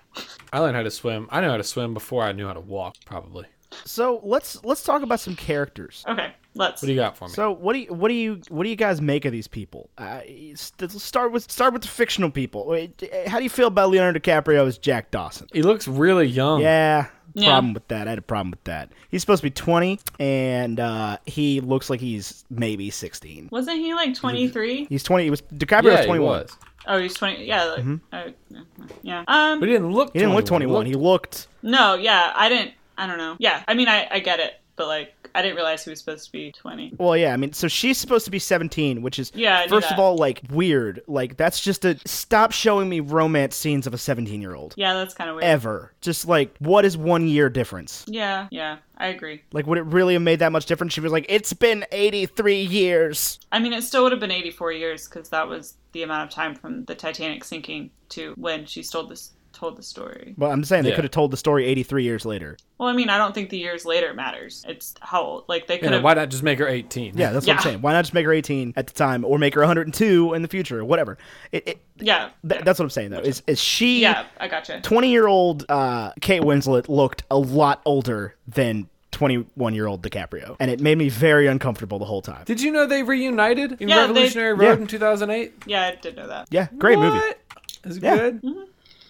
[SPEAKER 1] I learned how to swim. I knew how to swim before I knew how to walk, probably.
[SPEAKER 2] So let's let's talk about some characters.
[SPEAKER 3] okay, let's.
[SPEAKER 1] What do you got for me?
[SPEAKER 2] So what do you what do you what do you guys make of these people? Uh, s- let's start with start with the fictional people. Wait, d- How do you feel about Leonardo DiCaprio as Jack Dawson?
[SPEAKER 1] he looks really young.
[SPEAKER 2] Yeah,
[SPEAKER 3] Yeah.
[SPEAKER 2] problem with that. I had a problem with that. He's supposed to be 20, and uh, he looks like he's maybe 16.
[SPEAKER 3] Wasn't he like 23?
[SPEAKER 2] He's 20. He was DiCaprio
[SPEAKER 1] Yeah,
[SPEAKER 2] was
[SPEAKER 1] he
[SPEAKER 2] 21.
[SPEAKER 1] was.
[SPEAKER 3] Oh, he's 20. Yeah, like, oh, yeah, yeah. Um,
[SPEAKER 1] But he didn't look.
[SPEAKER 2] He didn't look 21. He looked
[SPEAKER 3] no, yeah, I didn't. I don't know. Yeah, I mean I I get it, but like I didn't realize he was supposed to be 20.
[SPEAKER 2] Well, yeah, I mean, so she's supposed to be 17, which is
[SPEAKER 3] Yeah, I knew
[SPEAKER 2] first of
[SPEAKER 3] that.
[SPEAKER 2] all like weird. Like that's just a stop showing me romance scenes of a 17-year-old
[SPEAKER 3] Yeah, that's kind of weird.
[SPEAKER 2] ever. Just like what is 1 year difference?
[SPEAKER 3] yeah, yeah, I agree.
[SPEAKER 2] Like would it really have made that much difference? She was like, "It's been 83 years."
[SPEAKER 3] I mean, it still would have been 84 years because that was the amount of time from the Titanic sinking to when she told this told the story.
[SPEAKER 2] But I'm saying they
[SPEAKER 1] Yeah.
[SPEAKER 2] could have told the story 83 years later.
[SPEAKER 3] Well, I mean, I don't think the years later matters. It's how old. Like they
[SPEAKER 1] You
[SPEAKER 3] could
[SPEAKER 1] know,
[SPEAKER 3] have.
[SPEAKER 1] why not just make her 18?
[SPEAKER 2] Yeah, that's what I'm
[SPEAKER 3] Yeah.
[SPEAKER 2] saying. Why not just make her 18 at the time or make her 102 in the future, whatever. It, it
[SPEAKER 3] yeah.
[SPEAKER 2] th- that's what I'm saying though. Is is she
[SPEAKER 3] Yeah, I gotcha.
[SPEAKER 2] 20 year old uh, Kate Winslet looked a lot older than 21 year old DiCaprio. And it made me very uncomfortable the whole time.
[SPEAKER 1] Did you know they reunited in
[SPEAKER 3] Yeah, they-
[SPEAKER 1] Revolutionary Road
[SPEAKER 2] Yeah.
[SPEAKER 1] in 2008?
[SPEAKER 3] Yeah, I did know that.
[SPEAKER 2] Yeah, great movie.
[SPEAKER 1] What? Is it
[SPEAKER 2] Yeah.
[SPEAKER 1] good?
[SPEAKER 3] Mm-hmm.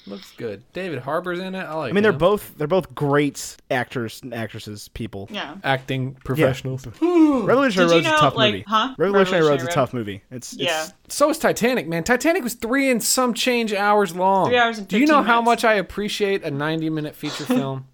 [SPEAKER 1] Looks good. David Harbour's in it. I like
[SPEAKER 2] I mean, they're
[SPEAKER 1] him.
[SPEAKER 2] both they're both great actors and actresses, people.
[SPEAKER 3] Yeah.
[SPEAKER 1] acting professionals.
[SPEAKER 2] Revolutionary
[SPEAKER 3] Did you
[SPEAKER 2] Road's a
[SPEAKER 3] know,
[SPEAKER 2] tough
[SPEAKER 3] like,
[SPEAKER 2] movie.
[SPEAKER 3] huh?
[SPEAKER 2] Revolutionary,
[SPEAKER 3] Revolutionary
[SPEAKER 2] Road's
[SPEAKER 3] Road.
[SPEAKER 2] a tough movie. It's, it's
[SPEAKER 3] Yeah.
[SPEAKER 1] So is Titanic, man. Titanic was three and some change hours long.
[SPEAKER 3] Three hours and
[SPEAKER 1] Do you know
[SPEAKER 3] 15
[SPEAKER 1] how
[SPEAKER 3] minutes.
[SPEAKER 1] much I appreciate a 90 minute feature film?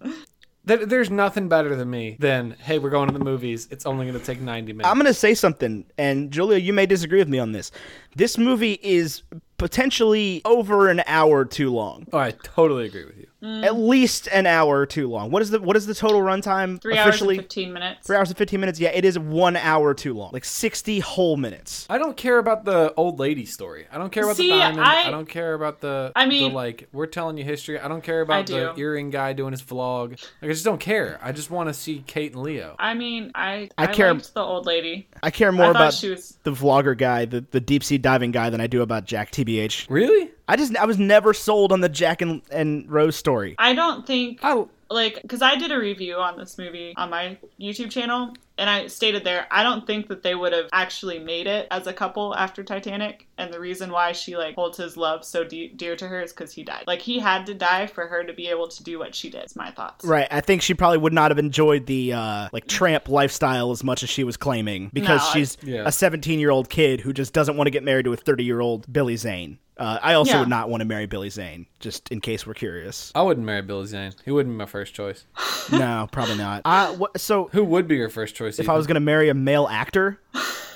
[SPEAKER 1] That There's nothing better than me than, hey, we're going to the movies. It's only going to take 90 minutes.
[SPEAKER 2] I'm going to say something, and Julia, you may disagree with me on this. This movie is potentially over an hour too long.
[SPEAKER 1] oh, I totally agree with you.
[SPEAKER 3] Mm.
[SPEAKER 2] At least an hour too long. What is the what is the total runtime
[SPEAKER 3] Three
[SPEAKER 2] officially?
[SPEAKER 3] hours and 15 minutes.
[SPEAKER 2] Three hours and 15 minutes. Yeah, it is one hour too long. Like 60 whole minutes.
[SPEAKER 1] I don't care about the old lady story. I don't care about
[SPEAKER 3] See,
[SPEAKER 1] the diamond. I,
[SPEAKER 3] I-
[SPEAKER 1] don't care about the.
[SPEAKER 3] I mean-
[SPEAKER 1] the, like we're telling you history. I don't care
[SPEAKER 3] I
[SPEAKER 1] about
[SPEAKER 3] do.
[SPEAKER 1] the earring guy doing his vlog. Like I just don't care. I just want to see Kate and Leo.
[SPEAKER 3] I mean, I
[SPEAKER 2] I
[SPEAKER 3] I,
[SPEAKER 2] care-
[SPEAKER 3] liked the old lady.
[SPEAKER 2] I care more
[SPEAKER 3] I thought
[SPEAKER 2] about
[SPEAKER 3] she was-
[SPEAKER 2] the vlogger guy, the, the deep sea diving guy, than I do about Jack TBH.
[SPEAKER 1] Really?
[SPEAKER 2] I just I was never sold on the Jack and, and Rose story.
[SPEAKER 3] I don't think
[SPEAKER 1] I
[SPEAKER 3] like because I did a review on this movie on my YouTube channel, and I stated there I don't think that they would have actually made it as a couple after Titanic, and the reason why she like holds his love so de- dear to her is because he died. Like he had to die for her to be able to do what she did. Is my thoughts.
[SPEAKER 2] Right, I think she probably would not have enjoyed the uh, like tramp lifestyle as much as she was claiming because
[SPEAKER 3] No, I-
[SPEAKER 2] she's
[SPEAKER 1] Yeah.
[SPEAKER 2] a 17 year old kid who just doesn't want to get married to a 30 year old Billy Zane. Uh, I also
[SPEAKER 3] Yeah.
[SPEAKER 2] would not want to marry Billy Zane, just in case we're curious.
[SPEAKER 1] I wouldn't marry Billy Zane. He wouldn't be my first choice.
[SPEAKER 2] no, probably not. I, what, so
[SPEAKER 1] Who would be your first choice?
[SPEAKER 2] if I was gonna marry a male actor,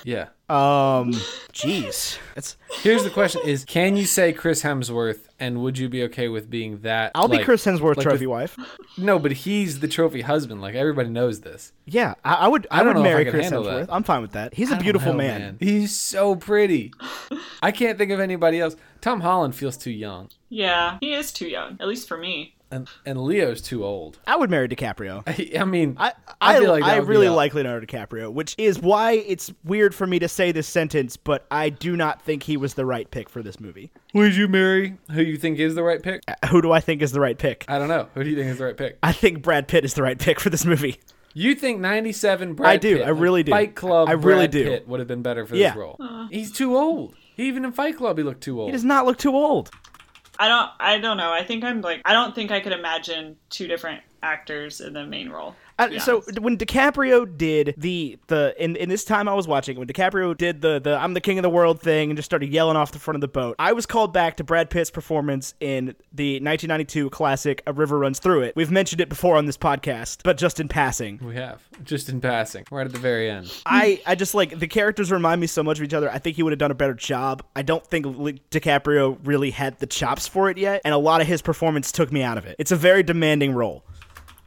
[SPEAKER 1] yeah.
[SPEAKER 2] um, jeez, that's
[SPEAKER 1] Here's the question: Is can you say Chris Hemsworth, and would you be okay with being that?
[SPEAKER 2] I'll be
[SPEAKER 1] like-
[SPEAKER 2] Chris Hemsworth's
[SPEAKER 1] like
[SPEAKER 2] trophy
[SPEAKER 1] the-
[SPEAKER 2] wife.
[SPEAKER 1] No, but he's the trophy husband. Like everybody knows this.
[SPEAKER 2] Yeah, I, I would. I,
[SPEAKER 1] don't
[SPEAKER 2] would
[SPEAKER 1] know if I
[SPEAKER 2] marry
[SPEAKER 1] could
[SPEAKER 2] Chris
[SPEAKER 1] handle
[SPEAKER 2] Hemsworth.
[SPEAKER 1] that.
[SPEAKER 2] I'm fine with that. He's a beautiful man.
[SPEAKER 1] He's so pretty. I can't think of anybody else. Tom Holland feels too young,
[SPEAKER 3] Yeah, he is too young, at least for me.
[SPEAKER 1] and and Leo's too old.
[SPEAKER 2] I would marry DiCaprio.
[SPEAKER 1] I, I mean,
[SPEAKER 2] I I,
[SPEAKER 1] feel like that
[SPEAKER 2] I
[SPEAKER 1] would be
[SPEAKER 2] really
[SPEAKER 1] up.
[SPEAKER 2] like Leonardo DiCaprio, which is why it's weird for me to say this sentence, but I do not think he was the right pick for this movie. Uh,
[SPEAKER 1] Would you marry who you think is the right pick?
[SPEAKER 2] Who do I think is the right pick?
[SPEAKER 1] I don't know. Who do you think is the right pick?
[SPEAKER 2] I think Brad Pitt is the right pick for this movie.
[SPEAKER 1] You think '97 Brad?
[SPEAKER 2] I do.
[SPEAKER 1] Pitt,
[SPEAKER 2] I really
[SPEAKER 1] like
[SPEAKER 2] do.
[SPEAKER 1] Fight Club.
[SPEAKER 2] I really
[SPEAKER 1] Brad
[SPEAKER 2] do.
[SPEAKER 1] Pitt would have been better for
[SPEAKER 2] Yeah.
[SPEAKER 1] this role. He's too old. Even in Fight Club, he looked too old.
[SPEAKER 2] He does not look too old.
[SPEAKER 3] I don't. I don't know. I think I'm like I don't think I could imagine two different actors in the main role.
[SPEAKER 2] I,
[SPEAKER 3] to be
[SPEAKER 2] Uh, So
[SPEAKER 3] honest.
[SPEAKER 2] when DiCaprio did the the in, in this time I was watching when DiCaprio did the the I'm the king of the world thing and just started yelling off the front of the boat, I was called back to Brad Pitt's performance in the 1992 classic A River Runs Through It. We've mentioned it before on this podcast, but just in passing.
[SPEAKER 1] We have just in passing, right at the very end.
[SPEAKER 2] I, I just like the characters remind me so much of each other. I think he would have done a better job. I don't think Le- DiCaprio really had the chops for it yet, and a lot of his performance took me out of it. It's a very demanding role.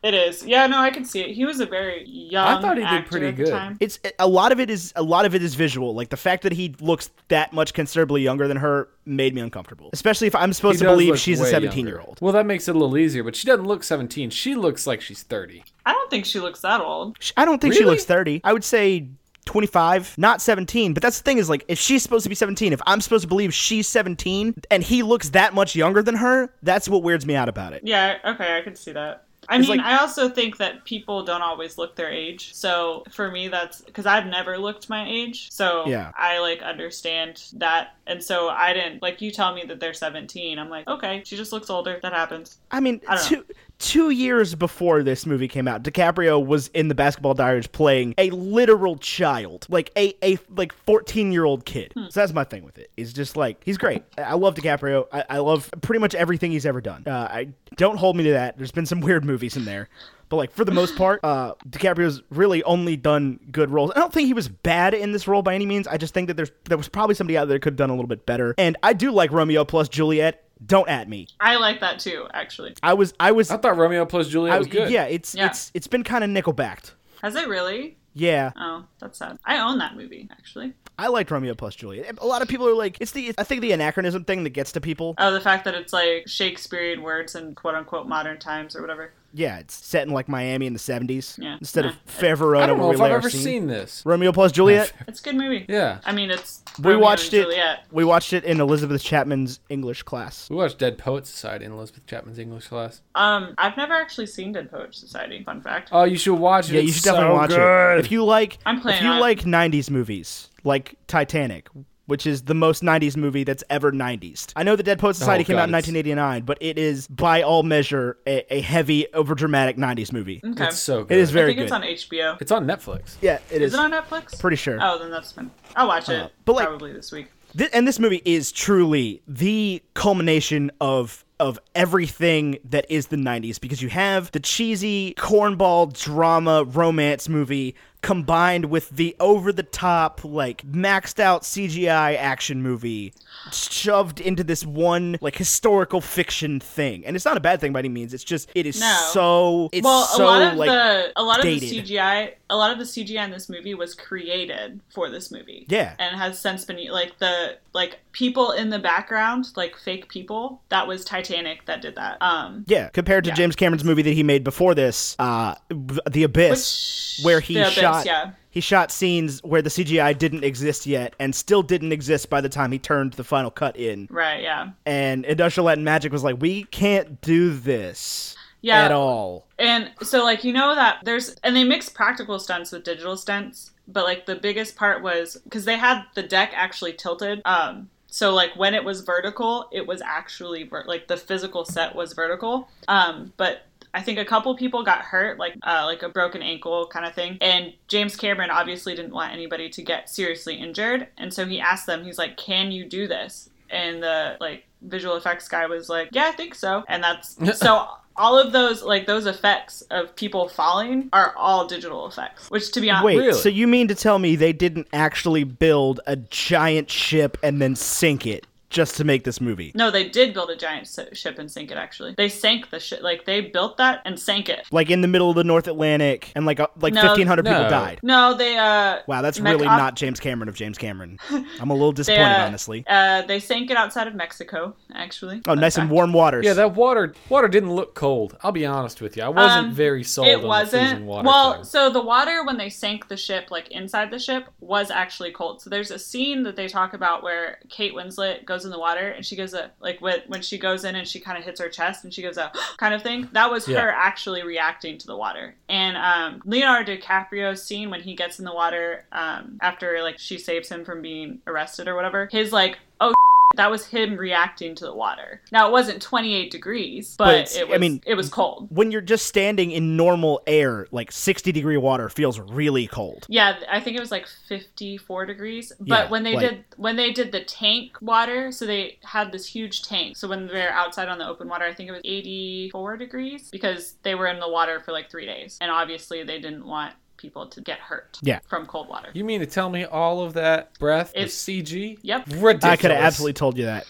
[SPEAKER 3] It is. Yeah, no, I can see it. He was a very young.
[SPEAKER 1] I thought he did
[SPEAKER 3] actor
[SPEAKER 1] pretty
[SPEAKER 3] at the
[SPEAKER 1] good.
[SPEAKER 3] time.
[SPEAKER 2] It's a lot of it is a lot of it is visual. Like the fact that he looks that much considerably younger than her made me uncomfortable. Especially if I'm supposed
[SPEAKER 1] He
[SPEAKER 2] to
[SPEAKER 1] does
[SPEAKER 2] believe
[SPEAKER 1] look
[SPEAKER 2] she's a
[SPEAKER 1] way
[SPEAKER 2] 17
[SPEAKER 1] younger.
[SPEAKER 2] year old.
[SPEAKER 1] Well, that makes it a little easier, but she doesn't look 17. She looks like she's 30.
[SPEAKER 3] I don't think she looks that old.
[SPEAKER 2] Sh- I don't think she
[SPEAKER 1] Really?
[SPEAKER 2] looks 30. I would say 25, not 17. But that's the thing is like if she's supposed to be 17, if I'm supposed to believe she's 17 and he looks that much younger than her, that's what weirds me out about it.
[SPEAKER 3] Yeah, okay, I can see that. I
[SPEAKER 2] It's
[SPEAKER 3] mean,
[SPEAKER 2] like-
[SPEAKER 3] I also think that people don't always look their age. So for me, that's because I've never looked my age. So
[SPEAKER 2] Yeah.
[SPEAKER 3] I like understand that. And so I didn't, like, you tell me that they're 17. I'm like, okay, she just looks older. That happens.
[SPEAKER 2] I mean,
[SPEAKER 3] I don't know.
[SPEAKER 2] two two years before this movie came out, DiCaprio was in the Basketball Diaries playing a literal child, like a a like fourteen year old kid.
[SPEAKER 3] Hmm.
[SPEAKER 2] So that's my thing with it. He's just like he's great. I- I love DiCaprio. I, I love pretty much everything he's ever done. Uh, I don't hold me to that. There's been some weird movies in there. But like for the most part, uh, DiCaprio's really only done good roles. I don't think he was bad in this role by any means. I just think that there's there was probably somebody out there that could have done a little bit better. And I do like Romeo plus Juliet. Don't at me.
[SPEAKER 3] I like that too, actually.
[SPEAKER 2] I was I was
[SPEAKER 1] I thought Romeo plus Juliet
[SPEAKER 2] I-
[SPEAKER 1] was good.
[SPEAKER 2] Yeah, it's
[SPEAKER 3] Yeah.
[SPEAKER 2] it's it's been kind of nickelbacked.
[SPEAKER 3] Has it really?
[SPEAKER 2] Yeah,
[SPEAKER 3] Oh, that's sad. I own that movie, actually.
[SPEAKER 2] I liked Romeo plus Juliet. A lot of people are like, it's the I think the anachronism thing that gets to people.
[SPEAKER 3] Oh, the fact that it's like Shakespearean words in quote unquote modern times or whatever.
[SPEAKER 2] Yeah, it's set in like Miami in the seventies
[SPEAKER 3] Yeah.
[SPEAKER 2] instead of
[SPEAKER 3] Yeah.
[SPEAKER 2] Feverona.
[SPEAKER 1] I don't know
[SPEAKER 2] where
[SPEAKER 1] if
[SPEAKER 2] we
[SPEAKER 1] I've
[SPEAKER 2] lay our
[SPEAKER 1] ever
[SPEAKER 2] scene.
[SPEAKER 1] seen this.
[SPEAKER 2] Romeo plus Juliet.
[SPEAKER 3] It's a good movie.
[SPEAKER 1] Yeah.
[SPEAKER 3] I mean, it's.
[SPEAKER 2] We
[SPEAKER 3] Romeo
[SPEAKER 2] watched
[SPEAKER 3] and
[SPEAKER 2] it.
[SPEAKER 3] Juliet.
[SPEAKER 2] We watched it in Elizabeth Chapman's English class.
[SPEAKER 1] We watched Dead Poets Society in Elizabeth Chapman's English class.
[SPEAKER 3] Um, I've never actually seen Dead Poets Society. Fun fact.
[SPEAKER 1] Oh, you should watch it.
[SPEAKER 2] Yeah, you
[SPEAKER 1] It's
[SPEAKER 2] should definitely
[SPEAKER 1] so
[SPEAKER 2] watch
[SPEAKER 1] good.
[SPEAKER 2] it. If you like,
[SPEAKER 3] I'm
[SPEAKER 2] if
[SPEAKER 3] planning
[SPEAKER 2] you
[SPEAKER 3] on it.
[SPEAKER 2] like '90s movies, like Titanic, which is the most '90s movie that's ever '90s. I know the Dead Poets Society came
[SPEAKER 1] Oh, God,
[SPEAKER 2] out in
[SPEAKER 1] it's-
[SPEAKER 2] 1989, but it is by all measure a, a heavy, overdramatic '90s movie.
[SPEAKER 3] okay.
[SPEAKER 1] It's so good.
[SPEAKER 2] It is
[SPEAKER 3] I
[SPEAKER 2] very
[SPEAKER 3] Mm. think
[SPEAKER 2] good.
[SPEAKER 3] it's on HBO.
[SPEAKER 1] It's on Netflix.
[SPEAKER 2] yeah, it
[SPEAKER 3] Is
[SPEAKER 2] is.
[SPEAKER 3] it on Netflix?
[SPEAKER 2] Pretty sure.
[SPEAKER 3] Oh, then that's fine. I'll watch it.
[SPEAKER 2] but, like-
[SPEAKER 3] probably this week.
[SPEAKER 2] Thi- and this movie is truly the culmination of of everything that is the 90s because you have the cheesy cornball drama romance movie combined with the over the top like maxed out CGI action movie shoved into this one like historical fiction thing and it's not a bad thing by any means it's just it is
[SPEAKER 3] No.
[SPEAKER 2] so it's
[SPEAKER 3] Well,
[SPEAKER 2] so
[SPEAKER 3] a lot of
[SPEAKER 2] like
[SPEAKER 3] the a lot of
[SPEAKER 2] dated.
[SPEAKER 3] the CGI, a lot of the CGI in this movie was created for this movie.
[SPEAKER 2] Yeah.
[SPEAKER 3] and has since been like the like people in the background, like fake people. That was Titanic that did that. Um,
[SPEAKER 2] yeah compared to
[SPEAKER 3] Yeah.
[SPEAKER 2] James Cameron's movie that he made before this uh The Abyss
[SPEAKER 3] Which-
[SPEAKER 2] where he
[SPEAKER 3] The Abyss,
[SPEAKER 2] shot
[SPEAKER 3] yeah.
[SPEAKER 2] he shot scenes where the CGI didn't exist yet and still didn't exist by the time he turned the final cut in.
[SPEAKER 3] right, yeah,
[SPEAKER 2] And Industrial Light and Magic was like, we can't do this
[SPEAKER 3] yeah.
[SPEAKER 2] at all.
[SPEAKER 3] And so, like, you know that there's, and they mix practical stunts with digital stunts, but like the biggest part was because they had the deck actually tilted. Um, so like when it was vertical, it was actually ver- like the physical set was vertical. Um, but I think a couple people got hurt, like uh, like a broken ankle kind of thing. And James Cameron obviously didn't want anybody to get seriously injured, and so he asked them, he's like, "Can you do this?" And the like visual effects guy was like, "Yeah, I think so." And that's so all of those like those effects of people falling are all digital effects. Which to be honest,
[SPEAKER 2] Wait,
[SPEAKER 1] Really?
[SPEAKER 2] so you mean to tell me they didn't actually build a giant ship and then sink it just to make this movie?
[SPEAKER 3] no, they did build a giant s- ship and sink it. Actually, they sank the ship. Like they built that and sank it.
[SPEAKER 2] Like in the middle of the North Atlantic and like a, like
[SPEAKER 3] No,
[SPEAKER 2] 1500 people
[SPEAKER 1] no.
[SPEAKER 2] died.
[SPEAKER 3] No, they uh.
[SPEAKER 2] Wow, that's
[SPEAKER 3] Mech-
[SPEAKER 2] really
[SPEAKER 3] op-
[SPEAKER 2] not James Cameron of James Cameron. I'm a little
[SPEAKER 3] They,
[SPEAKER 2] disappointed,
[SPEAKER 3] uh,
[SPEAKER 2] honestly.
[SPEAKER 3] uh, they sank it outside of Mexico. Actually.
[SPEAKER 2] Oh,
[SPEAKER 3] Fun
[SPEAKER 2] nice and
[SPEAKER 3] fact.
[SPEAKER 2] warm waters.
[SPEAKER 1] Yeah, that water water didn't look cold. I'll be honest with you. I wasn't
[SPEAKER 3] Um,
[SPEAKER 1] very sold
[SPEAKER 3] It
[SPEAKER 1] on the
[SPEAKER 3] wasn't.
[SPEAKER 1] freezing water.
[SPEAKER 3] well,
[SPEAKER 1] thing.
[SPEAKER 3] so the water when they sank the ship, like inside the ship, was actually cold. So there's a scene that they talk about where Kate Winslet goes in the water and she gives a like when when she goes in and she kind of hits her chest and she gives a kind of thing. That was
[SPEAKER 1] Yeah.
[SPEAKER 3] her actually reacting to the water. And um, Leonardo DiCaprio's scene when he gets in the water um, after like she saves him from being arrested or whatever, his like oh. That was him reacting to the water. Now it wasn't 28 degrees,
[SPEAKER 2] But
[SPEAKER 3] but,
[SPEAKER 2] it's-
[SPEAKER 3] it
[SPEAKER 2] I
[SPEAKER 3] was.
[SPEAKER 2] mean,
[SPEAKER 3] it was cold.
[SPEAKER 2] when you're just standing in normal air, like 60 degree water feels really cold.
[SPEAKER 3] Yeah, th- I think it was like 54 degrees. But
[SPEAKER 2] Yeah,
[SPEAKER 3] when they
[SPEAKER 2] like-
[SPEAKER 3] did when they did the tank water, so they had this huge tank. So when they're outside on the open water, I think it was 84 degrees because they were in the water for like 3 days. And obviously they didn't want people to get hurt
[SPEAKER 2] Yeah.
[SPEAKER 3] from cold water.
[SPEAKER 1] you mean to tell me all of that breath is
[SPEAKER 3] It's-
[SPEAKER 1] CG?
[SPEAKER 3] Yep.
[SPEAKER 1] Ridiculous.
[SPEAKER 2] I could have absolutely told you that.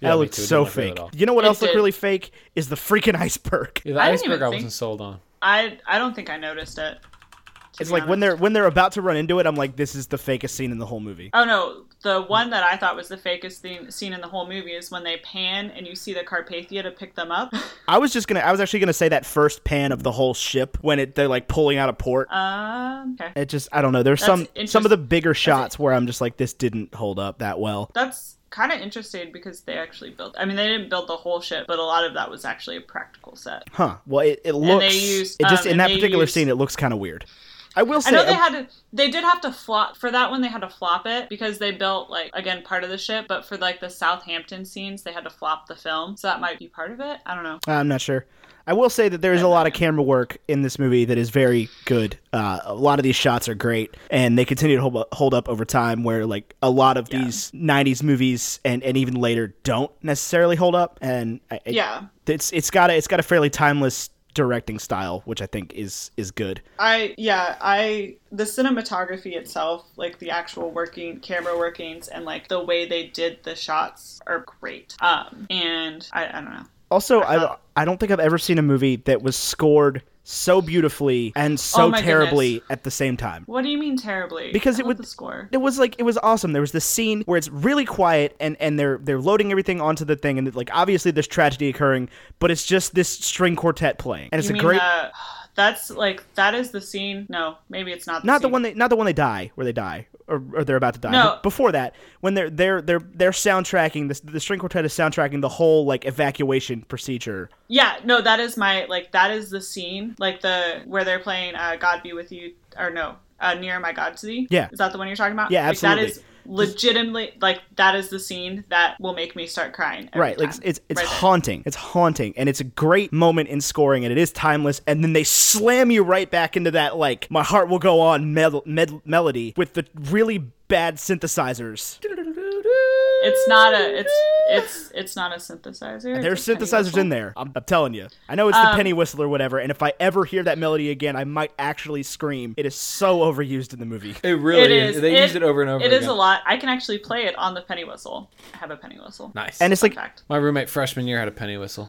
[SPEAKER 1] Yeah,
[SPEAKER 2] that
[SPEAKER 1] me
[SPEAKER 2] looked
[SPEAKER 1] too. It didn't
[SPEAKER 2] so
[SPEAKER 1] look real
[SPEAKER 2] fake.
[SPEAKER 1] at all.
[SPEAKER 2] You know what
[SPEAKER 3] It
[SPEAKER 2] else looked
[SPEAKER 3] did.
[SPEAKER 2] really fake is the freaking iceberg.
[SPEAKER 1] Yeah, the
[SPEAKER 3] I didn't
[SPEAKER 1] iceberg
[SPEAKER 3] even
[SPEAKER 1] I
[SPEAKER 3] think-
[SPEAKER 1] wasn't sold on.
[SPEAKER 3] I I don't think I noticed it. to
[SPEAKER 2] It's
[SPEAKER 3] be
[SPEAKER 2] like when
[SPEAKER 3] honest.
[SPEAKER 2] they're when they're about to run into it, I'm like, this is the fakest scene in the whole movie.
[SPEAKER 3] Oh no, the one that I thought was the fakest thing, scene in the whole movie is when they pan and you see the Carpathia to pick them up.
[SPEAKER 2] I was just gonna I was actually gonna say that first pan of the whole ship when it they're like pulling out of port.
[SPEAKER 3] um, okay.
[SPEAKER 2] It just I don't know. There's some some
[SPEAKER 3] interest-
[SPEAKER 2] of the bigger shots where I'm just like, this didn't hold up that well.
[SPEAKER 3] That's kind of interesting because they actually built. I mean, they didn't build the whole ship, but a lot of that was actually a practical set.
[SPEAKER 2] Huh. Well, it, it looks.
[SPEAKER 3] used,
[SPEAKER 2] it just
[SPEAKER 3] um,
[SPEAKER 2] in
[SPEAKER 3] and
[SPEAKER 2] that
[SPEAKER 3] they
[SPEAKER 2] particular
[SPEAKER 3] used-
[SPEAKER 2] scene, it looks kind of weird. I will
[SPEAKER 3] I
[SPEAKER 2] say,
[SPEAKER 3] know they had to, they did have to flop for that one. They had to flop it because they built like again part of the ship, but for like the Southampton scenes, they had to flop the film, so that might be part of it. I don't know.
[SPEAKER 2] I'm not sure. I will say that there is a
[SPEAKER 3] Uh,
[SPEAKER 2] lot of camera work in this movie that is very good. Uh, a lot of these shots are great, and they continue to hold up, hold up over time. Where like a lot of these '90s movies and, and even later don't necessarily hold up. And I, I-
[SPEAKER 3] Yeah.
[SPEAKER 2] it's it's got a, it's got a fairly timeless directing style, which I think is is good.
[SPEAKER 3] I yeah, I the cinematography itself, like the actual working camera workings and like the way they did the shots are great. Um and I, I don't know.
[SPEAKER 2] Also,
[SPEAKER 3] Uh-huh.
[SPEAKER 2] I, I don't think I've ever seen a movie that was scored so beautifully and so
[SPEAKER 3] Oh my
[SPEAKER 2] terribly
[SPEAKER 3] goodness.
[SPEAKER 2] at the same time.
[SPEAKER 3] What do you mean terribly?
[SPEAKER 2] Because
[SPEAKER 3] I
[SPEAKER 2] it
[SPEAKER 3] love
[SPEAKER 2] would-
[SPEAKER 3] the score.
[SPEAKER 2] It was like it was awesome. There was this scene where it's really quiet and and they're they're loading everything onto the thing and it, like obviously there's tragedy occurring, but it's just this string quartet playing and it's
[SPEAKER 3] You
[SPEAKER 2] a
[SPEAKER 3] mean
[SPEAKER 2] great
[SPEAKER 3] uh, that's like that is the scene. No, maybe it's not. The
[SPEAKER 2] not the
[SPEAKER 3] scene.
[SPEAKER 2] one they not the one they die where they die or, or they're about to die.
[SPEAKER 3] No.
[SPEAKER 2] But before that, when they're they're they're they're soundtracking this the string quartet is soundtracking the whole like evacuation procedure.
[SPEAKER 3] Yeah, no, that is my like that is the scene like the where they're playing uh, "God Be With You" or no, uh, "Near My God to Thee."
[SPEAKER 2] Yeah.
[SPEAKER 3] is that the one you're talking about?
[SPEAKER 2] Yeah,
[SPEAKER 3] Like,
[SPEAKER 2] absolutely.
[SPEAKER 3] that is legitimately like that is the scene that will make me start crying. every
[SPEAKER 2] right like
[SPEAKER 3] time.
[SPEAKER 2] it's it's
[SPEAKER 3] Right there.
[SPEAKER 2] haunting it's haunting and it's a great moment in scoring and it is timeless and then they slam you right back into that like my heart will go on mel- med- melody with the really bad synthesizers
[SPEAKER 3] It's not a it's it's it's not a synthesizer. it's
[SPEAKER 2] there's
[SPEAKER 3] a penny
[SPEAKER 2] synthesizers
[SPEAKER 3] whistle. Um,
[SPEAKER 2] in there I'm, I'm telling you i know it's the penny whistle or whatever and if i ever hear that melody again i might actually scream it is so overused in the movie
[SPEAKER 1] It really
[SPEAKER 3] It
[SPEAKER 1] is.
[SPEAKER 3] is.
[SPEAKER 1] They used it over and over
[SPEAKER 3] It
[SPEAKER 1] again.
[SPEAKER 3] is a lot. I can actually play it on the penny whistle. I have a penny whistle.
[SPEAKER 1] Nice.
[SPEAKER 2] and it's
[SPEAKER 3] Fun
[SPEAKER 2] like
[SPEAKER 3] fact.
[SPEAKER 1] my roommate freshman year had a penny whistle.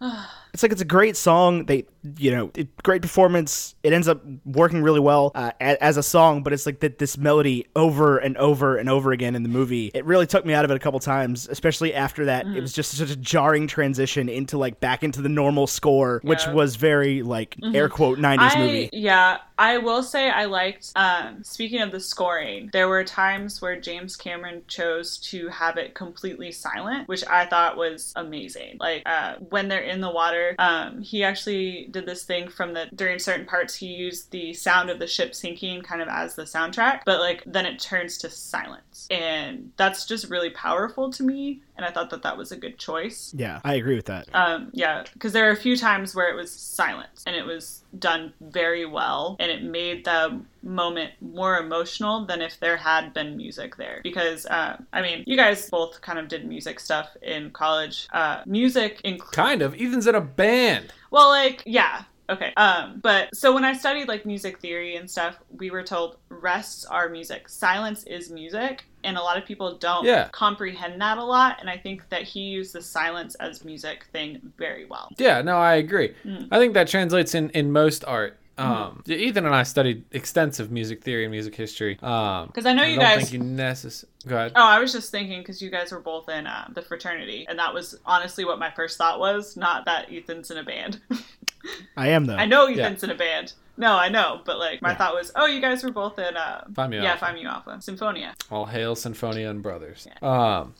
[SPEAKER 2] it's like it's a great song. They, you know, it, great performance. It ends up working really well uh, a, as a song, but it's like that this melody over and over and over again in the movie. It really took me out of it a couple times, especially after that.
[SPEAKER 3] Mm.
[SPEAKER 2] It was just such a jarring transition into like back into the normal score, which
[SPEAKER 3] Yeah. Mm-hmm.
[SPEAKER 2] was very like air quote '90s
[SPEAKER 3] I,
[SPEAKER 2] movie.
[SPEAKER 3] Yeah, I will say I liked. Um, speaking of the scoring, there were times where James Cameron chose to have it completely silent, which I thought was amazing. Like uh, when they're in the water, um, he actually did this thing from the during certain parts he used the sound of the ship sinking kind of as the soundtrack, but like then it turns to silence, and that's just really powerful to me. And I thought that that was a good choice.
[SPEAKER 2] Yeah, I agree with that.
[SPEAKER 3] Um, yeah, because there are a few times where it was silence and it was done very well, and it made the moment more emotional than if there had been music there. Because uh, I mean, you guys both kind of did music stuff in college. Uh, music includes
[SPEAKER 1] Kind of. Ethan's in a band.
[SPEAKER 3] well, like, yeah. Okay. Um, but so when I studied like music theory and stuff, we were told rests are music, silence is music, and a lot of people don't
[SPEAKER 1] Yeah.
[SPEAKER 3] comprehend that a lot. And I think that he used the silence as music thing very well.
[SPEAKER 1] Yeah, no, I agree.
[SPEAKER 3] Mm.
[SPEAKER 1] I think that translates in in most art.
[SPEAKER 3] Mm-hmm.
[SPEAKER 1] Um, yeah, Ethan and I studied extensive music theory and music history. Um,
[SPEAKER 3] 'Cause I know you
[SPEAKER 1] don't Think
[SPEAKER 3] guys-
[SPEAKER 1] you necess- Go ahead.
[SPEAKER 3] Oh, I was just thinking because you guys were both in uh, the fraternity, and that was honestly what my first thought was. Not that Ethan's in a band.
[SPEAKER 2] I am though.
[SPEAKER 3] I know Ethan's in a band. No, I know, but like my
[SPEAKER 2] Yeah.
[SPEAKER 3] thought was, oh, you guys were both in. Uh,
[SPEAKER 1] Phi Mu
[SPEAKER 3] yeah,
[SPEAKER 1] Alpha.
[SPEAKER 3] Phi Mu Alpha Symphonia.
[SPEAKER 1] All hail Sinfonia and Brothers. Um,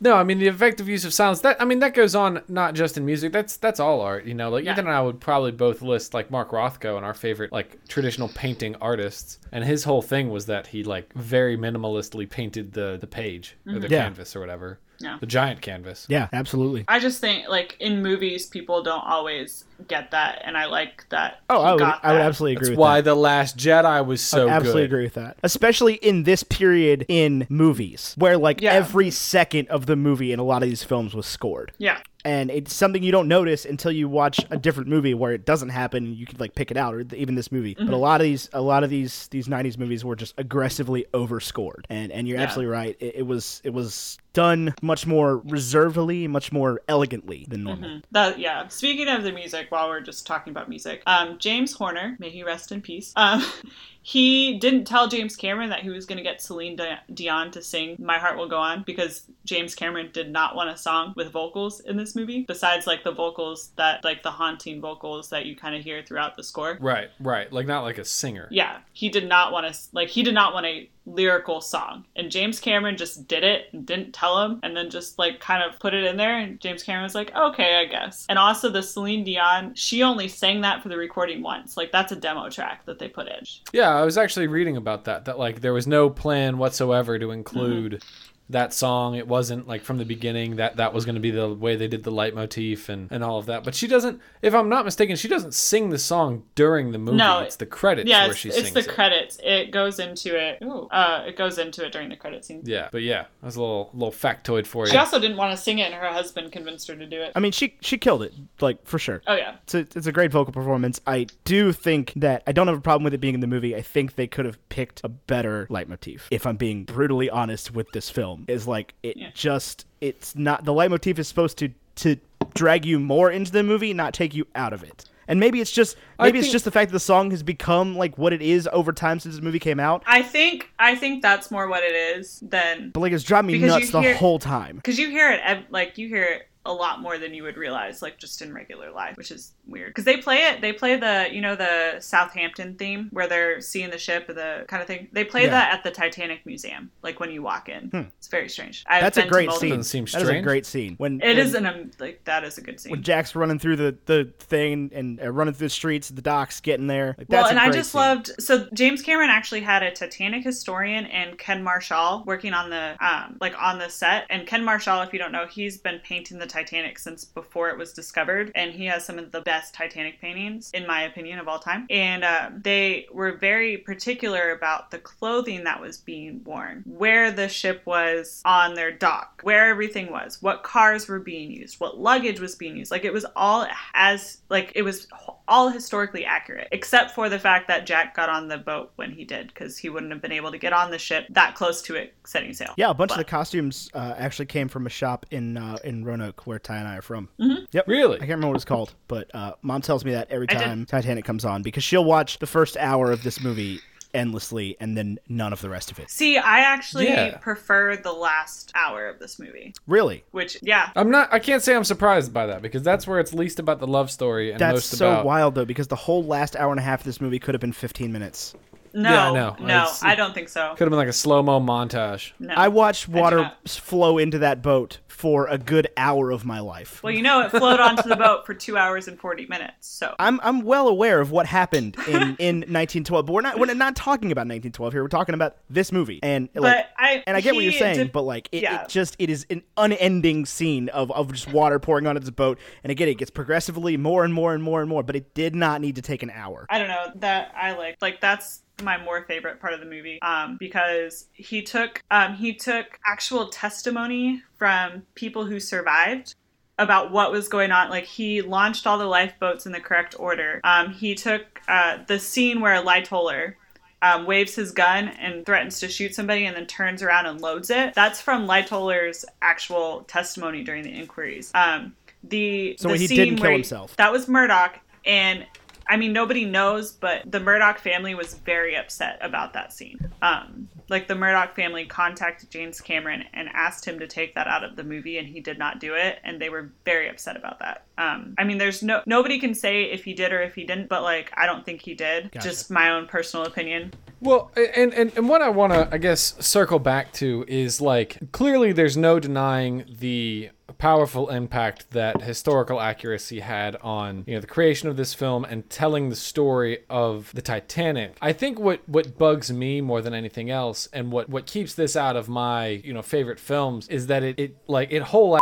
[SPEAKER 1] no, I mean the effective use of silence. That I mean that goes on not just in music. That's that's all art. You know, like
[SPEAKER 3] Yeah.
[SPEAKER 1] Ethan and I would probably both list like Mark Rothko and our favorite like traditional painting artists. And his whole thing was that he like very minimalistly painted the the page or the
[SPEAKER 2] Yeah.
[SPEAKER 1] canvas or whatever.
[SPEAKER 3] Mm-hmm. Yeah.
[SPEAKER 1] The giant canvas.
[SPEAKER 2] yeah, absolutely.
[SPEAKER 3] I just think like in movies, people don't always get that, and I like that.
[SPEAKER 2] Oh, I
[SPEAKER 3] he
[SPEAKER 2] would,
[SPEAKER 3] got
[SPEAKER 2] I would
[SPEAKER 3] that.
[SPEAKER 2] absolutely agree
[SPEAKER 1] That's
[SPEAKER 2] with
[SPEAKER 1] why
[SPEAKER 2] that.
[SPEAKER 1] the Last Jedi was so
[SPEAKER 2] absolutely
[SPEAKER 1] good.
[SPEAKER 2] agree with that especially in this period in movies where like
[SPEAKER 3] Yeah.
[SPEAKER 2] every second of the movie in a lot of these films was scored
[SPEAKER 3] Yeah,
[SPEAKER 2] and it's something you don't notice until you watch a different movie where it doesn't happen. You could like pick it out, or th- even this movie.
[SPEAKER 3] Mm-hmm.
[SPEAKER 2] But a lot of these, a lot of these, these '90s movies were just aggressively overscored, and and you're absolutely right. It, it was it was done much more reservedly, much more elegantly than
[SPEAKER 3] Mm-hmm.
[SPEAKER 2] normal.
[SPEAKER 3] That yeah. Speaking of the music, while we're just talking about music, um, James Horner, may he rest in peace. Um, he didn't tell James Cameron that he was going to get Celine Di- Dion to sing "My Heart Will Go On" because James Cameron did not want a song with vocals in this movie. Besides, like the vocals that like the haunting vocals that you kind of hear throughout the score.
[SPEAKER 1] Right, right. Like not like a singer.
[SPEAKER 3] Yeah, he did not want to like he did not want a lyrical song, and James Cameron just did it and didn't tell him, and then just like kind of put it in there, and James Cameron was like, okay, I guess. And also the Celine Dion, she only sang that for the recording once. Like that's a demo track that they put in.
[SPEAKER 1] Yeah, I was actually reading about that. That like there was no plan whatsoever to include
[SPEAKER 3] Mm-hmm.
[SPEAKER 1] that song. It wasn't like from the beginning that that was going to be the way they did the leitmotif and and all of that. But she doesn't, if I'm not mistaken, she doesn't sing the song during the movie.
[SPEAKER 3] No,
[SPEAKER 1] it's the credits
[SPEAKER 3] yeah,
[SPEAKER 1] where
[SPEAKER 3] it's,
[SPEAKER 1] she
[SPEAKER 3] it's
[SPEAKER 1] sings
[SPEAKER 3] the
[SPEAKER 1] it.
[SPEAKER 3] credits. It goes into it. Uh, it goes into it during the credit scene.
[SPEAKER 1] yeah, but yeah, that's a little little factoid for you.
[SPEAKER 3] She also didn't want to sing it, and her husband convinced her to do it.
[SPEAKER 2] I mean, she she killed it, like for sure.
[SPEAKER 3] Oh yeah,
[SPEAKER 2] It's a, it's a great vocal performance. I do think that I don't have a problem with it being in the movie. I think they could have picked a better leitmotif. If I'm being brutally honest with this film, is like it
[SPEAKER 3] Yeah.
[SPEAKER 2] just it's not the leitmotif is supposed to to drag you more into the movie, not take you out of it. And maybe it's just maybe it's
[SPEAKER 1] think-
[SPEAKER 2] just the fact that the song has become like what it is over time since this movie came out.
[SPEAKER 3] I think I think that's more what it is than
[SPEAKER 2] But like it's driving me
[SPEAKER 3] Because you
[SPEAKER 2] nuts the
[SPEAKER 3] hear-
[SPEAKER 2] whole time.
[SPEAKER 3] because you hear it ev- like you hear it a lot more than you would realize like just in regular life which is weird because they play it they play the you know the southampton theme where they're seeing the ship and the kind of thing they play
[SPEAKER 2] Yeah. Hmm.
[SPEAKER 3] that at the titanic museum like when you walk in it's very strange I've
[SPEAKER 2] That's a
[SPEAKER 3] been to
[SPEAKER 2] great
[SPEAKER 3] multiple-
[SPEAKER 2] scene.
[SPEAKER 1] Doesn't seem
[SPEAKER 2] That is a
[SPEAKER 1] strange.
[SPEAKER 2] great scene. When
[SPEAKER 3] It
[SPEAKER 2] when-
[SPEAKER 3] is an um, like that is a good scene
[SPEAKER 2] when Jack's running through the the thing and uh, running through the streets, the docks, getting there. Like, that's
[SPEAKER 3] well,
[SPEAKER 2] a
[SPEAKER 3] and I
[SPEAKER 2] great
[SPEAKER 3] just
[SPEAKER 2] scene.
[SPEAKER 3] loved so James Cameron actually had a Titanic historian and Ken Marshall working on the um like on the set. And Ken Marshall, if you don't know, he's been painting the Titanic since before it was discovered, and he has some of the best Titanic paintings, in my opinion, of all time. And uh, they were very particular about the clothing that was being worn, where the ship was on their dock, where everything was, what cars were being used, what luggage was being used. Like it was all as like it was all historically accurate, except for the fact that Jack got on the boat when he did, because he wouldn't have been able to get on the ship that close to it setting sail.
[SPEAKER 2] Yeah, a bunch of the costumes uh, actually came from a shop in uh, in Roanoke where Ty and I are from. I
[SPEAKER 1] Really?
[SPEAKER 2] can't remember what it's called, but uh, mom tells me that every
[SPEAKER 3] I did-
[SPEAKER 2] time Titanic comes on because she'll watch the first hour of this movie endlessly and then none of the rest of it.
[SPEAKER 3] See, I actually
[SPEAKER 1] Yeah.
[SPEAKER 3] prefer the last hour of this movie,
[SPEAKER 2] Really?
[SPEAKER 3] which yeah,
[SPEAKER 1] I'm not. I can't say I'm surprised by that because that's where it's least about the love story and
[SPEAKER 2] That's
[SPEAKER 1] most
[SPEAKER 2] so
[SPEAKER 1] about.
[SPEAKER 2] wild though because the whole last hour and a half of this movie could have been 15 minutes.
[SPEAKER 3] no,
[SPEAKER 1] Yeah, I know.
[SPEAKER 3] no,
[SPEAKER 1] It's-
[SPEAKER 3] I don't think so.
[SPEAKER 1] Could have been like a slow mo montage.
[SPEAKER 3] No.
[SPEAKER 2] I watched water
[SPEAKER 3] not.
[SPEAKER 2] s- flow into that boat for a good hour of my life.
[SPEAKER 3] Well, you know, it flowed onto the boat for two hours and 40 minutes. So,
[SPEAKER 2] I'm I'm well aware of what happened in, in 1912, but we're not we're not talking about 1912 here. We're talking about this movie, and like,
[SPEAKER 3] I-
[SPEAKER 2] and I get what you're
[SPEAKER 3] he
[SPEAKER 2] saying,
[SPEAKER 3] did-
[SPEAKER 2] but like it,
[SPEAKER 3] yeah.
[SPEAKER 2] it just it is an unending scene of, of just water pouring onto this boat, and again it gets progressively more and more and more and more, but it did not need to take an hour.
[SPEAKER 3] I don't know that I like like that's my more favorite part of the movie um, because he took um, he took actual testimony from people who survived about what was going on like he launched all the lifeboats in the correct order um, he took uh, the scene where Lightoller um, waves his gun and threatens to shoot somebody and then turns around and loads it that's from Lightoller's actual testimony during the inquiries um, the
[SPEAKER 2] So
[SPEAKER 3] the
[SPEAKER 2] he
[SPEAKER 3] scene
[SPEAKER 2] didn't
[SPEAKER 3] where
[SPEAKER 2] kill
[SPEAKER 3] he-
[SPEAKER 2] himself.
[SPEAKER 3] that was Murdoch, and I mean nobody knows, but the Murdoch family was very upset about that scene. Um, like the Murdoch family contacted James Cameron and asked him to take that out of the movie, and he did not do it, and they were very upset about that. Um, I mean, there's no nobody can say if he did or if he didn't, but like I don't think he did.
[SPEAKER 2] Gotcha.
[SPEAKER 3] Just my own personal opinion.
[SPEAKER 1] Well, and, and, and what I want to, I guess, circle back to is like clearly there's no denying the powerful impact that historical accuracy had on you know the creation of this film and telling the story of the Titanic. I think what what bugs me more than anything else, and what what keeps this out of my you know favorite films is that it, it like it whole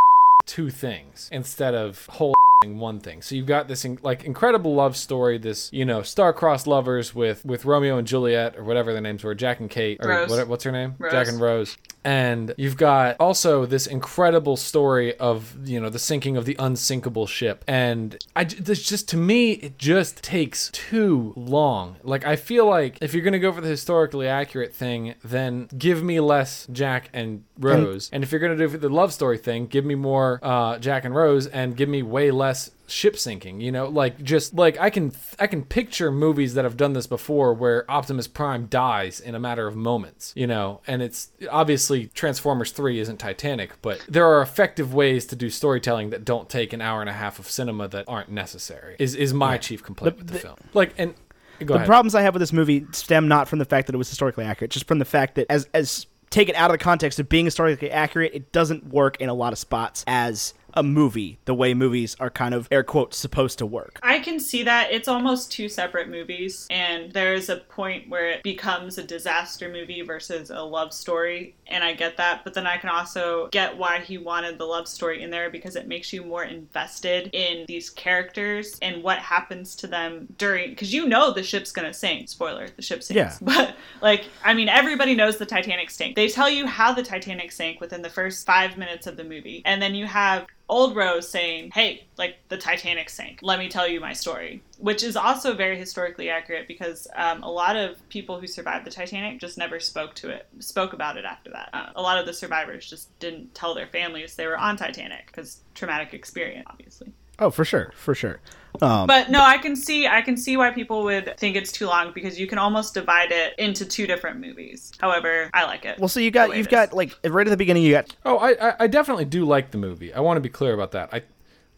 [SPEAKER 1] two things instead of whole one thing. So you've got this in, like incredible love story, this you know star-crossed lovers with with Romeo and Juliet or whatever their names were, Jack and Kate or
[SPEAKER 3] Rose.
[SPEAKER 1] what, what's her name, Jack
[SPEAKER 3] Rose.
[SPEAKER 1] and Rose, and you've got also this incredible story of you know the sinking of the unsinkable ship and i j- this just to me it just takes too long like i feel like if you're gonna go for the historically accurate thing then give me less jack and rose and, if you're gonna do the love story thing give me more uh, jack and rose and give me way less ship sinking you know like just like i can i can picture movies that have done this before where optimus prime dies in a matter of moments you know and it's obviously transformers 3 isn't titanic but there are effective ways to do storytelling that don't take an hour and a half of cinema that aren't necessary is is my chief complaint with the, film like and go
[SPEAKER 2] The
[SPEAKER 1] ahead
[SPEAKER 2] problems I have with this movie stem not from the fact that it was historically accurate, just from the fact that as as taken out of the context of being historically accurate, it doesn't work in a lot of spots as a movie, the way movies are kind of air quotes supposed to work.
[SPEAKER 3] I can see that it's almost two separate movies, and there's a point where it becomes a disaster movie versus a love story, and I get that. But then I can also get why he wanted the love story in there because it makes you more invested in these characters and what happens to them during. Because you know the ship's gonna sink. Spoiler: the ship sinks.
[SPEAKER 2] Yeah.
[SPEAKER 3] But like, I mean, everybody knows the Titanic sank. They tell you how the Titanic sank within the first five minutes of the movie, and then you have Old Rose saying, "Hey, like the Titanic sank. Let me tell you my story," which is also very historically accurate because um, a lot of people who survived the Titanic just never spoke to it, spoke about it after that. Uh, a lot of the survivors just didn't tell their families they were on Titanic because traumatic experience, obviously.
[SPEAKER 2] Oh, for sure, for sure. Um,
[SPEAKER 3] But no, I can see I can see why people would think it's too long because you can almost divide it into two different movies. However, I like it.
[SPEAKER 2] well, so you
[SPEAKER 3] the
[SPEAKER 2] got
[SPEAKER 3] way
[SPEAKER 2] you've
[SPEAKER 3] it
[SPEAKER 2] got
[SPEAKER 3] is.
[SPEAKER 2] like right at the beginning, you got
[SPEAKER 1] Oh, I, I I definitely do like the movie. I want to be clear about that. I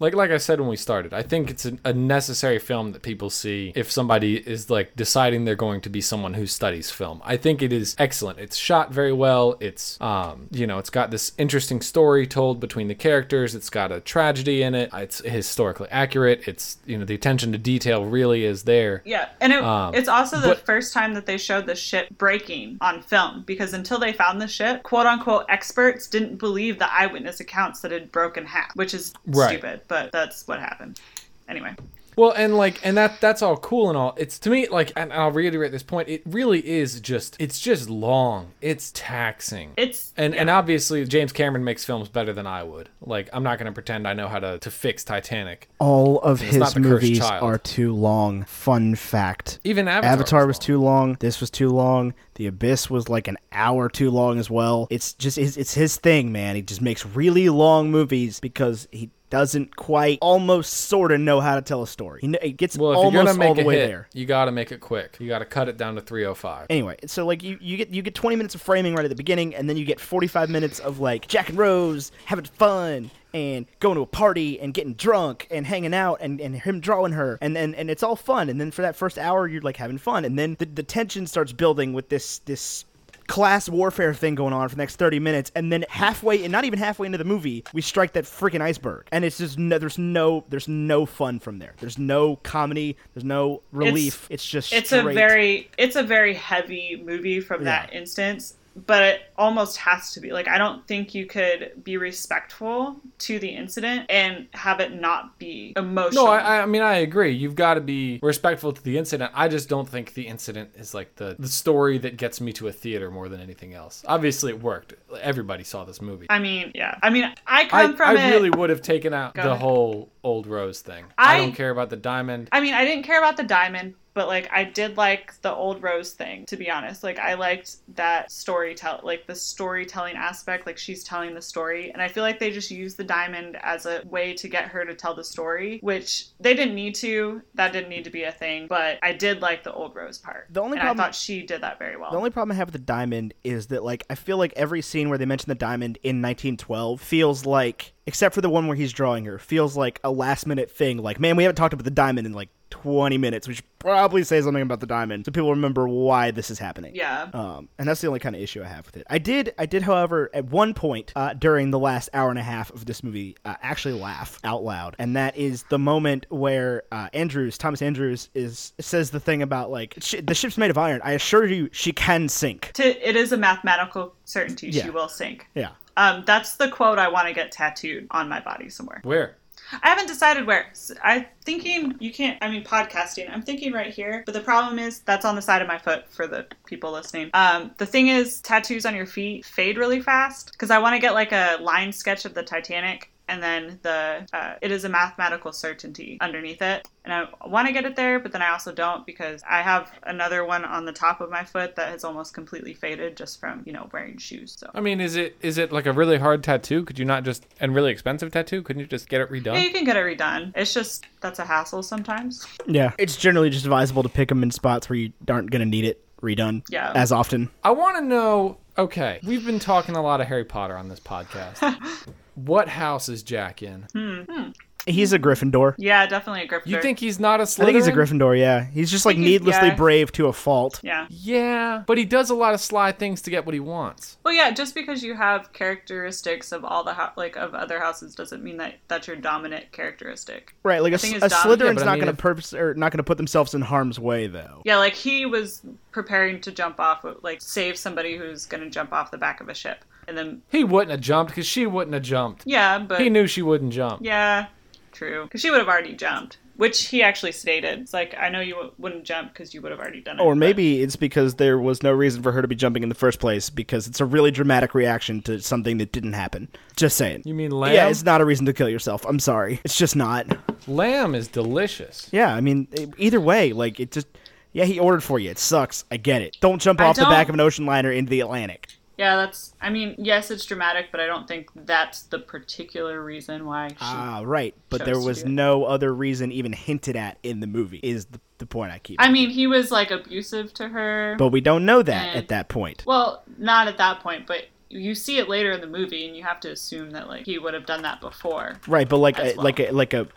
[SPEAKER 1] like like I said when we started. I think it's an, a necessary film that people see if somebody is like deciding they're going to be someone who studies film. I think it is excellent. It's shot very well. It's um you know it's got this interesting story told between the characters. It's got a tragedy in it. It's historically accurate. It's you know the attention to detail really is there.
[SPEAKER 3] Yeah, and it,
[SPEAKER 1] Um,
[SPEAKER 3] it's also the
[SPEAKER 1] but-
[SPEAKER 3] first time that they showed the ship breaking on film because until they found the ship, quote unquote experts didn't believe the eyewitness accounts that it had broken half, which is
[SPEAKER 1] Right.
[SPEAKER 3] stupid, but that's what happened. Anyway,
[SPEAKER 1] Well, and like, and that that's all cool and all. It's to me like, and I'll reiterate this point. It really is just, it's just long. It's taxing.
[SPEAKER 3] it's
[SPEAKER 1] and and obviously James Cameron makes films better than I would. Like, I'm not gonna pretend I know how to to fix Titanic.
[SPEAKER 2] all of
[SPEAKER 1] not
[SPEAKER 2] his
[SPEAKER 1] the cursed
[SPEAKER 2] movies
[SPEAKER 1] child.
[SPEAKER 2] are too long. Fun fact.
[SPEAKER 1] Even Avatar,
[SPEAKER 2] Avatar, was,
[SPEAKER 1] long.
[SPEAKER 2] too long. This was too long. The Abyss was like an hour too long as well. It's just it's, it's his thing, man. He just makes really long movies because he doesn't quite, almost, sort of know how to tell a story. He, kn- it gets
[SPEAKER 1] Well, if you're
[SPEAKER 2] almost
[SPEAKER 1] gonna make
[SPEAKER 2] all the
[SPEAKER 1] a
[SPEAKER 2] way
[SPEAKER 1] hit,
[SPEAKER 2] there.
[SPEAKER 1] you gotta make it quick. You gotta cut it down to 305.
[SPEAKER 2] Anyway, so like you, you get you get 20 minutes of framing right at the beginning, and then you get 45 minutes of like Jack and Rose having fun and going to a party and getting drunk and hanging out and, and him drawing her and, and and it's all fun and then for that first hour you're like having fun and then the, the tension starts building with this this class warfare thing going on for the next 30 minutes and then halfway and not even halfway into the movie we strike that freaking iceberg and it's just no there's no there's no fun from there there's no comedy there's no relief it's, just
[SPEAKER 3] it's a
[SPEAKER 2] straight-
[SPEAKER 3] very it's a very heavy movie from that instance but it almost has to be like i don't think you could be respectful to the incident and have it not be emotional
[SPEAKER 1] No, I, I mean I agree. You've got to be respectful to the incident. I just don't think the incident is like the the story that gets me to a theater more than anything else. Obviously, it worked. Everybody saw this movie.
[SPEAKER 3] I mean yeah i mean i come
[SPEAKER 1] I,
[SPEAKER 3] from
[SPEAKER 1] I
[SPEAKER 3] it
[SPEAKER 1] really would have taken out the
[SPEAKER 3] ahead.
[SPEAKER 1] whole old rose thing. I,
[SPEAKER 3] I-
[SPEAKER 1] don't care about the diamond.
[SPEAKER 3] i mean i didn't care about the diamond but like i did like the old rose thing to be honest like i liked that storytell like the storytelling aspect like she's telling the story and i feel like they just used the diamond as a way to get her to tell the story which they didn't need to that didn't need to be a thing but i did like the old rose part
[SPEAKER 2] The only
[SPEAKER 3] and
[SPEAKER 2] problem-
[SPEAKER 3] i thought she did that very well
[SPEAKER 2] The only problem I have with the diamond is that like I feel like every scene where they mention the diamond in 1912 feels like except for the one where he's drawing her feels like a last minute thing like man we haven't talked about the diamond in like 20 minutes we should probably say something about the diamond so people remember why this is happening.
[SPEAKER 3] yeah
[SPEAKER 2] Um, and that's the only kind of issue I have with it. I did, I did, however, at one point uh, during the last hour and a half of this movie, uh, actually laugh out loud, and that is the moment where uh, Andrews, Thomas Andrews, is says the thing about like "Sh- the ship's made of iron. I assure you, she can sink.
[SPEAKER 3] to, it is a mathematical certainty
[SPEAKER 2] Yeah.
[SPEAKER 3] she will sink
[SPEAKER 2] Yeah.
[SPEAKER 3] um, that's the quote i want to get tattooed on my body somewhere
[SPEAKER 1] Where?
[SPEAKER 3] I haven't decided where. S- I'm thinking you can't. I mean, podcasting. I'm thinking right here, but the problem is that's on the side of my foot for the people listening. Um, the thing is, tattoos on your feet fade really fast because I want to get like a line sketch of the Titanic. And then the uh, it is a mathematical certainty underneath it, and I want to get it there, but then I also don't because I have another one on the top of my foot that has almost completely faded just from you know wearing shoes. So
[SPEAKER 1] I mean, is it is it like a really hard tattoo? Could you not just and really expensive tattoo? Couldn't you just get it
[SPEAKER 3] Yeah,
[SPEAKER 1] redone?
[SPEAKER 3] you can get it redone. It's just that's a hassle sometimes.
[SPEAKER 2] Yeah. It's generally just advisable to pick them in spots where you aren't going to need it redone
[SPEAKER 3] Yeah.
[SPEAKER 2] as often.
[SPEAKER 1] I want to know. Okay, we've been talking a lot of Harry Potter on this podcast. what house is Jack in?
[SPEAKER 3] Hmm.
[SPEAKER 2] He's a Gryffindor.
[SPEAKER 3] Yeah, definitely a Gryffindor.
[SPEAKER 1] You think he's not a Slytherin?
[SPEAKER 2] I think he's a Gryffindor, yeah. He's just like
[SPEAKER 3] think he's-
[SPEAKER 2] needlessly
[SPEAKER 3] yeah.
[SPEAKER 2] brave to a fault.
[SPEAKER 3] Yeah.
[SPEAKER 1] Yeah, but he does a lot of sly things to get what he wants.
[SPEAKER 3] Well, yeah. Just because you have characteristics of all the ho- like of other houses doesn't mean that that's your dominant characteristic.
[SPEAKER 2] Right, like a,
[SPEAKER 3] think
[SPEAKER 2] s-
[SPEAKER 3] it's
[SPEAKER 2] a
[SPEAKER 3] dumb.
[SPEAKER 1] Yeah,
[SPEAKER 2] Slytherin's
[SPEAKER 1] but I
[SPEAKER 2] not
[SPEAKER 1] mean,
[SPEAKER 2] going
[SPEAKER 1] if-
[SPEAKER 2] to purpose or not going to put themselves in harm's way though.
[SPEAKER 3] Yeah, like he was preparing to jump off, like save somebody who's gonna jump off the back of a ship, and then
[SPEAKER 1] He wouldn't have jumped because she wouldn't have jumped.
[SPEAKER 3] yeah, but
[SPEAKER 1] He knew she wouldn't jump.
[SPEAKER 3] yeah, true, because she would have already jumped, which he actually stated. It's like I know you w- wouldn't jump because you would have already done it.
[SPEAKER 2] Or
[SPEAKER 3] but-
[SPEAKER 2] maybe it's because there was no reason for her to be jumping in the first place because it's a really dramatic reaction to something that didn't happen. Just saying.
[SPEAKER 1] You mean lamb?
[SPEAKER 2] Yeah, it's not a reason to kill yourself. I'm sorry. It's just not.
[SPEAKER 1] Lamb is delicious.
[SPEAKER 2] Yeah, I mean, e- either way, like it just. Yeah, he ordered for you. It sucks. I get it. Don't jump
[SPEAKER 3] I
[SPEAKER 2] off the back of
[SPEAKER 3] don't-
[SPEAKER 2] an ocean liner into the Atlantic.
[SPEAKER 3] yeah, that's. I mean, yes, it's dramatic, but I don't think that's the particular reason why. She,
[SPEAKER 2] Ah, right. But there
[SPEAKER 3] Chose to
[SPEAKER 2] was
[SPEAKER 3] do it.
[SPEAKER 2] no other reason even hinted at in the movie. Is the, the point I keep.
[SPEAKER 3] I mean, he was like abusive to her.
[SPEAKER 2] but we don't know that
[SPEAKER 3] Eh.
[SPEAKER 2] at that point.
[SPEAKER 3] Well, not at that point, but you see it later in the movie, and you have to assume that like he would have done that before.
[SPEAKER 2] Right, but like
[SPEAKER 3] As
[SPEAKER 2] a,
[SPEAKER 3] well.
[SPEAKER 2] like a, like a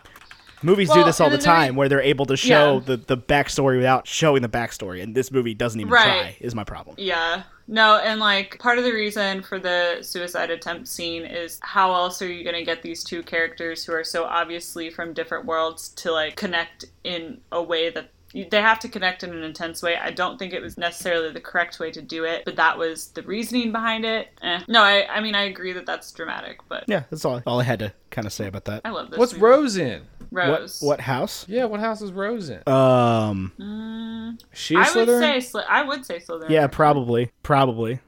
[SPEAKER 2] movies do
[SPEAKER 3] Well,
[SPEAKER 2] this all
[SPEAKER 3] and
[SPEAKER 2] the
[SPEAKER 3] then there-
[SPEAKER 2] time where they're able to show
[SPEAKER 3] Yeah.
[SPEAKER 2] the the backstory without showing the backstory, and this movie doesn't even
[SPEAKER 3] Right.
[SPEAKER 2] try. Is my problem.
[SPEAKER 3] Yeah. No, and like part of the reason for the suicide attempt scene is how else are you going to get these two characters who are so obviously from different worlds to like connect in a way that you- they have to connect in an intense way. I don't think it was necessarily the correct way to do it, but that was the reasoning behind it. Eh. No, I, I mean, I agree that that's dramatic, but
[SPEAKER 2] Yeah, that's all. All I had to kind of say about that.
[SPEAKER 3] I love this.
[SPEAKER 1] What's
[SPEAKER 3] movie.
[SPEAKER 1] Rose in?
[SPEAKER 3] Rose?
[SPEAKER 2] What what house?
[SPEAKER 1] Yeah, what house is Rose in?
[SPEAKER 2] Um.
[SPEAKER 1] she
[SPEAKER 3] I would
[SPEAKER 1] Slytherin?
[SPEAKER 3] say Sly- I would say Slytherin.
[SPEAKER 2] Yeah, probably. Probably.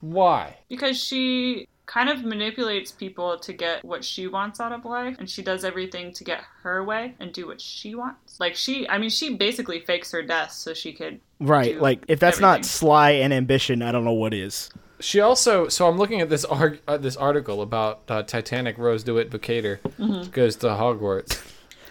[SPEAKER 1] Why?
[SPEAKER 3] because she kind of manipulates people to get what she wants out of life and she does everything to get her way and do what she wants like she i mean she basically fakes her death so she could
[SPEAKER 2] Right.
[SPEAKER 3] do
[SPEAKER 2] like if that's
[SPEAKER 3] everything.
[SPEAKER 2] not sly and ambition, I don't know what is.
[SPEAKER 1] She also. So I'm looking at this arg- uh, this article about uh, Titanic Rose DeWitt Bucator
[SPEAKER 3] Mm-hmm.
[SPEAKER 1] goes to Hogwarts.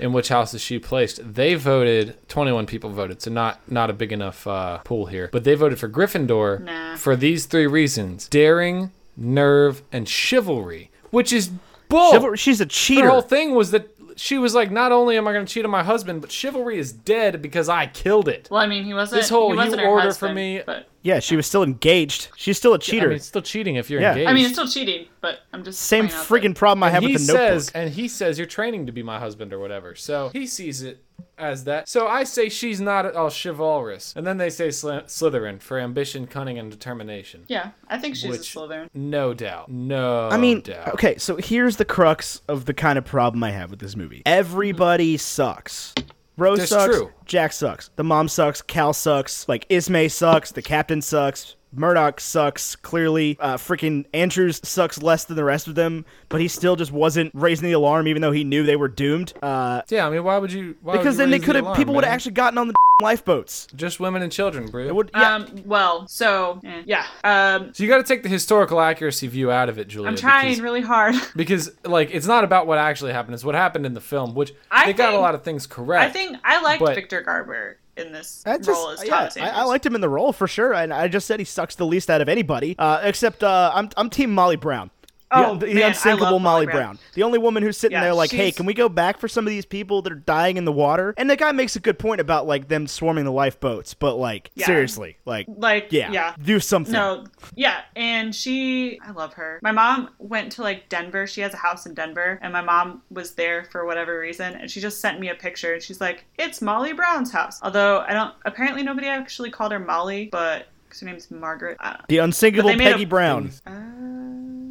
[SPEAKER 1] In which house is she placed? They voted. Twenty-one people voted, so not not a big enough uh, pool here. But they voted for Gryffindor
[SPEAKER 3] Nah.
[SPEAKER 1] for these three reasons: daring, nerve, and chivalry. Which is
[SPEAKER 3] Oh,
[SPEAKER 1] bull.
[SPEAKER 2] Chivalry- She's a
[SPEAKER 1] Her
[SPEAKER 2] cheater.
[SPEAKER 1] whole thing was that she was like, not only am I going to cheat on my husband, but chivalry is dead because I killed it.
[SPEAKER 3] well i mean he wasn't
[SPEAKER 1] This whole
[SPEAKER 3] he wasn't
[SPEAKER 1] you
[SPEAKER 3] her
[SPEAKER 1] order for
[SPEAKER 3] husband,
[SPEAKER 1] me-
[SPEAKER 3] but
[SPEAKER 2] yeah, she was still engaged. She's still a
[SPEAKER 1] I
[SPEAKER 2] cheater.
[SPEAKER 1] mean, it's still cheating if you're
[SPEAKER 2] Yeah.
[SPEAKER 1] engaged.
[SPEAKER 3] i mean it's still cheating but i'm just
[SPEAKER 2] Same
[SPEAKER 3] pointing out
[SPEAKER 2] friggin' problem I have
[SPEAKER 1] he
[SPEAKER 2] with the notebook.
[SPEAKER 1] says, and he says, you're training to be my husband or whatever. So he sees it as that. So I say she's not at all chivalrous, and then they say Sly- Slytherin for ambition, cunning, and determination.
[SPEAKER 3] that- yeah i think she's
[SPEAKER 1] Which-
[SPEAKER 3] a slytherin
[SPEAKER 1] No doubt. No.
[SPEAKER 2] I mean,
[SPEAKER 1] doubt.
[SPEAKER 2] okay, so here's the crux of the kind of problem I have with this movie. Everybody sucks. Rose
[SPEAKER 1] That's
[SPEAKER 2] sucks.
[SPEAKER 1] true.
[SPEAKER 2] Jack sucks. The mom sucks. Cal sucks. Like Ismay sucks. The captain sucks. Murdoch sucks. Clearly, uh, freaking Andrews sucks less than the rest of them, but he still just wasn't raising the alarm, even though he knew they were doomed. Uh,
[SPEAKER 1] Yeah, I mean, why would you? Why would
[SPEAKER 2] because
[SPEAKER 1] you
[SPEAKER 2] then they
[SPEAKER 1] raise Oh, the
[SPEAKER 2] could have
[SPEAKER 1] alarm,
[SPEAKER 2] people would have
[SPEAKER 1] man?
[SPEAKER 2] actually gotten on the lifeboats.
[SPEAKER 1] just women and children, Bru.
[SPEAKER 2] It would, yeah,
[SPEAKER 3] um well so eh, yeah um
[SPEAKER 1] so you got to take the historical accuracy view out of it, Julia.
[SPEAKER 3] i'm trying
[SPEAKER 1] because-
[SPEAKER 3] really hard
[SPEAKER 1] because like it's not about what actually happened it's what happened in the film which
[SPEAKER 3] I
[SPEAKER 1] they got a
[SPEAKER 3] think-
[SPEAKER 1] lot of things correct
[SPEAKER 3] i think i liked
[SPEAKER 1] But-
[SPEAKER 3] victor garber in this
[SPEAKER 2] I
[SPEAKER 3] role
[SPEAKER 2] just,
[SPEAKER 3] as
[SPEAKER 2] yeah,
[SPEAKER 3] Tom
[SPEAKER 2] I,
[SPEAKER 3] Sanders.
[SPEAKER 2] I liked him in the role for sure, and I just said he sucks the least out of anybody, uh, except uh, I'm I'm Team Molly Brown. The-
[SPEAKER 3] Oh,
[SPEAKER 2] the,
[SPEAKER 3] man, I
[SPEAKER 2] unsinkable
[SPEAKER 3] love Molly
[SPEAKER 2] Molly
[SPEAKER 3] Brown.
[SPEAKER 2] Brown. the only woman who's sitting
[SPEAKER 3] Yeah,
[SPEAKER 2] there like, "Hey,
[SPEAKER 3] she's-
[SPEAKER 2] can we go back for some of these people that are dying in the water?" And the guy makes a good point about like them swarming the lifeboats, but like
[SPEAKER 3] Yeah.
[SPEAKER 2] seriously, like
[SPEAKER 3] like
[SPEAKER 2] yeah,
[SPEAKER 3] yeah
[SPEAKER 2] do something.
[SPEAKER 3] No, yeah, and she, I love her. My mom went to like Denver. She has a house in Denver, and my mom was there for whatever reason, and she just sent me a picture, and she's like, "It's Molly Brown's house." Although I don't, apparently nobody actually called her Molly, but 'cause her name's Margaret. I don't
[SPEAKER 2] The
[SPEAKER 3] But
[SPEAKER 2] unsinkable
[SPEAKER 3] they made
[SPEAKER 2] Peggy
[SPEAKER 3] a-
[SPEAKER 2] Brown.
[SPEAKER 3] uh,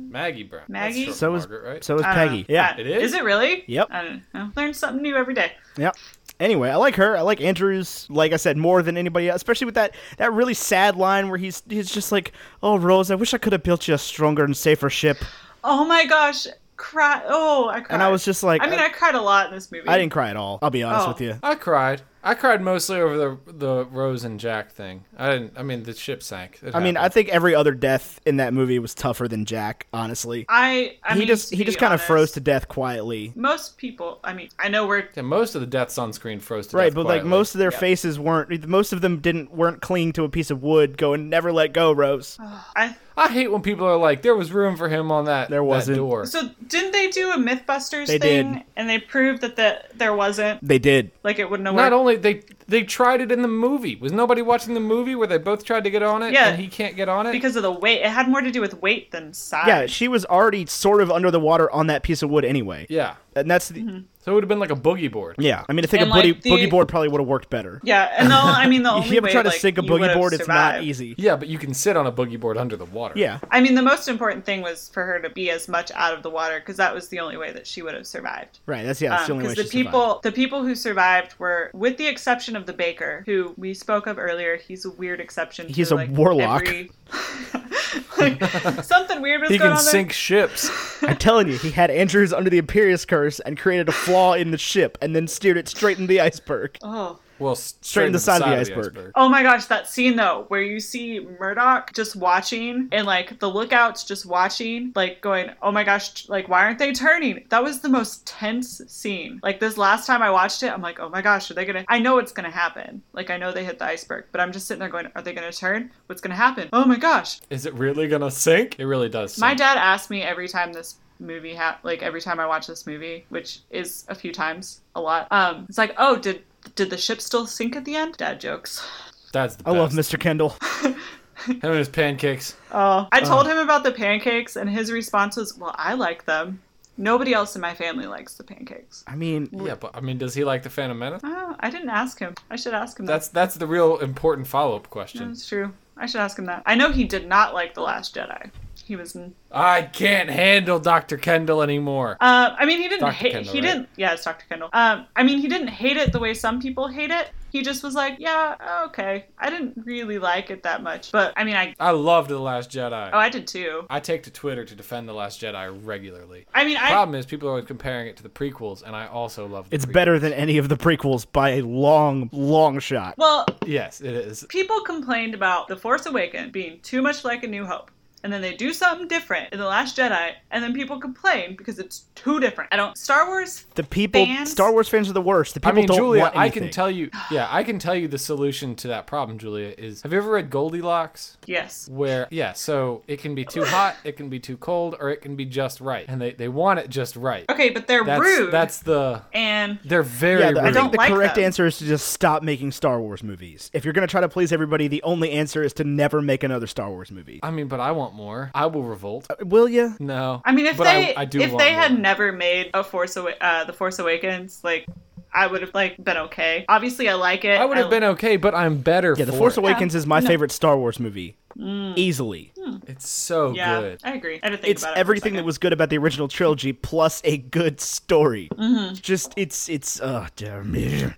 [SPEAKER 1] Maggie Brown. That's
[SPEAKER 3] Maggie?
[SPEAKER 1] short for
[SPEAKER 2] So is
[SPEAKER 1] Margaret, right?
[SPEAKER 2] so is
[SPEAKER 3] I don't
[SPEAKER 2] Peggy.
[SPEAKER 3] know.
[SPEAKER 2] Yeah.
[SPEAKER 3] I-
[SPEAKER 1] It is?
[SPEAKER 3] Is it really?
[SPEAKER 2] Yep.
[SPEAKER 3] I don't know. Learn something new every day.
[SPEAKER 2] Yep. Anyway, I like her. I like Andrews, like I said, more than anybody else, especially with that, that really sad line where he's he's just like, Oh Rose, I wish I could have built you a stronger and safer ship.
[SPEAKER 3] Oh my gosh, cry! Oh, I cried.
[SPEAKER 2] And I was just like uh,
[SPEAKER 3] I mean, I, cried a lot in this movie.
[SPEAKER 2] I didn't cry at all, I'll be honest
[SPEAKER 3] Oh.
[SPEAKER 2] with you.
[SPEAKER 1] I cried. I cried mostly over the the Rose and Jack thing. I didn't. I mean, the ship sank. It
[SPEAKER 2] I mean, I
[SPEAKER 1] happened.
[SPEAKER 2] think every other death in that movie was tougher than Jack, honestly.
[SPEAKER 3] I, I
[SPEAKER 2] he
[SPEAKER 3] mean,
[SPEAKER 2] just
[SPEAKER 3] to
[SPEAKER 2] he
[SPEAKER 3] be
[SPEAKER 2] just kind of
[SPEAKER 3] honest,
[SPEAKER 2] froze to death quietly.
[SPEAKER 3] Most people. I mean, I know we're
[SPEAKER 1] Yeah, most of the deaths on screen froze to
[SPEAKER 2] Right,
[SPEAKER 1] death
[SPEAKER 2] but like
[SPEAKER 1] quietly.
[SPEAKER 2] most of their faces weren't most of them didn't weren't clinging to a piece of wood going never let go, Rose.
[SPEAKER 3] I
[SPEAKER 1] I hate when people are like, "There was room for him on that
[SPEAKER 2] There
[SPEAKER 1] that
[SPEAKER 2] wasn't.
[SPEAKER 1] door."
[SPEAKER 3] So didn't they do a MythBusters
[SPEAKER 2] They
[SPEAKER 3] thing?
[SPEAKER 2] did.
[SPEAKER 3] And they proved that the, there wasn't,
[SPEAKER 2] They did.
[SPEAKER 3] like it wouldn't have
[SPEAKER 1] Not
[SPEAKER 3] worked.
[SPEAKER 1] only they they tried it in the movie. Was nobody watching the movie where they both tried to get on it
[SPEAKER 3] Yeah.
[SPEAKER 1] and he can't get on it?
[SPEAKER 3] because of the weight, it had more to do with weight than size.
[SPEAKER 2] Yeah, she was already sort of under the water on that piece of wood anyway.
[SPEAKER 1] yeah.
[SPEAKER 2] And that's the
[SPEAKER 1] So it would have been like a boogie board.
[SPEAKER 2] Yeah, I mean, I think
[SPEAKER 3] Mm-hmm. And,
[SPEAKER 2] a boogie,
[SPEAKER 3] like, the-
[SPEAKER 2] boogie board probably would have worked better.
[SPEAKER 3] yeah. And the, I mean, the only
[SPEAKER 2] if you ever
[SPEAKER 3] way,
[SPEAKER 2] try to
[SPEAKER 3] like,
[SPEAKER 2] sink a
[SPEAKER 3] you
[SPEAKER 2] boogie
[SPEAKER 3] would've
[SPEAKER 2] board, it's not
[SPEAKER 3] survived.
[SPEAKER 2] easy.
[SPEAKER 1] Yeah, but you can sit on a boogie board under the water.
[SPEAKER 2] Yeah,
[SPEAKER 3] I mean, the most important thing was for her to be as much out of the water because that was the only way that she would have survived.
[SPEAKER 2] right. That's yeah, that's the
[SPEAKER 3] Um,
[SPEAKER 2] only way
[SPEAKER 3] the
[SPEAKER 2] she
[SPEAKER 3] people
[SPEAKER 2] survived.
[SPEAKER 3] the people who survived were with the exception of the baker who we spoke of earlier he's a weird exception to,
[SPEAKER 2] He's a
[SPEAKER 3] like,
[SPEAKER 2] warlock.
[SPEAKER 3] every- like, something weird was
[SPEAKER 1] He
[SPEAKER 3] going
[SPEAKER 1] can
[SPEAKER 3] on there.
[SPEAKER 1] sink ships.
[SPEAKER 2] I'm telling you, he had Andrews under the Imperius curse and created a flaw in the ship, and then steered it straight into the iceberg.
[SPEAKER 3] oh
[SPEAKER 1] Well, s- straight to
[SPEAKER 2] in the
[SPEAKER 1] the
[SPEAKER 2] side of
[SPEAKER 1] side
[SPEAKER 2] the
[SPEAKER 1] of the
[SPEAKER 2] iceberg.
[SPEAKER 1] iceberg.
[SPEAKER 3] Oh my gosh, that scene though, where you see Murdoch just watching and like the lookouts just watching, like going, oh my gosh, t- like why aren't they turning? That was the most tense scene. Like this last time I watched it, I'm like, oh my gosh, are they gonna, I know what's gonna happen. Like I know they hit the iceberg, but I'm just sitting there going, are they gonna turn? What's gonna happen? Oh my gosh.
[SPEAKER 1] Is it really gonna sink? It really does. Sink.
[SPEAKER 3] My dad asked me every time this movie ha- like every time I watch this movie, which is a few times, a lot. Um, it's like, oh, did did the ship still sink at the end? Dad jokes.
[SPEAKER 1] That's the
[SPEAKER 2] I love
[SPEAKER 1] best.
[SPEAKER 2] Mr. Kendall.
[SPEAKER 1] Him and his pancakes.
[SPEAKER 3] Oh, I told him about the pancakes, and his response was, "Well, I like them. Nobody else in my family likes the pancakes."
[SPEAKER 2] I mean,
[SPEAKER 1] Yeah, but I mean, does he like the Phantom Menace?
[SPEAKER 3] Oh, I didn't ask him. I should ask him. That.
[SPEAKER 1] That's that's the real important follow up question.
[SPEAKER 3] That's true. I should ask him that. I know he did not like the Last Jedi. He was. n-
[SPEAKER 1] I can't handle Dr. Kendall anymore.
[SPEAKER 3] Uh, I mean, he didn't
[SPEAKER 1] Dr.
[SPEAKER 3] hate.
[SPEAKER 1] Kendall,
[SPEAKER 3] he
[SPEAKER 1] right?
[SPEAKER 3] didn't. Yeah, it's Dr. Kendall. Um, I mean, he didn't hate it the way some people hate it. He just was like, "Yeah, okay. I didn't really like it that much, but I mean, I."
[SPEAKER 1] I loved The Last Jedi.
[SPEAKER 3] Oh, I did too.
[SPEAKER 1] I take to Twitter to defend The Last Jedi regularly.
[SPEAKER 3] I mean, I.
[SPEAKER 1] Problem is, people are always comparing it to the prequels, and I also love the
[SPEAKER 2] it's
[SPEAKER 1] prequels.
[SPEAKER 2] better than any of the prequels by a long, long shot.
[SPEAKER 3] Well,
[SPEAKER 1] Yes, it is.
[SPEAKER 3] people complained about The Force Awakens being too much like A New Hope. And then they do something different in The Last Jedi, and then people complain because it's too different. I don't. Star Wars,
[SPEAKER 2] The people,
[SPEAKER 3] Fans?
[SPEAKER 2] Star Wars fans are the worst. The people
[SPEAKER 1] I mean,
[SPEAKER 2] don't
[SPEAKER 1] Julia,
[SPEAKER 2] want
[SPEAKER 1] I can
[SPEAKER 2] anything.
[SPEAKER 1] tell you. Yeah, I can tell you the solution to that problem, Julia, is have you ever read Goldilocks?
[SPEAKER 3] yes.
[SPEAKER 1] Where, yeah, so it can be too hot, it can be too cold, or it can be just right. And they, they want it just right.
[SPEAKER 3] Okay, but they're
[SPEAKER 1] That's,
[SPEAKER 3] rude.
[SPEAKER 1] that's the.
[SPEAKER 3] and
[SPEAKER 1] They're very
[SPEAKER 2] Yeah, the- I
[SPEAKER 1] rude.
[SPEAKER 2] think the
[SPEAKER 3] like
[SPEAKER 2] correct
[SPEAKER 3] them.
[SPEAKER 2] answer is to just stop making Star Wars movies. If you're going to try to please everybody, the only answer is to never make another Star Wars movie.
[SPEAKER 1] I mean, but I want more. I will revolt.
[SPEAKER 2] Will you?
[SPEAKER 1] No.
[SPEAKER 3] I mean, if
[SPEAKER 1] but
[SPEAKER 3] they
[SPEAKER 1] I, I do
[SPEAKER 3] if
[SPEAKER 1] want
[SPEAKER 3] they had
[SPEAKER 1] more.
[SPEAKER 3] never made a Force Awa- uh, the Force Awakens, like I would have like been okay. Obviously, I like it.
[SPEAKER 1] I would have been okay, but I'm better.
[SPEAKER 2] Yeah, The
[SPEAKER 1] for
[SPEAKER 2] Force
[SPEAKER 1] it.
[SPEAKER 2] Awakens is my favorite Star Wars movie. Easily.
[SPEAKER 1] It's so
[SPEAKER 3] Yeah,
[SPEAKER 1] good.
[SPEAKER 3] I agree. I didn't think
[SPEAKER 2] It's
[SPEAKER 3] Mm. Hmm. about it for a
[SPEAKER 2] everything that
[SPEAKER 3] second.
[SPEAKER 2] was good about the original trilogy plus a good story.
[SPEAKER 3] Mm-hmm.
[SPEAKER 2] Just it's it's uh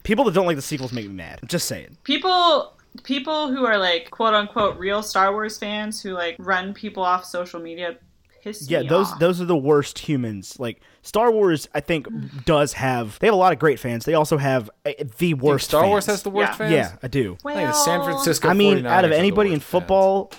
[SPEAKER 2] people that don't like the sequels make me mad. Just saying.
[SPEAKER 3] people people who are like quote unquote real Star Wars fans who like run people off social media piss
[SPEAKER 2] Yeah,
[SPEAKER 3] me
[SPEAKER 2] those
[SPEAKER 3] off.
[SPEAKER 2] those are the worst humans. Like Star Wars I think does have they have a lot of great fans. They also have uh, the
[SPEAKER 1] Think
[SPEAKER 2] worst
[SPEAKER 1] Star Wars
[SPEAKER 2] fans.
[SPEAKER 1] has the worst
[SPEAKER 3] Yeah.
[SPEAKER 1] fans.
[SPEAKER 2] Yeah, I do.
[SPEAKER 1] I think the San
[SPEAKER 3] Well,
[SPEAKER 1] Francisco.
[SPEAKER 2] I mean,
[SPEAKER 1] 49ers
[SPEAKER 2] out of
[SPEAKER 1] are the
[SPEAKER 2] anybody in
[SPEAKER 1] worst fans.
[SPEAKER 2] football,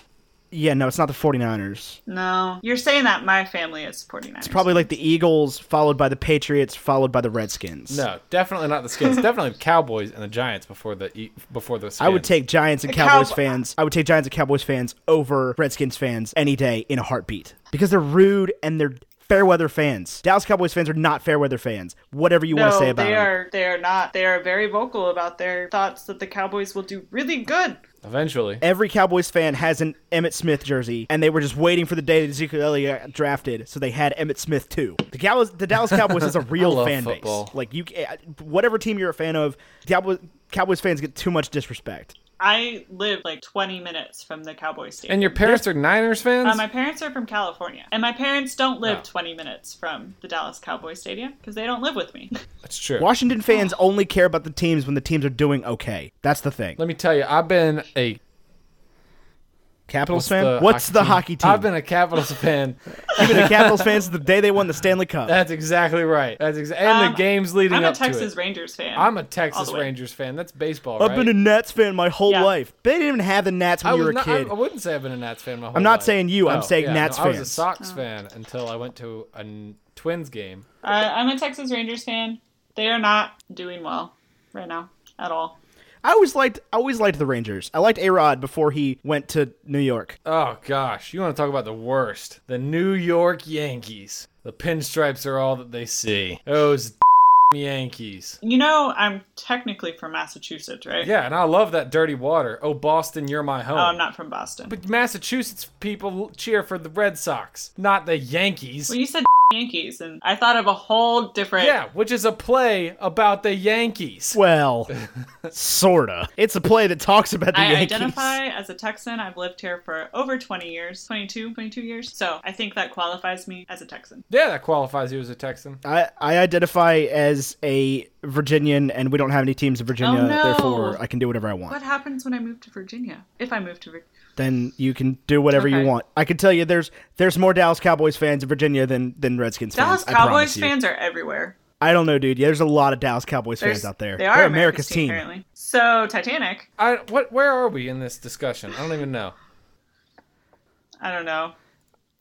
[SPEAKER 2] yeah, no, it's not the 49ers.
[SPEAKER 3] No, you're saying that my family is 49ers.
[SPEAKER 2] It's probably like the Eagles, followed by the Patriots, followed by the Redskins.
[SPEAKER 1] No, definitely not the Skins. definitely the Cowboys and the Giants before the E- before the. Skins.
[SPEAKER 2] I would take Giants and
[SPEAKER 3] The
[SPEAKER 2] Cowboys
[SPEAKER 3] Cow-
[SPEAKER 2] fans. I would take Giants and Cowboys fans over Redskins fans any day in a heartbeat because they're rude and they're fair weather fans. Dallas Cowboys fans are not fair weather fans. Whatever you want to
[SPEAKER 3] no,
[SPEAKER 2] say about
[SPEAKER 3] they
[SPEAKER 2] them.
[SPEAKER 3] are they are not. They are very vocal about their thoughts that the Cowboys will do really good.
[SPEAKER 1] eventually.
[SPEAKER 2] Every Cowboys fan has an Emmett Smith jersey, and they were just waiting for the day that Ezekiel Elliott got drafted, so they had Emmett Smith too. The Cowboys, the Dallas Cowboys, is a real
[SPEAKER 1] I love
[SPEAKER 2] fan
[SPEAKER 1] football.
[SPEAKER 2] base. Like you, ca- whatever team you're a fan of, Cowboys, Cowboys fans get too much disrespect.
[SPEAKER 3] I live like 20 minutes from the Cowboys stadium.
[SPEAKER 1] And your parents are Niners fans?
[SPEAKER 3] Uh, my parents are from California, and my parents don't live
[SPEAKER 1] Oh.
[SPEAKER 3] 20 minutes from the Dallas Cowboys stadium because they don't live with me.
[SPEAKER 1] That's true.
[SPEAKER 2] Washington fans only care about the teams when the teams are doing okay. That's the thing.
[SPEAKER 1] Let me tell you, I've been a
[SPEAKER 2] Capitals fan? What's the hockey team?
[SPEAKER 1] I've been a Capitals fan.
[SPEAKER 2] You've been a Capitals fan since the day they won the Stanley Cup.
[SPEAKER 1] That's exactly right. That's exactly. And
[SPEAKER 3] Um,
[SPEAKER 1] the games leading
[SPEAKER 3] I'm a
[SPEAKER 1] up
[SPEAKER 3] Texas
[SPEAKER 1] to it.
[SPEAKER 3] Rangers fan.
[SPEAKER 1] I'm a Texas
[SPEAKER 3] the way.
[SPEAKER 1] Rangers fan. That's baseball,
[SPEAKER 2] I've
[SPEAKER 1] right?
[SPEAKER 2] been a Nats fan my whole
[SPEAKER 3] Yeah.
[SPEAKER 2] life. They didn't even have the Nats when
[SPEAKER 1] I
[SPEAKER 2] you
[SPEAKER 1] was
[SPEAKER 2] were a
[SPEAKER 1] not- I-
[SPEAKER 2] kid.
[SPEAKER 1] I, wouldn't say I've been a Nats fan my whole
[SPEAKER 2] not
[SPEAKER 1] life. Oh,
[SPEAKER 2] saying you, I'm saying
[SPEAKER 1] yeah,
[SPEAKER 2] Nats
[SPEAKER 1] no, I was a
[SPEAKER 2] fans.
[SPEAKER 3] Oh.
[SPEAKER 1] Sox fan until I went to a n- Twins game.
[SPEAKER 3] Uh, I'm a Texas Rangers fan. They are not doing well right now at all.
[SPEAKER 2] I always liked I always liked the Rangers. I liked A Rod before he went to New York.
[SPEAKER 1] Oh gosh, you want to talk about the worst? The New York Yankees. The pinstripes are all that they see. Those Yankees.
[SPEAKER 3] You know, I'm technically from Massachusetts, right?
[SPEAKER 1] Yeah, and I love that dirty water. Oh Boston, you're my home.
[SPEAKER 3] Oh, I'm not from Boston.
[SPEAKER 1] But Massachusetts people cheer for the Red Sox, not the Yankees.
[SPEAKER 3] well, you said Yankees, and I thought of a whole different.
[SPEAKER 1] Yeah, which is a play about the Yankees.
[SPEAKER 2] Well, sorta. It's a play that talks about the
[SPEAKER 3] I
[SPEAKER 2] Yankees.
[SPEAKER 3] identify as a Texan. I've lived here for over 20 years, 22, 22 years. So I think that qualifies me as a Texan.
[SPEAKER 1] Yeah, that qualifies you as a Texan.
[SPEAKER 2] I, I identify as a Virginian, and we don't have any teams in Virginia.
[SPEAKER 3] Oh, no.
[SPEAKER 2] Therefore, I can do whatever I want.
[SPEAKER 3] What happens when I move to Virginia? If I move to Virginia.
[SPEAKER 2] Then you can do whatever you
[SPEAKER 3] Okay.
[SPEAKER 2] want. I can tell you, there's there's more Dallas Cowboys fans in Virginia than than Redskins
[SPEAKER 3] Dallas
[SPEAKER 2] fans. I
[SPEAKER 3] Cowboys
[SPEAKER 2] promise you.
[SPEAKER 3] fans are everywhere.
[SPEAKER 2] I don't know, dude. Yeah, there's a lot of Dallas Cowboys
[SPEAKER 3] There's-
[SPEAKER 2] fans out there.
[SPEAKER 3] They are
[SPEAKER 2] They're
[SPEAKER 3] America's, team, apparently. So Titanic,
[SPEAKER 1] I what? Where are we in this discussion? I don't even know.
[SPEAKER 3] I don't know.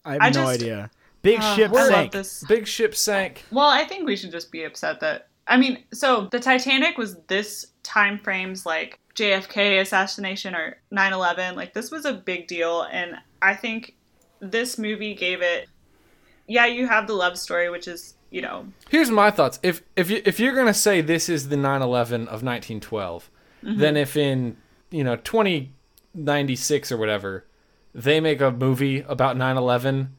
[SPEAKER 2] I have
[SPEAKER 3] I
[SPEAKER 2] no
[SPEAKER 3] just- Ah,
[SPEAKER 2] idea. Big ship
[SPEAKER 3] I love
[SPEAKER 2] sank.
[SPEAKER 3] this.
[SPEAKER 1] Big ship sank.
[SPEAKER 3] Well, I think we should just be upset that I mean, so the Titanic was this time frame's like JFK assassination or 9/11, like this was a big deal and I think this movie gave it Yeah, you have the love story which is, you know,
[SPEAKER 1] Here's my thoughts. If if you if you're gonna say this is the 9/11 of 1912,
[SPEAKER 3] Mm-hmm.
[SPEAKER 1] then if in you know 2096 or whatever, they make a movie about 9/11,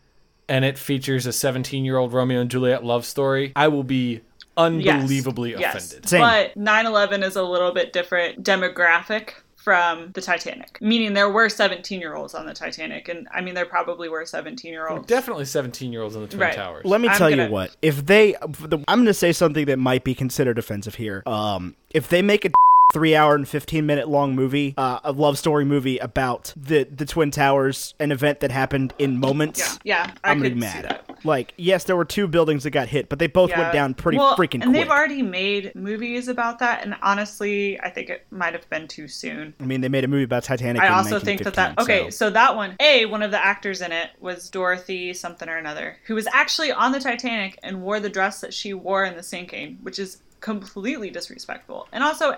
[SPEAKER 1] and it features a 17-year-old Romeo and Juliet love story, I will be
[SPEAKER 3] yes,
[SPEAKER 1] unbelievably
[SPEAKER 3] yes.
[SPEAKER 1] offended.
[SPEAKER 2] Same.
[SPEAKER 3] But 9/11 is a little bit different demographic from the Titanic. Meaning there were 17-year-olds on the Titanic and I mean there probably were 17-year-olds.
[SPEAKER 1] Definitely 17-year-olds in the Twin
[SPEAKER 3] Right.
[SPEAKER 1] Towers.
[SPEAKER 2] Let me
[SPEAKER 3] I'm
[SPEAKER 2] tell
[SPEAKER 3] gonna-
[SPEAKER 2] you what. If they, the, I'm going to say something that might be considered offensive here. Um, if they make a three hour and 15 minute long movie, uh, a love story movie about the the Twin Towers, an event that happened in moments.
[SPEAKER 3] yeah, yeah, I
[SPEAKER 2] I'm
[SPEAKER 3] could
[SPEAKER 2] gonna be
[SPEAKER 3] see
[SPEAKER 2] mad.
[SPEAKER 3] that.
[SPEAKER 2] Like, yes, there were two buildings that got hit, but they both
[SPEAKER 3] Yeah.
[SPEAKER 2] went down pretty
[SPEAKER 3] Well,
[SPEAKER 2] freaking
[SPEAKER 3] and
[SPEAKER 2] quick.
[SPEAKER 3] they've already made movies about that and honestly i think it might have been too soon
[SPEAKER 2] I mean, they made a movie about Titanic.
[SPEAKER 3] i
[SPEAKER 2] in
[SPEAKER 3] also think that that
[SPEAKER 2] 1915,
[SPEAKER 3] okay
[SPEAKER 2] so-
[SPEAKER 3] so. that one a one of the actors in it was dorothy something or another who was actually on the titanic and wore the dress that she wore in the sinking which is completely disrespectful and also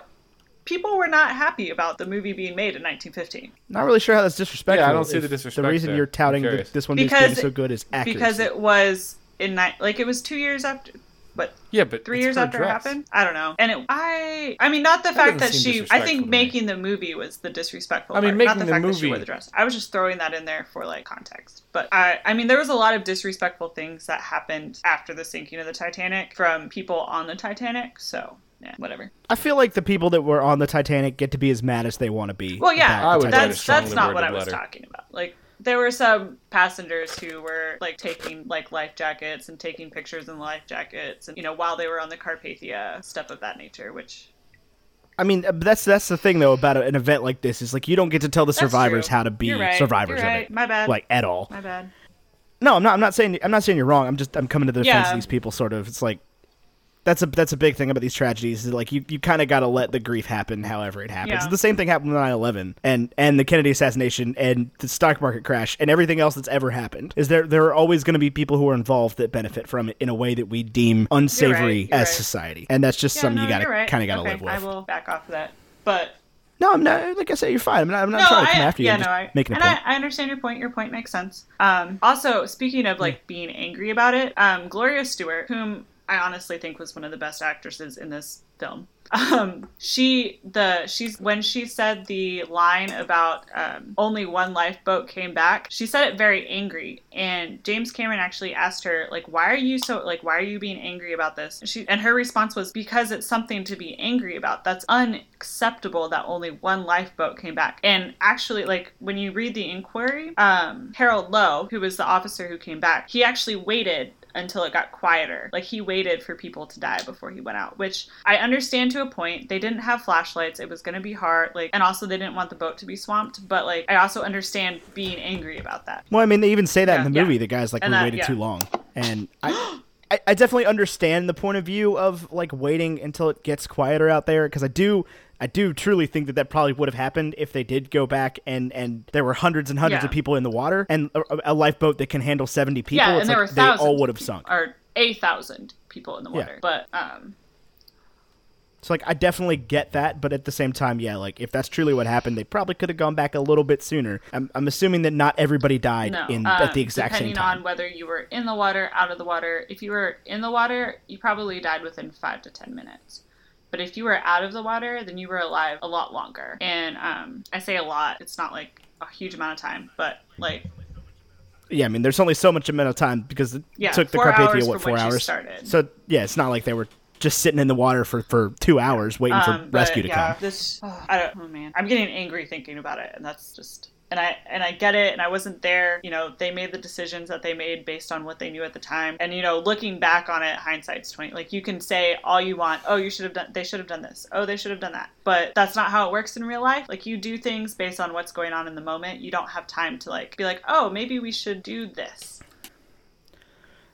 [SPEAKER 3] people were not happy about the movie being made in 1915
[SPEAKER 2] Not really sure how that's disrespectful.
[SPEAKER 1] Yeah, I don't see
[SPEAKER 2] if
[SPEAKER 1] the disrespect
[SPEAKER 2] The reason
[SPEAKER 1] there.
[SPEAKER 2] you're
[SPEAKER 1] I'm
[SPEAKER 2] touting
[SPEAKER 1] curious.
[SPEAKER 2] that this one
[SPEAKER 3] Because-
[SPEAKER 2] is being so good is accurate.
[SPEAKER 3] because it was in ni- like it was two years after but
[SPEAKER 1] yeah, but
[SPEAKER 3] three
[SPEAKER 1] it's
[SPEAKER 3] years
[SPEAKER 1] her
[SPEAKER 3] after
[SPEAKER 1] dress.
[SPEAKER 3] it happened. I don't know. And it, I, I mean, not the fact
[SPEAKER 1] doesn't
[SPEAKER 3] that
[SPEAKER 1] seem
[SPEAKER 3] she. I
[SPEAKER 1] disrespectful to
[SPEAKER 3] think
[SPEAKER 1] me.
[SPEAKER 3] making the movie was the disrespectful.
[SPEAKER 1] I mean,
[SPEAKER 3] part, not
[SPEAKER 1] making
[SPEAKER 3] the,
[SPEAKER 1] the
[SPEAKER 3] fact that she
[SPEAKER 1] movie-
[SPEAKER 3] wore the dress. I was just throwing that in there for like context. But I, I mean, there was a lot of disrespectful things that happened after the sinking of the Titanic from people on the Titanic. So. Yeah, whatever.
[SPEAKER 2] I feel like the people that were on the Titanic get to be as mad as they want to be.
[SPEAKER 3] Well, yeah,
[SPEAKER 2] about the
[SPEAKER 1] I would write a
[SPEAKER 3] that's
[SPEAKER 1] strongly
[SPEAKER 3] that's not what I
[SPEAKER 1] worded
[SPEAKER 3] was
[SPEAKER 1] letter.
[SPEAKER 3] talking about. Like there were some passengers who were like taking like life jackets and taking pictures in life jackets, and you know while they were on the Carpathia, stuff of that nature, which
[SPEAKER 2] I mean, uh, that's that's the thing though about an event like this is like you don't get to tell the survivors
[SPEAKER 3] true.
[SPEAKER 2] how to be
[SPEAKER 3] You're right.
[SPEAKER 2] survivors
[SPEAKER 3] You're
[SPEAKER 2] of
[SPEAKER 3] right.
[SPEAKER 2] it.
[SPEAKER 3] My bad.
[SPEAKER 2] Like at all.
[SPEAKER 3] My bad.
[SPEAKER 2] No, I'm not. I'm not saying. I'm not saying you're wrong. I'm just. I'm coming to the defense
[SPEAKER 3] Yeah.
[SPEAKER 2] of these people. Sort of. It's like that's a that's a big thing about these tragedies. Is like you you kind of got to let the grief happen, however it happens.
[SPEAKER 3] Yeah.
[SPEAKER 2] The same thing happened with 9/11 and and the Kennedy assassination and the stock market crash and everything else that's ever happened. Is there there are always going to be people who are involved that benefit from it in a way that we deem unsavory
[SPEAKER 3] you're
[SPEAKER 2] as
[SPEAKER 3] right.
[SPEAKER 2] society, and that's just something
[SPEAKER 3] no,
[SPEAKER 2] you got to
[SPEAKER 3] you're right.
[SPEAKER 2] kind of got to
[SPEAKER 3] Okay,
[SPEAKER 2] live with.
[SPEAKER 3] I will back off of that. But
[SPEAKER 2] No, I'm not. Like I said, you're fine. I'm not, I'm not
[SPEAKER 3] no,
[SPEAKER 2] trying to
[SPEAKER 3] I,
[SPEAKER 2] come after you.
[SPEAKER 3] yeah,
[SPEAKER 2] I'm just
[SPEAKER 3] no, I,
[SPEAKER 2] making a
[SPEAKER 3] and
[SPEAKER 2] point.
[SPEAKER 3] I, I understand your point. Your point makes sense. Um, also, speaking of like being angry about it, um, Gloria Stewart, whom I honestly think was one of the best actresses in this film. Um, she the she's when she said the line about um, only one lifeboat came back. She said it very angry, and James Cameron actually asked her like, "Why are you so like Why are you being angry about this?" And she and her response was, "Because it's something to be angry about. That's unacceptable that only one lifeboat came back." And actually, like when you read the inquiry, um, Harold Lowe, who was the officer who came back, he actually waited until it got quieter. Like he waited for people to die before he went out, which I understand to a point. They didn't have flashlights. It was going to be hard. Like, and also they didn't want the boat to be swamped. But like, I also understand being angry about that.
[SPEAKER 2] Well, I mean, they even say that
[SPEAKER 3] Yeah,
[SPEAKER 2] in the movie.
[SPEAKER 3] yeah.
[SPEAKER 2] The guy's like,
[SPEAKER 3] And
[SPEAKER 2] we
[SPEAKER 3] that-
[SPEAKER 2] waited
[SPEAKER 3] yeah.
[SPEAKER 2] too long. And I, I, I definitely understand the point of view of like waiting until it gets quieter out there because I do. I do truly think that that probably would have happened if they did go back and, and there were hundreds and hundreds
[SPEAKER 3] Yeah.
[SPEAKER 2] of people in the water and a, a lifeboat that can handle 70 people.
[SPEAKER 3] yeah,
[SPEAKER 2] it's
[SPEAKER 3] and there
[SPEAKER 2] like
[SPEAKER 3] were
[SPEAKER 2] they
[SPEAKER 3] thousands.
[SPEAKER 2] all would have
[SPEAKER 3] of
[SPEAKER 2] sunk.
[SPEAKER 3] people- Or a thousand people in the water. But um,
[SPEAKER 2] So like I definitely get that, but at the same time, yeah, like if that's truly what happened, they probably could have gone back a little bit sooner. I'm, I'm assuming that not everybody died
[SPEAKER 3] no.
[SPEAKER 2] in
[SPEAKER 3] um,
[SPEAKER 2] at the exact same
[SPEAKER 3] depending
[SPEAKER 2] time.
[SPEAKER 3] on whether you were in the water, out of the water. If you were in the water, you probably died within five to ten minutes. But if you were out of the water, then you were alive a lot longer. And um, I say a lot. It's not like a huge amount of time, but like
[SPEAKER 2] yeah, I mean, there's only so much amount of time because it
[SPEAKER 3] Yeah,
[SPEAKER 2] took the
[SPEAKER 3] four
[SPEAKER 2] Carpathia
[SPEAKER 3] hours
[SPEAKER 2] what
[SPEAKER 3] from
[SPEAKER 2] four
[SPEAKER 3] when she
[SPEAKER 2] hours.
[SPEAKER 3] started.
[SPEAKER 2] So yeah, it's not like they were just sitting in the water for for two hours waiting
[SPEAKER 3] Um,
[SPEAKER 2] for
[SPEAKER 3] but
[SPEAKER 2] rescue to
[SPEAKER 3] yeah,
[SPEAKER 2] come.
[SPEAKER 3] This, oh, I don't, oh man, I'm getting angry thinking about it, and that's just. And I and I get it, and I wasn't there. You know, they made the decisions that they made based on what they knew at the time. And you know, looking back on it, hindsight's twenty. Like you can say all you want. Oh, you should have done. They should have done this. Oh, they should have done that. But that's not how it works in real life. Like you do things based on what's going on in the moment. You don't have time to like be like, oh, maybe we should do this.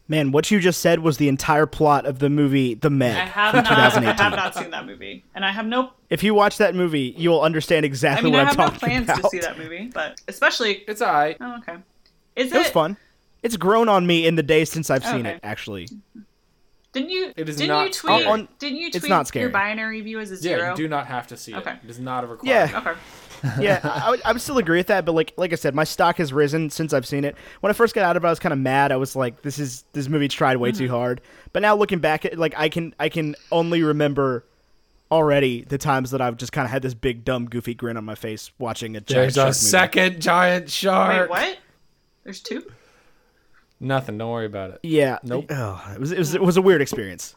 [SPEAKER 2] Man, what you just said was the entire plot of the movie The Meg
[SPEAKER 3] I have
[SPEAKER 2] from
[SPEAKER 3] not. I
[SPEAKER 2] 2018.
[SPEAKER 3] have not seen that movie, and I have no
[SPEAKER 2] If you watch that movie, you'll understand exactly
[SPEAKER 3] I mean,
[SPEAKER 2] what
[SPEAKER 3] I
[SPEAKER 2] am
[SPEAKER 3] have no
[SPEAKER 2] talking
[SPEAKER 3] plans
[SPEAKER 2] about.
[SPEAKER 3] to see that movie, but especially.
[SPEAKER 1] It's all right.
[SPEAKER 3] Oh, okay. Is it?
[SPEAKER 2] It was fun. It's grown on me in the days since I've seen
[SPEAKER 3] Okay.
[SPEAKER 2] it. Actually,
[SPEAKER 3] Didn't you?
[SPEAKER 1] It is
[SPEAKER 3] didn't
[SPEAKER 1] not
[SPEAKER 3] you tweet?
[SPEAKER 1] scary.
[SPEAKER 2] On-
[SPEAKER 3] didn't you tweet
[SPEAKER 2] it's not scary.
[SPEAKER 3] your binary review as a zero?
[SPEAKER 1] Yeah, you do not have to see
[SPEAKER 3] Okay.
[SPEAKER 1] it. It is not a requirement.
[SPEAKER 2] yeah,
[SPEAKER 3] Okay.
[SPEAKER 2] yeah, I, I would, I would still agree with that. But like, like I said, my stock has risen since I've seen it. When I first got out of it, I was kind of mad. I was like, this is this movie tried way
[SPEAKER 3] Mm-hmm.
[SPEAKER 2] too hard. But now looking back, at like I can I can only remember already the times that I've just kind of had this big dumb goofy grin on my face watching a
[SPEAKER 1] There's
[SPEAKER 2] giant shark
[SPEAKER 1] a
[SPEAKER 2] movie.
[SPEAKER 1] second giant shark.
[SPEAKER 3] Wait, what? There's two.
[SPEAKER 1] Nothing. Don't worry about it.
[SPEAKER 2] Yeah.
[SPEAKER 1] Nope.
[SPEAKER 2] Oh, it was it was it was a weird experience.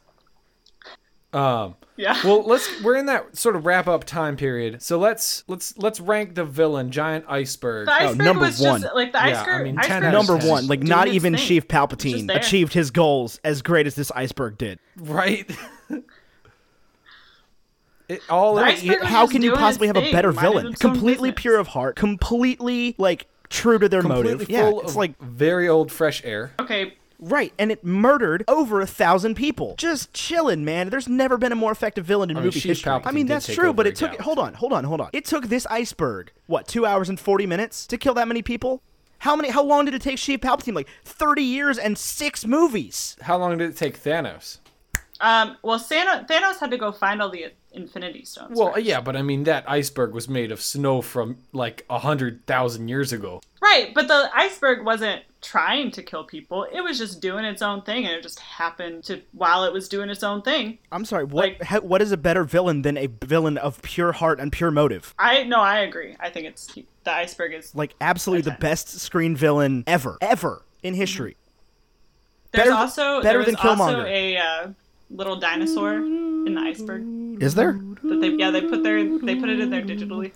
[SPEAKER 1] Um.
[SPEAKER 3] Yeah.
[SPEAKER 1] Well, let's. We're in that sort of wrap up time period. So let's let's let's rank the villain, giant iceberg. Uh,
[SPEAKER 3] the iceberg
[SPEAKER 2] number
[SPEAKER 3] was
[SPEAKER 2] one.
[SPEAKER 3] just like the
[SPEAKER 1] Yeah,
[SPEAKER 3] iceberg.
[SPEAKER 1] I mean, 10
[SPEAKER 3] iceberg
[SPEAKER 1] out of
[SPEAKER 2] Number
[SPEAKER 1] Just
[SPEAKER 2] one, like
[SPEAKER 3] doing
[SPEAKER 2] not
[SPEAKER 3] its
[SPEAKER 2] even
[SPEAKER 3] thing.
[SPEAKER 2] Chief
[SPEAKER 3] It's just
[SPEAKER 2] Palpatine
[SPEAKER 3] there.
[SPEAKER 2] achieved his goals as great as this iceberg did.
[SPEAKER 1] right. It all
[SPEAKER 3] The
[SPEAKER 1] it-
[SPEAKER 3] iceberg
[SPEAKER 1] it-
[SPEAKER 3] was
[SPEAKER 2] How
[SPEAKER 3] just
[SPEAKER 2] can you
[SPEAKER 3] doing
[SPEAKER 2] possibly
[SPEAKER 3] its
[SPEAKER 2] have a
[SPEAKER 3] thing,
[SPEAKER 2] better
[SPEAKER 3] minding
[SPEAKER 2] villain?
[SPEAKER 3] its own
[SPEAKER 2] Completely
[SPEAKER 3] business.
[SPEAKER 2] pure of heart, completely like true to their motive.
[SPEAKER 1] completely
[SPEAKER 2] Yeah,
[SPEAKER 1] full
[SPEAKER 2] it's
[SPEAKER 1] of
[SPEAKER 2] like
[SPEAKER 1] very old fresh air.
[SPEAKER 3] Okay.
[SPEAKER 2] right, and it murdered over a thousand people. Just chilling, man. There's never been a more effective villain in
[SPEAKER 1] mean,
[SPEAKER 2] movie
[SPEAKER 1] Chief
[SPEAKER 2] history. I
[SPEAKER 1] Palpatine
[SPEAKER 2] mean,
[SPEAKER 1] did
[SPEAKER 2] that's
[SPEAKER 1] take
[SPEAKER 2] true,
[SPEAKER 1] over
[SPEAKER 2] but
[SPEAKER 1] a
[SPEAKER 2] it took.
[SPEAKER 1] galaxy.
[SPEAKER 2] Hold on, hold on, hold on. It took this iceberg what two hours and forty minutes to kill that many people. How many? How long did it take Chief Palpatine? Like thirty years and six movies.
[SPEAKER 1] How long did it take Thanos?
[SPEAKER 3] Um. Well, Thanos, Thanos had to go find all the Infinity Stones.
[SPEAKER 1] Well, uh,
[SPEAKER 3] first.
[SPEAKER 1] yeah, but I mean that iceberg was made of snow from like a hundred thousand years ago.
[SPEAKER 3] Right, but the iceberg wasn't trying to kill people. It was just doing its own thing, and it just happened to while it was doing its own thing.
[SPEAKER 2] I'm sorry. What?
[SPEAKER 3] Like-
[SPEAKER 2] how, what is a better villain than a villain of pure heart and pure motive?
[SPEAKER 3] I no, I agree. I think it's the iceberg is
[SPEAKER 2] like absolutely the best screen villain ever, ever in history.
[SPEAKER 3] There's
[SPEAKER 2] Better-
[SPEAKER 3] also
[SPEAKER 2] better
[SPEAKER 3] there was
[SPEAKER 2] than Killmonger.
[SPEAKER 3] also a uh, little dinosaur in the iceberg
[SPEAKER 2] Is there?
[SPEAKER 3] that they yeah they put their they put it in there digitally.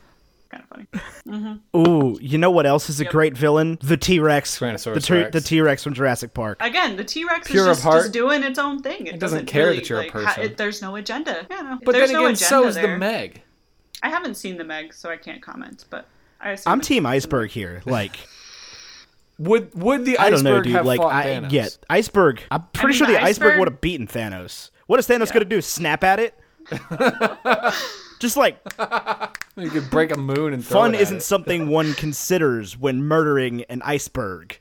[SPEAKER 3] Kind of funny.
[SPEAKER 2] Ooh, you know what else is a great villain? The T Rex,
[SPEAKER 1] Tyrannosaurus
[SPEAKER 2] the T-
[SPEAKER 1] Rex.
[SPEAKER 2] the T Rex from Jurassic Park.
[SPEAKER 3] Again, the T Rex is
[SPEAKER 1] Pure of
[SPEAKER 3] just,
[SPEAKER 1] heart.
[SPEAKER 3] just doing its own thing. It,
[SPEAKER 1] doesn't care
[SPEAKER 3] really,
[SPEAKER 1] that you're a
[SPEAKER 3] like, ha-
[SPEAKER 1] person.
[SPEAKER 3] it- there's no agenda. Yeah, no.
[SPEAKER 1] But
[SPEAKER 3] there's
[SPEAKER 1] then
[SPEAKER 3] no
[SPEAKER 1] again,
[SPEAKER 3] agenda
[SPEAKER 1] so is
[SPEAKER 3] there.
[SPEAKER 1] the Meg.
[SPEAKER 3] I haven't seen the Meg, so I can't comment. But I assume
[SPEAKER 2] I'm
[SPEAKER 3] it's-
[SPEAKER 2] Team Iceberg here. Like
[SPEAKER 1] Would would the
[SPEAKER 2] I don't
[SPEAKER 1] iceberg
[SPEAKER 2] know, dude.
[SPEAKER 1] have
[SPEAKER 2] Like
[SPEAKER 1] fought
[SPEAKER 2] I
[SPEAKER 1] Thanos?
[SPEAKER 2] yeah, Iceberg. I'm pretty
[SPEAKER 3] mean,
[SPEAKER 2] sure the
[SPEAKER 3] the
[SPEAKER 2] iceberg,
[SPEAKER 3] iceberg-
[SPEAKER 2] would have beaten Thanos. What is Thanos gonna do? Snap at it? Just like
[SPEAKER 1] You could break a moon and throw
[SPEAKER 2] fun
[SPEAKER 1] it at
[SPEAKER 2] isn't
[SPEAKER 1] it.
[SPEAKER 2] something one considers when murdering an iceberg.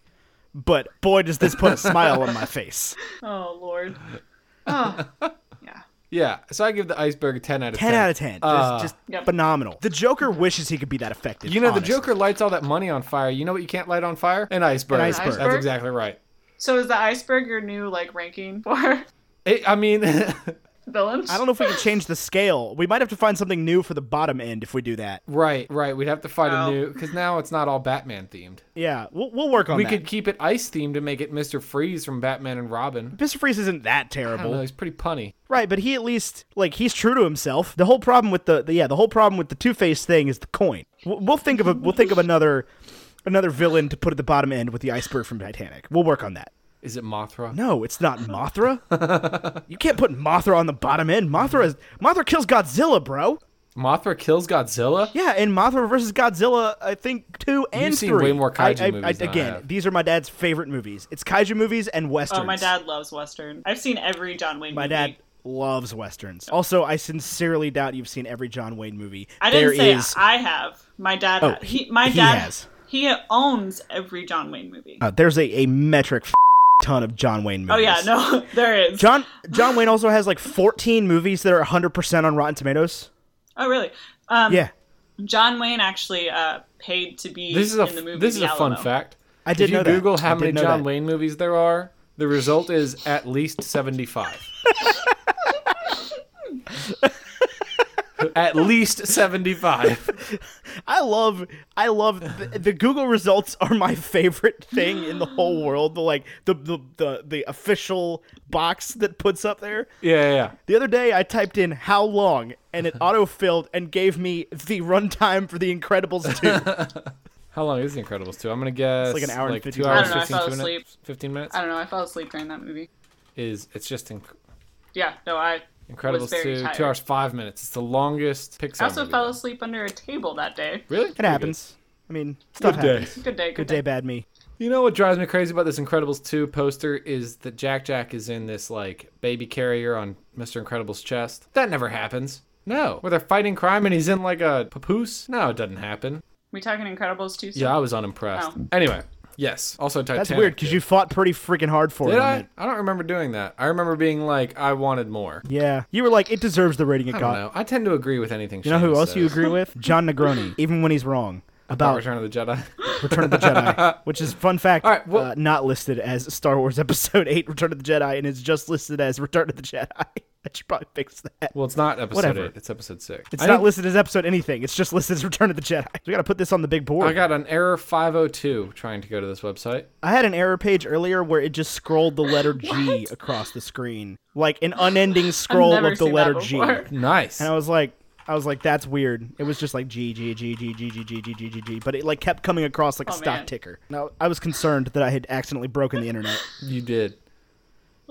[SPEAKER 2] But boy, does this put a smile on my face.
[SPEAKER 3] Oh Lord. Oh, yeah.
[SPEAKER 1] Yeah, so I give the iceberg a ten out of
[SPEAKER 2] 10 out of 10. Just,
[SPEAKER 1] Uh,
[SPEAKER 2] just
[SPEAKER 3] Yep.
[SPEAKER 2] phenomenal. The Joker wishes he could be that effective.
[SPEAKER 1] You know, the
[SPEAKER 2] honestly.
[SPEAKER 1] Joker lights all that money on fire. You know what you can't light on fire? An iceberg.
[SPEAKER 2] An iceberg.
[SPEAKER 1] That's exactly right.
[SPEAKER 3] So is the iceberg your new like ranking for?
[SPEAKER 1] It, I mean,
[SPEAKER 3] Villain.
[SPEAKER 2] I don't know if we can change the scale. We might have to find something new for the bottom end if we do that.
[SPEAKER 1] right, right. We'd have to find
[SPEAKER 3] Wow.
[SPEAKER 1] a new because now it's not all Batman themed.
[SPEAKER 2] Yeah, we'll, we'll work on
[SPEAKER 1] We
[SPEAKER 2] that.
[SPEAKER 1] could keep it ice themed and make it Mister Freeze from Batman and Robin.
[SPEAKER 2] Mr. Freeze isn't that
[SPEAKER 1] I don't know.
[SPEAKER 2] terrible,
[SPEAKER 1] He's pretty punny.
[SPEAKER 2] right? But he at least like he's true to himself. The whole problem with the, the yeah, the whole problem with the Two Face thing is the coin. We'll, we'll think of a we'll think of another another villain to put at the bottom end with the iceberg from Titanic. We'll work on that.
[SPEAKER 1] Is it Mothra?
[SPEAKER 2] No, it's not Mothra. you can't put Mothra on the bottom end. Mothra is, Mothra kills Godzilla, bro.
[SPEAKER 1] Mothra kills Godzilla.
[SPEAKER 2] Yeah, and Mothra versus Godzilla, I think two and
[SPEAKER 1] seen
[SPEAKER 2] three.
[SPEAKER 1] way more kaiju
[SPEAKER 2] I, I,
[SPEAKER 1] movies
[SPEAKER 2] I,
[SPEAKER 1] than I
[SPEAKER 2] again,
[SPEAKER 1] have.
[SPEAKER 2] these are my dad's favorite movies. It's kaiju movies and westerns.
[SPEAKER 3] Oh, my dad loves Western. I've seen every John Wayne
[SPEAKER 2] My
[SPEAKER 3] movie.
[SPEAKER 2] dad loves westerns. Also, I sincerely doubt you've seen every John Wayne movie.
[SPEAKER 3] I didn't
[SPEAKER 2] There
[SPEAKER 3] say
[SPEAKER 2] is-
[SPEAKER 3] I have. My dad.
[SPEAKER 2] Oh,
[SPEAKER 3] he, my
[SPEAKER 2] he
[SPEAKER 3] dad.
[SPEAKER 2] has.
[SPEAKER 3] He owns every John Wayne movie.
[SPEAKER 2] uh, there's a, a metric f- ton of John Wayne movies.
[SPEAKER 3] oh yeah, no, there is.
[SPEAKER 2] John John Wayne also has like 14 movies that are 100% on Rotten Tomatoes.
[SPEAKER 3] oh really? Um,
[SPEAKER 2] Yeah.
[SPEAKER 3] John Wayne actually uh, paid to be
[SPEAKER 1] This is a
[SPEAKER 3] in the movie.
[SPEAKER 1] this is
[SPEAKER 3] The
[SPEAKER 1] a fun
[SPEAKER 3] Alamo.
[SPEAKER 1] fact.
[SPEAKER 2] I did
[SPEAKER 1] if you
[SPEAKER 2] know that.
[SPEAKER 1] Google
[SPEAKER 2] I
[SPEAKER 1] how
[SPEAKER 2] did
[SPEAKER 1] many
[SPEAKER 2] know
[SPEAKER 1] John
[SPEAKER 2] that.
[SPEAKER 1] Wayne movies there are, the result is at least seventy-five. at least seventy-five.
[SPEAKER 2] I love, I love the, the Google results are my favorite thing in the whole world. The like the the the, the official box that puts up there.
[SPEAKER 1] Yeah, yeah, yeah.
[SPEAKER 2] The other day, I typed in how long, and it auto filled and gave me the runtime for The Incredibles two.
[SPEAKER 1] How long is The Incredibles two? I'm gonna guess
[SPEAKER 2] like an hour and 15
[SPEAKER 1] two hours,
[SPEAKER 3] I don't know, I
[SPEAKER 1] fifteen,
[SPEAKER 3] fell
[SPEAKER 1] two minute-
[SPEAKER 3] asleep.
[SPEAKER 1] fifteen minutes.
[SPEAKER 3] I don't know. I fell asleep during that movie.
[SPEAKER 1] Is it's just inc-
[SPEAKER 3] Yeah, no, I.
[SPEAKER 1] Incredibles
[SPEAKER 3] was very
[SPEAKER 1] two,
[SPEAKER 3] tired.
[SPEAKER 1] two hours five minutes. It's the longest Pixar.
[SPEAKER 3] I also
[SPEAKER 1] movie,
[SPEAKER 3] fell
[SPEAKER 1] though.
[SPEAKER 3] asleep under a table that day.
[SPEAKER 1] Really?
[SPEAKER 2] It happens. I mean, stuff
[SPEAKER 1] Good day.
[SPEAKER 2] happens.
[SPEAKER 3] Good day. Good,
[SPEAKER 2] Good
[SPEAKER 3] day.
[SPEAKER 2] day, bad me.
[SPEAKER 1] You know what drives me crazy about this Incredibles 2 poster is that Jack Jack is in this like baby carrier on Mr. Incredible's chest. That never happens. No. Where they're fighting crime and he's in like a papoose? No, it doesn't happen.
[SPEAKER 3] We talking Incredibles too?
[SPEAKER 1] Yeah, I was unimpressed.
[SPEAKER 3] Oh.
[SPEAKER 1] Anyway, yes. Also Titanic.
[SPEAKER 2] That's weird because you fought pretty freaking hard for
[SPEAKER 1] Did
[SPEAKER 2] it. on
[SPEAKER 1] I? I don't remember doing that. I remember being like, I wanted more.
[SPEAKER 2] it. Yeah, you were like, it deserves the rating it
[SPEAKER 1] I
[SPEAKER 2] got.
[SPEAKER 1] don't know. I tend to agree with anything.
[SPEAKER 2] You know who else you agree with? John Negroni, even when he's wrong about
[SPEAKER 1] Return of the Jedi.
[SPEAKER 2] Return of the Jedi, which is fun fact,
[SPEAKER 1] right, well-
[SPEAKER 2] uh, not listed as Star Wars Episode Eight: Return of the Jedi, and it's just listed as Return of the Jedi. I should probably fix that.
[SPEAKER 1] well, it's not episode
[SPEAKER 2] Whatever.
[SPEAKER 1] eight. It's episode six.
[SPEAKER 2] It's
[SPEAKER 1] I
[SPEAKER 2] not
[SPEAKER 1] think-
[SPEAKER 2] listed as Episode anything. It's just listed as Return of the Jedi. We got to put this on the big board.
[SPEAKER 1] I got an error 502 trying to go to this website.
[SPEAKER 2] I had an error page earlier where it just scrolled the letter G across the screen, like an unending scroll
[SPEAKER 3] never
[SPEAKER 2] of the
[SPEAKER 3] seen
[SPEAKER 2] letter
[SPEAKER 3] that
[SPEAKER 2] G.
[SPEAKER 3] before.
[SPEAKER 2] And
[SPEAKER 1] Nice.
[SPEAKER 2] I was like. I was like, that's weird. It was just like G G G G G G G G G G G, but it like kept coming across like a
[SPEAKER 3] Oh,
[SPEAKER 2] stock
[SPEAKER 3] man.
[SPEAKER 2] ticker. Now I was concerned that I had accidentally broken the internet.
[SPEAKER 1] You did.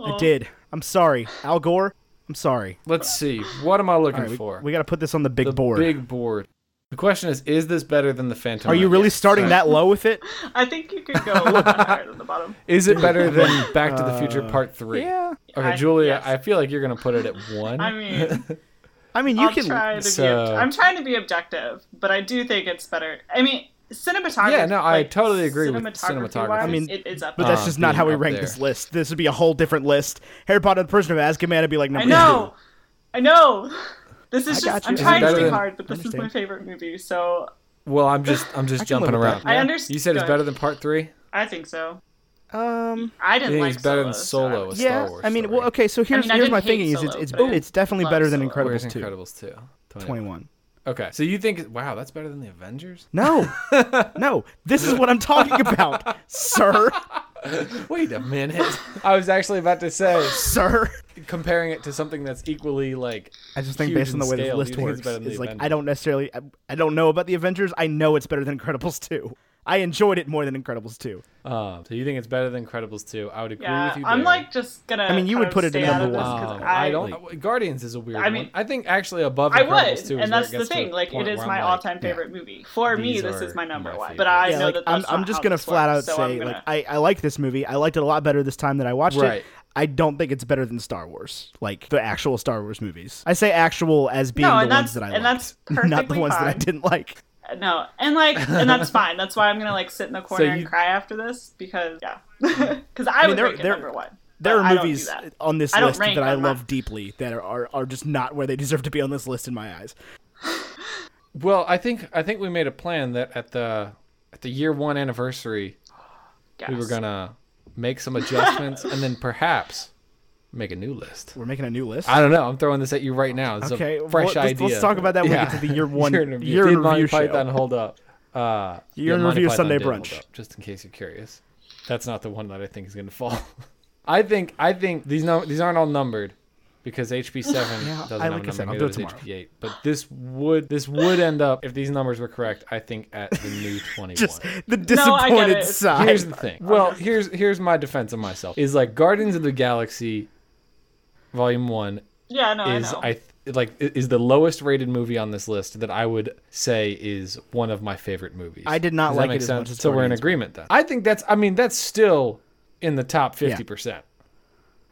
[SPEAKER 2] I did. I'm sorry, Al Gore. I'm sorry.
[SPEAKER 1] Let's see. What am I looking
[SPEAKER 2] All right, we-
[SPEAKER 1] for?
[SPEAKER 2] we, got to put this on the big
[SPEAKER 1] the
[SPEAKER 2] board.
[SPEAKER 1] big board. The question is, is this better than the Phantom?
[SPEAKER 2] Are you
[SPEAKER 1] Menace?
[SPEAKER 2] really starting that low with it?
[SPEAKER 3] I think you could go a little bit higher than the bottom.
[SPEAKER 1] Is it better than Back
[SPEAKER 2] Uh,
[SPEAKER 1] to the Future Part Three?
[SPEAKER 2] Yeah.
[SPEAKER 1] Okay,
[SPEAKER 3] I-
[SPEAKER 1] Julia,
[SPEAKER 3] yes.
[SPEAKER 1] I feel like you're gonna put it at one.
[SPEAKER 3] I mean,
[SPEAKER 2] I mean, you
[SPEAKER 3] I'll
[SPEAKER 2] can.
[SPEAKER 3] try to be.
[SPEAKER 1] so-
[SPEAKER 3] Ob- I'm trying to be objective, but I do think it's better. I mean, cinematography.
[SPEAKER 1] Yeah, no, I
[SPEAKER 3] like,
[SPEAKER 1] totally agree with cinematography.
[SPEAKER 3] wise,
[SPEAKER 1] I
[SPEAKER 2] mean,
[SPEAKER 3] it is up.
[SPEAKER 2] But that's
[SPEAKER 1] Uh,
[SPEAKER 2] just not how we
[SPEAKER 1] being up
[SPEAKER 2] rank
[SPEAKER 1] there.
[SPEAKER 2] this list. This would be a whole different list. Harry Potter and the Prisoner of Azkaban would be like
[SPEAKER 3] I
[SPEAKER 2] number
[SPEAKER 3] know, I know. This is
[SPEAKER 2] I got
[SPEAKER 3] just.
[SPEAKER 2] you.
[SPEAKER 3] I'm
[SPEAKER 2] Is it
[SPEAKER 3] trying
[SPEAKER 1] better
[SPEAKER 3] to be
[SPEAKER 1] than-
[SPEAKER 3] hard, but this is my
[SPEAKER 2] Understand.
[SPEAKER 3] favorite movie, so
[SPEAKER 1] well, I'm just I'm just
[SPEAKER 2] can live
[SPEAKER 1] jumping
[SPEAKER 2] with
[SPEAKER 1] around.
[SPEAKER 2] that. I
[SPEAKER 1] Yeah.
[SPEAKER 3] understand.
[SPEAKER 1] You said it's better than Part Three.
[SPEAKER 3] I think so.
[SPEAKER 2] two. Um.
[SPEAKER 3] I
[SPEAKER 1] I
[SPEAKER 3] didn't
[SPEAKER 1] think
[SPEAKER 3] like
[SPEAKER 1] it's better than
[SPEAKER 3] so I
[SPEAKER 1] Solo, a
[SPEAKER 3] was-
[SPEAKER 2] Yeah.
[SPEAKER 1] Star Wars.
[SPEAKER 2] I mean,
[SPEAKER 1] story.
[SPEAKER 2] well, okay. So here's
[SPEAKER 3] mean, I
[SPEAKER 2] here's
[SPEAKER 3] didn't
[SPEAKER 2] my
[SPEAKER 3] hate
[SPEAKER 2] thinking is it's
[SPEAKER 3] Solo,
[SPEAKER 2] it's,
[SPEAKER 3] but I
[SPEAKER 2] it's definitely
[SPEAKER 3] love
[SPEAKER 2] better than
[SPEAKER 3] Solo.
[SPEAKER 1] Where's
[SPEAKER 2] Incredibles two.
[SPEAKER 1] Incredibles two? 21.
[SPEAKER 2] Twenty one.
[SPEAKER 1] Okay, so you think wow, that's better than the Avengers?
[SPEAKER 2] No, no. This is what I'm talking about, sir,
[SPEAKER 1] Wait a minute. I was actually about to say
[SPEAKER 2] sir.
[SPEAKER 1] comparing it to something that's equally like.
[SPEAKER 2] I just think
[SPEAKER 1] huge
[SPEAKER 2] based on
[SPEAKER 1] in
[SPEAKER 2] the way this
[SPEAKER 1] scale,
[SPEAKER 2] list
[SPEAKER 1] you think it's
[SPEAKER 2] works,
[SPEAKER 1] better than
[SPEAKER 2] it's
[SPEAKER 1] the
[SPEAKER 2] like I
[SPEAKER 1] Avengers?
[SPEAKER 2] don't necessarily, I, I don't know about the Avengers. I know it's better than Incredibles two. I enjoyed it more than Incredibles two.
[SPEAKER 1] Um, so you think it's better than Incredibles 2? I would agree
[SPEAKER 3] Yeah,
[SPEAKER 1] with you.
[SPEAKER 3] I'm
[SPEAKER 1] there.
[SPEAKER 3] like just gonna. I
[SPEAKER 2] mean, you would put it in number one.
[SPEAKER 1] Um, I, don't. Guardians is a weird
[SPEAKER 3] I mean-
[SPEAKER 1] one. I think actually above.
[SPEAKER 3] I
[SPEAKER 1] Incredibles 2
[SPEAKER 3] would,
[SPEAKER 1] is
[SPEAKER 3] and
[SPEAKER 1] where
[SPEAKER 3] that's
[SPEAKER 1] it
[SPEAKER 3] the
[SPEAKER 1] gets to
[SPEAKER 3] thing.
[SPEAKER 1] a
[SPEAKER 3] Like, it
[SPEAKER 1] point
[SPEAKER 3] is
[SPEAKER 1] where
[SPEAKER 3] my
[SPEAKER 1] I'm
[SPEAKER 3] all-time
[SPEAKER 1] yeah.
[SPEAKER 3] favorite movie. For me,
[SPEAKER 1] These
[SPEAKER 3] this
[SPEAKER 1] are
[SPEAKER 3] is my number
[SPEAKER 1] my
[SPEAKER 3] one.
[SPEAKER 1] favorites.
[SPEAKER 3] But I
[SPEAKER 1] Yeah,
[SPEAKER 3] know
[SPEAKER 2] like,
[SPEAKER 3] that
[SPEAKER 2] I'm,
[SPEAKER 3] that's
[SPEAKER 2] I'm
[SPEAKER 3] not
[SPEAKER 2] just
[SPEAKER 3] how
[SPEAKER 2] gonna
[SPEAKER 3] this
[SPEAKER 2] flat
[SPEAKER 3] works,
[SPEAKER 2] out
[SPEAKER 3] so
[SPEAKER 2] say
[SPEAKER 3] I'm gonna-
[SPEAKER 2] like I, I like this movie. I liked it a lot better this time that I watched
[SPEAKER 1] Right.
[SPEAKER 2] it. I don't think it's better than Star Wars, like the actual Star Wars movies. I say actual as being
[SPEAKER 3] No,
[SPEAKER 2] the
[SPEAKER 3] and
[SPEAKER 2] ones
[SPEAKER 3] that's-
[SPEAKER 2] that I
[SPEAKER 3] and
[SPEAKER 2] liked,
[SPEAKER 3] that's
[SPEAKER 2] not the
[SPEAKER 3] perfectly
[SPEAKER 2] ones that I
[SPEAKER 3] fine.
[SPEAKER 2] didn't like.
[SPEAKER 3] No, and like, and that's fine. That's why I'm gonna like sit in the corner
[SPEAKER 1] you-
[SPEAKER 3] and cry after this because yeah, because I, would
[SPEAKER 2] there-
[SPEAKER 3] rank it
[SPEAKER 2] there-
[SPEAKER 3] number one.
[SPEAKER 2] There
[SPEAKER 3] but
[SPEAKER 2] are
[SPEAKER 3] I don't do
[SPEAKER 2] movies
[SPEAKER 3] that.
[SPEAKER 2] on this
[SPEAKER 3] I don't
[SPEAKER 2] list
[SPEAKER 3] rank
[SPEAKER 2] that I
[SPEAKER 3] on my-
[SPEAKER 2] love deeply that are, are are just not where they deserve to be on this list in my eyes.
[SPEAKER 1] Well, I think I think we made a plan that at the at the year one anniversary we were
[SPEAKER 3] Yes.
[SPEAKER 1] gonna make some adjustments and then perhaps Make a new list.
[SPEAKER 2] We're making a new list.
[SPEAKER 1] I don't know. I'm throwing this at you right now. It's
[SPEAKER 2] Okay,
[SPEAKER 1] a fresh
[SPEAKER 2] well, let's- let's
[SPEAKER 1] idea.
[SPEAKER 2] talk about that when we get to the year one-
[SPEAKER 1] in review.
[SPEAKER 2] year in
[SPEAKER 1] Did Monty
[SPEAKER 2] review show.
[SPEAKER 1] Python hold up? Uh,
[SPEAKER 2] Year in
[SPEAKER 1] Monty
[SPEAKER 2] review
[SPEAKER 1] Python
[SPEAKER 2] Sunday
[SPEAKER 1] did hold
[SPEAKER 2] brunch.
[SPEAKER 1] up, just in case you're curious, that's not the one that I think is going to fall. I think I think these num- these aren't all numbered because HB seven
[SPEAKER 2] Yeah,
[SPEAKER 1] doesn't have
[SPEAKER 2] I- like I
[SPEAKER 1] a number.
[SPEAKER 2] said, I'll
[SPEAKER 1] neither
[SPEAKER 2] do it
[SPEAKER 1] does
[SPEAKER 2] tomorrow.
[SPEAKER 1] HB eight. But this would this would end up if these numbers were correct. I think at the new twenty one.
[SPEAKER 2] Just the
[SPEAKER 3] No, I get
[SPEAKER 2] disappointed
[SPEAKER 3] it.
[SPEAKER 2] side.
[SPEAKER 1] Here's the thing. Well, here's here's my defense of myself. Is like Guardians of the Galaxy, Volume One
[SPEAKER 3] Yeah, no,
[SPEAKER 1] is
[SPEAKER 3] I know.
[SPEAKER 1] I, th- like i- is the lowest rated movie on this list that I would say is one of my favorite movies.
[SPEAKER 2] I did not
[SPEAKER 1] Does that
[SPEAKER 2] like
[SPEAKER 1] make
[SPEAKER 2] it as
[SPEAKER 1] sense?
[SPEAKER 2] much as
[SPEAKER 1] so we're in
[SPEAKER 2] Guardians.
[SPEAKER 1] agreement then. I think that's I mean that's still in the top fifty percent.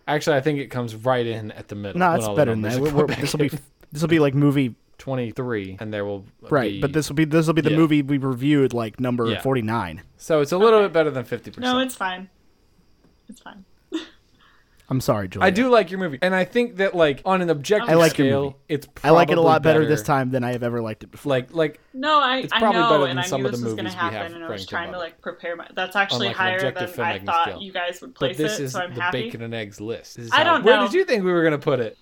[SPEAKER 1] Actually, I think it comes right in at the middle.
[SPEAKER 2] no,
[SPEAKER 1] when
[SPEAKER 2] it's
[SPEAKER 1] all the
[SPEAKER 2] better than
[SPEAKER 1] numbers
[SPEAKER 2] that.
[SPEAKER 1] go
[SPEAKER 2] We're- we're-
[SPEAKER 1] back
[SPEAKER 2] This will
[SPEAKER 1] in.
[SPEAKER 2] be this will be like movie
[SPEAKER 1] 23, and there will
[SPEAKER 2] right,
[SPEAKER 1] be-
[SPEAKER 2] but this will be this will be the
[SPEAKER 1] yeah.
[SPEAKER 2] movie we reviewed like number
[SPEAKER 1] Yeah.
[SPEAKER 2] forty nine.
[SPEAKER 1] so it's a little bit better than fifty percent.
[SPEAKER 3] no, it's fine. It's fine.
[SPEAKER 2] I'm sorry, Julia.
[SPEAKER 1] I do like your movie, and I think that like on an objective
[SPEAKER 3] I
[SPEAKER 2] like your
[SPEAKER 1] scale,
[SPEAKER 2] movie.
[SPEAKER 1] it's
[SPEAKER 2] I like it a
[SPEAKER 1] probably
[SPEAKER 2] lot better, this time than I have ever liked it before.
[SPEAKER 1] Like like
[SPEAKER 3] No, I,
[SPEAKER 1] It's
[SPEAKER 3] I
[SPEAKER 1] probably better
[SPEAKER 3] know,
[SPEAKER 1] than
[SPEAKER 3] and I
[SPEAKER 1] some
[SPEAKER 3] knew
[SPEAKER 1] of the
[SPEAKER 3] this was going to
[SPEAKER 1] movies we have
[SPEAKER 3] happen, and I was
[SPEAKER 1] ranked
[SPEAKER 3] trying to
[SPEAKER 1] above it.
[SPEAKER 3] like prepare my. That's actually
[SPEAKER 1] like an
[SPEAKER 3] higher
[SPEAKER 1] objective
[SPEAKER 3] than I
[SPEAKER 1] filmmaking
[SPEAKER 3] thought
[SPEAKER 1] scale.
[SPEAKER 3] you guys would
[SPEAKER 1] but
[SPEAKER 3] place
[SPEAKER 1] this
[SPEAKER 3] it,
[SPEAKER 1] is
[SPEAKER 3] so I'm
[SPEAKER 1] the
[SPEAKER 3] happy.
[SPEAKER 1] bacon and eggs list. This is
[SPEAKER 3] I
[SPEAKER 1] how-
[SPEAKER 3] don't
[SPEAKER 1] Where
[SPEAKER 3] know.
[SPEAKER 1] did you think we were gonna put it?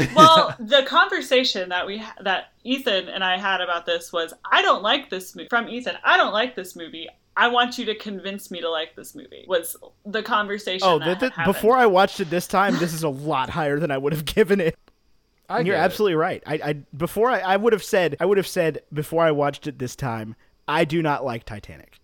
[SPEAKER 3] well, the conversation that we ha- that Ethan and I had about this was, I don't like this movie. From Ethan, I don't like this movie. I want you to convince me to like this movie. Was the conversation?
[SPEAKER 2] Oh,
[SPEAKER 3] that
[SPEAKER 2] th- th-
[SPEAKER 3] had
[SPEAKER 2] before I watched it this time, this is a lot higher than I would have given it.
[SPEAKER 1] I
[SPEAKER 2] And you're
[SPEAKER 1] get it.
[SPEAKER 2] absolutely right. I, I before I, I would have said I would have said before I watched it this time, I do not like Titanic,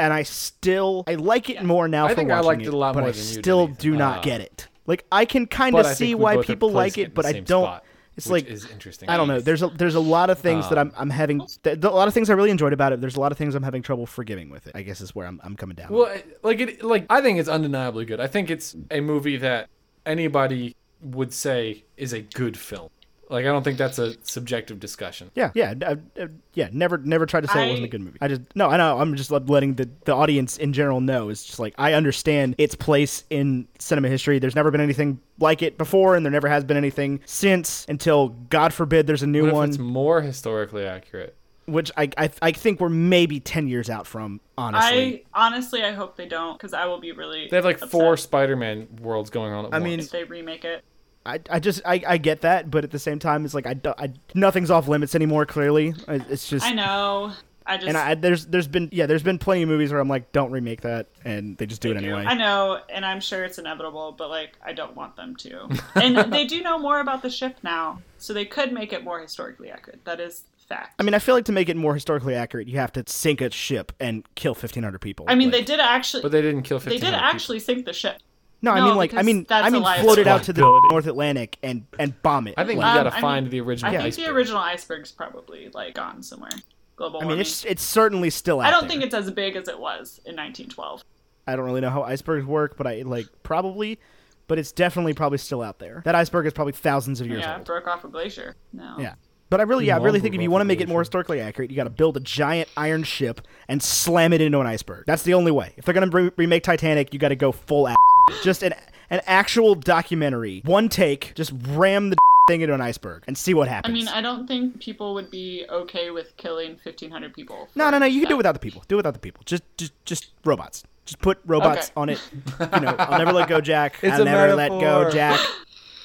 [SPEAKER 2] and I still I like it more now.
[SPEAKER 1] I
[SPEAKER 2] for
[SPEAKER 1] think I
[SPEAKER 2] watching
[SPEAKER 1] liked it a lot
[SPEAKER 2] but
[SPEAKER 1] more
[SPEAKER 2] I
[SPEAKER 1] than you did,
[SPEAKER 2] still
[SPEAKER 1] Ethan.
[SPEAKER 2] do not
[SPEAKER 1] Uh,
[SPEAKER 2] get it. Like I can kind
[SPEAKER 1] but
[SPEAKER 2] of
[SPEAKER 1] I
[SPEAKER 2] see
[SPEAKER 1] think we
[SPEAKER 2] why
[SPEAKER 1] both are
[SPEAKER 2] people like
[SPEAKER 1] placing it in
[SPEAKER 2] it, but
[SPEAKER 1] the
[SPEAKER 2] I
[SPEAKER 1] same
[SPEAKER 2] don't.
[SPEAKER 1] spot,
[SPEAKER 2] it's
[SPEAKER 1] which
[SPEAKER 2] like
[SPEAKER 1] is Um, interesting.
[SPEAKER 2] I don't know. There's a there's a lot of things that I'm I'm having th- a lot of things I really enjoyed about it. There's a lot of things I'm having trouble forgiving with it. I guess is where I'm I'm coming down.
[SPEAKER 1] well, it- like it like I think it's undeniably good. I think it's a movie that anybody would say is a good film. Like I don't think that's a subjective discussion.
[SPEAKER 2] Yeah, yeah, uh, uh, yeah. Never, never tried to say it wasn't a
[SPEAKER 3] I-
[SPEAKER 2] good movie. I just no, I know. I'm just letting the the audience in general know. It's just like I understand its place in cinema history. There's never been anything like it before, and there never has been anything since. Until God forbid, there's a new
[SPEAKER 1] What if
[SPEAKER 2] one,
[SPEAKER 1] it's more historically accurate?
[SPEAKER 2] which I, I I think we're maybe ten years out from. Honestly,
[SPEAKER 3] I honestly, I hope they don't, because I will be really.
[SPEAKER 1] They have like
[SPEAKER 3] upset
[SPEAKER 1] four Spider-Man worlds going on at
[SPEAKER 2] I
[SPEAKER 1] once.
[SPEAKER 2] mean-
[SPEAKER 3] If they remake it,
[SPEAKER 2] I, I, just I, I get that, but at the same time, it's like I, do- I nothing's off limits anymore. Clearly, I- it's just
[SPEAKER 3] I know. I just.
[SPEAKER 2] and I there's there's been yeah there's been plenty of movies where I'm like don't remake that, and they just do it anyway.
[SPEAKER 3] I know, and I'm sure it's inevitable, but like I don't want them to. And they do know more about the ship now, so they could make it more historically accurate. That is fact.
[SPEAKER 2] I mean, I feel like to make it more historically accurate, you have to sink a ship and kill fifteen hundred people.
[SPEAKER 3] I mean,
[SPEAKER 2] Like-
[SPEAKER 3] they did actually.
[SPEAKER 1] but they didn't kill 15
[SPEAKER 3] they did actually sink the ship.
[SPEAKER 2] No, I
[SPEAKER 3] no,
[SPEAKER 2] mean, like, I
[SPEAKER 3] because
[SPEAKER 2] mean,
[SPEAKER 3] that's
[SPEAKER 2] I mean,
[SPEAKER 3] a lie.
[SPEAKER 2] float it out to the
[SPEAKER 1] Liability.
[SPEAKER 2] North Atlantic and and bomb it.
[SPEAKER 1] I think
[SPEAKER 2] Like,
[SPEAKER 1] you got
[SPEAKER 3] Um,
[SPEAKER 1] to
[SPEAKER 3] I
[SPEAKER 1] find
[SPEAKER 3] mean-
[SPEAKER 1] the original
[SPEAKER 3] I think the
[SPEAKER 1] iceberg.
[SPEAKER 3] original iceberg's probably like gone somewhere. Global
[SPEAKER 2] I
[SPEAKER 3] warming.
[SPEAKER 2] mean, it's it's certainly still. Out
[SPEAKER 3] I don't
[SPEAKER 2] there.
[SPEAKER 3] think it's as big as it was in 1912.
[SPEAKER 2] I don't really know how icebergs work, but I like probably, but it's definitely probably still out there. That iceberg is probably thousands of years
[SPEAKER 3] Yeah, it
[SPEAKER 2] old.
[SPEAKER 3] broke off a glacier. No.
[SPEAKER 2] Yeah. But I really, yeah, I really think if you
[SPEAKER 1] Multiple
[SPEAKER 2] want to make it more
[SPEAKER 1] population.
[SPEAKER 2] historically accurate, you got to build a giant iron ship and slam it into an iceberg. That's the only way. If they're gonna re- remake Titanic, you got to go full ass. just an an actual documentary, one take, just ram the thing into an iceberg and see what
[SPEAKER 3] I
[SPEAKER 2] happens.
[SPEAKER 3] mean, I don't think people would be okay with killing 1,500 people.
[SPEAKER 2] no, no, no. You can do it
[SPEAKER 3] that.
[SPEAKER 2] without the people. Do it without the people. Just, just, just robots. Just put robots
[SPEAKER 3] Okay.
[SPEAKER 2] on it. You know, I'll never let go, Jack.
[SPEAKER 1] It's
[SPEAKER 2] I'll
[SPEAKER 1] a
[SPEAKER 2] never let go,
[SPEAKER 1] metaphor.
[SPEAKER 2] Jack.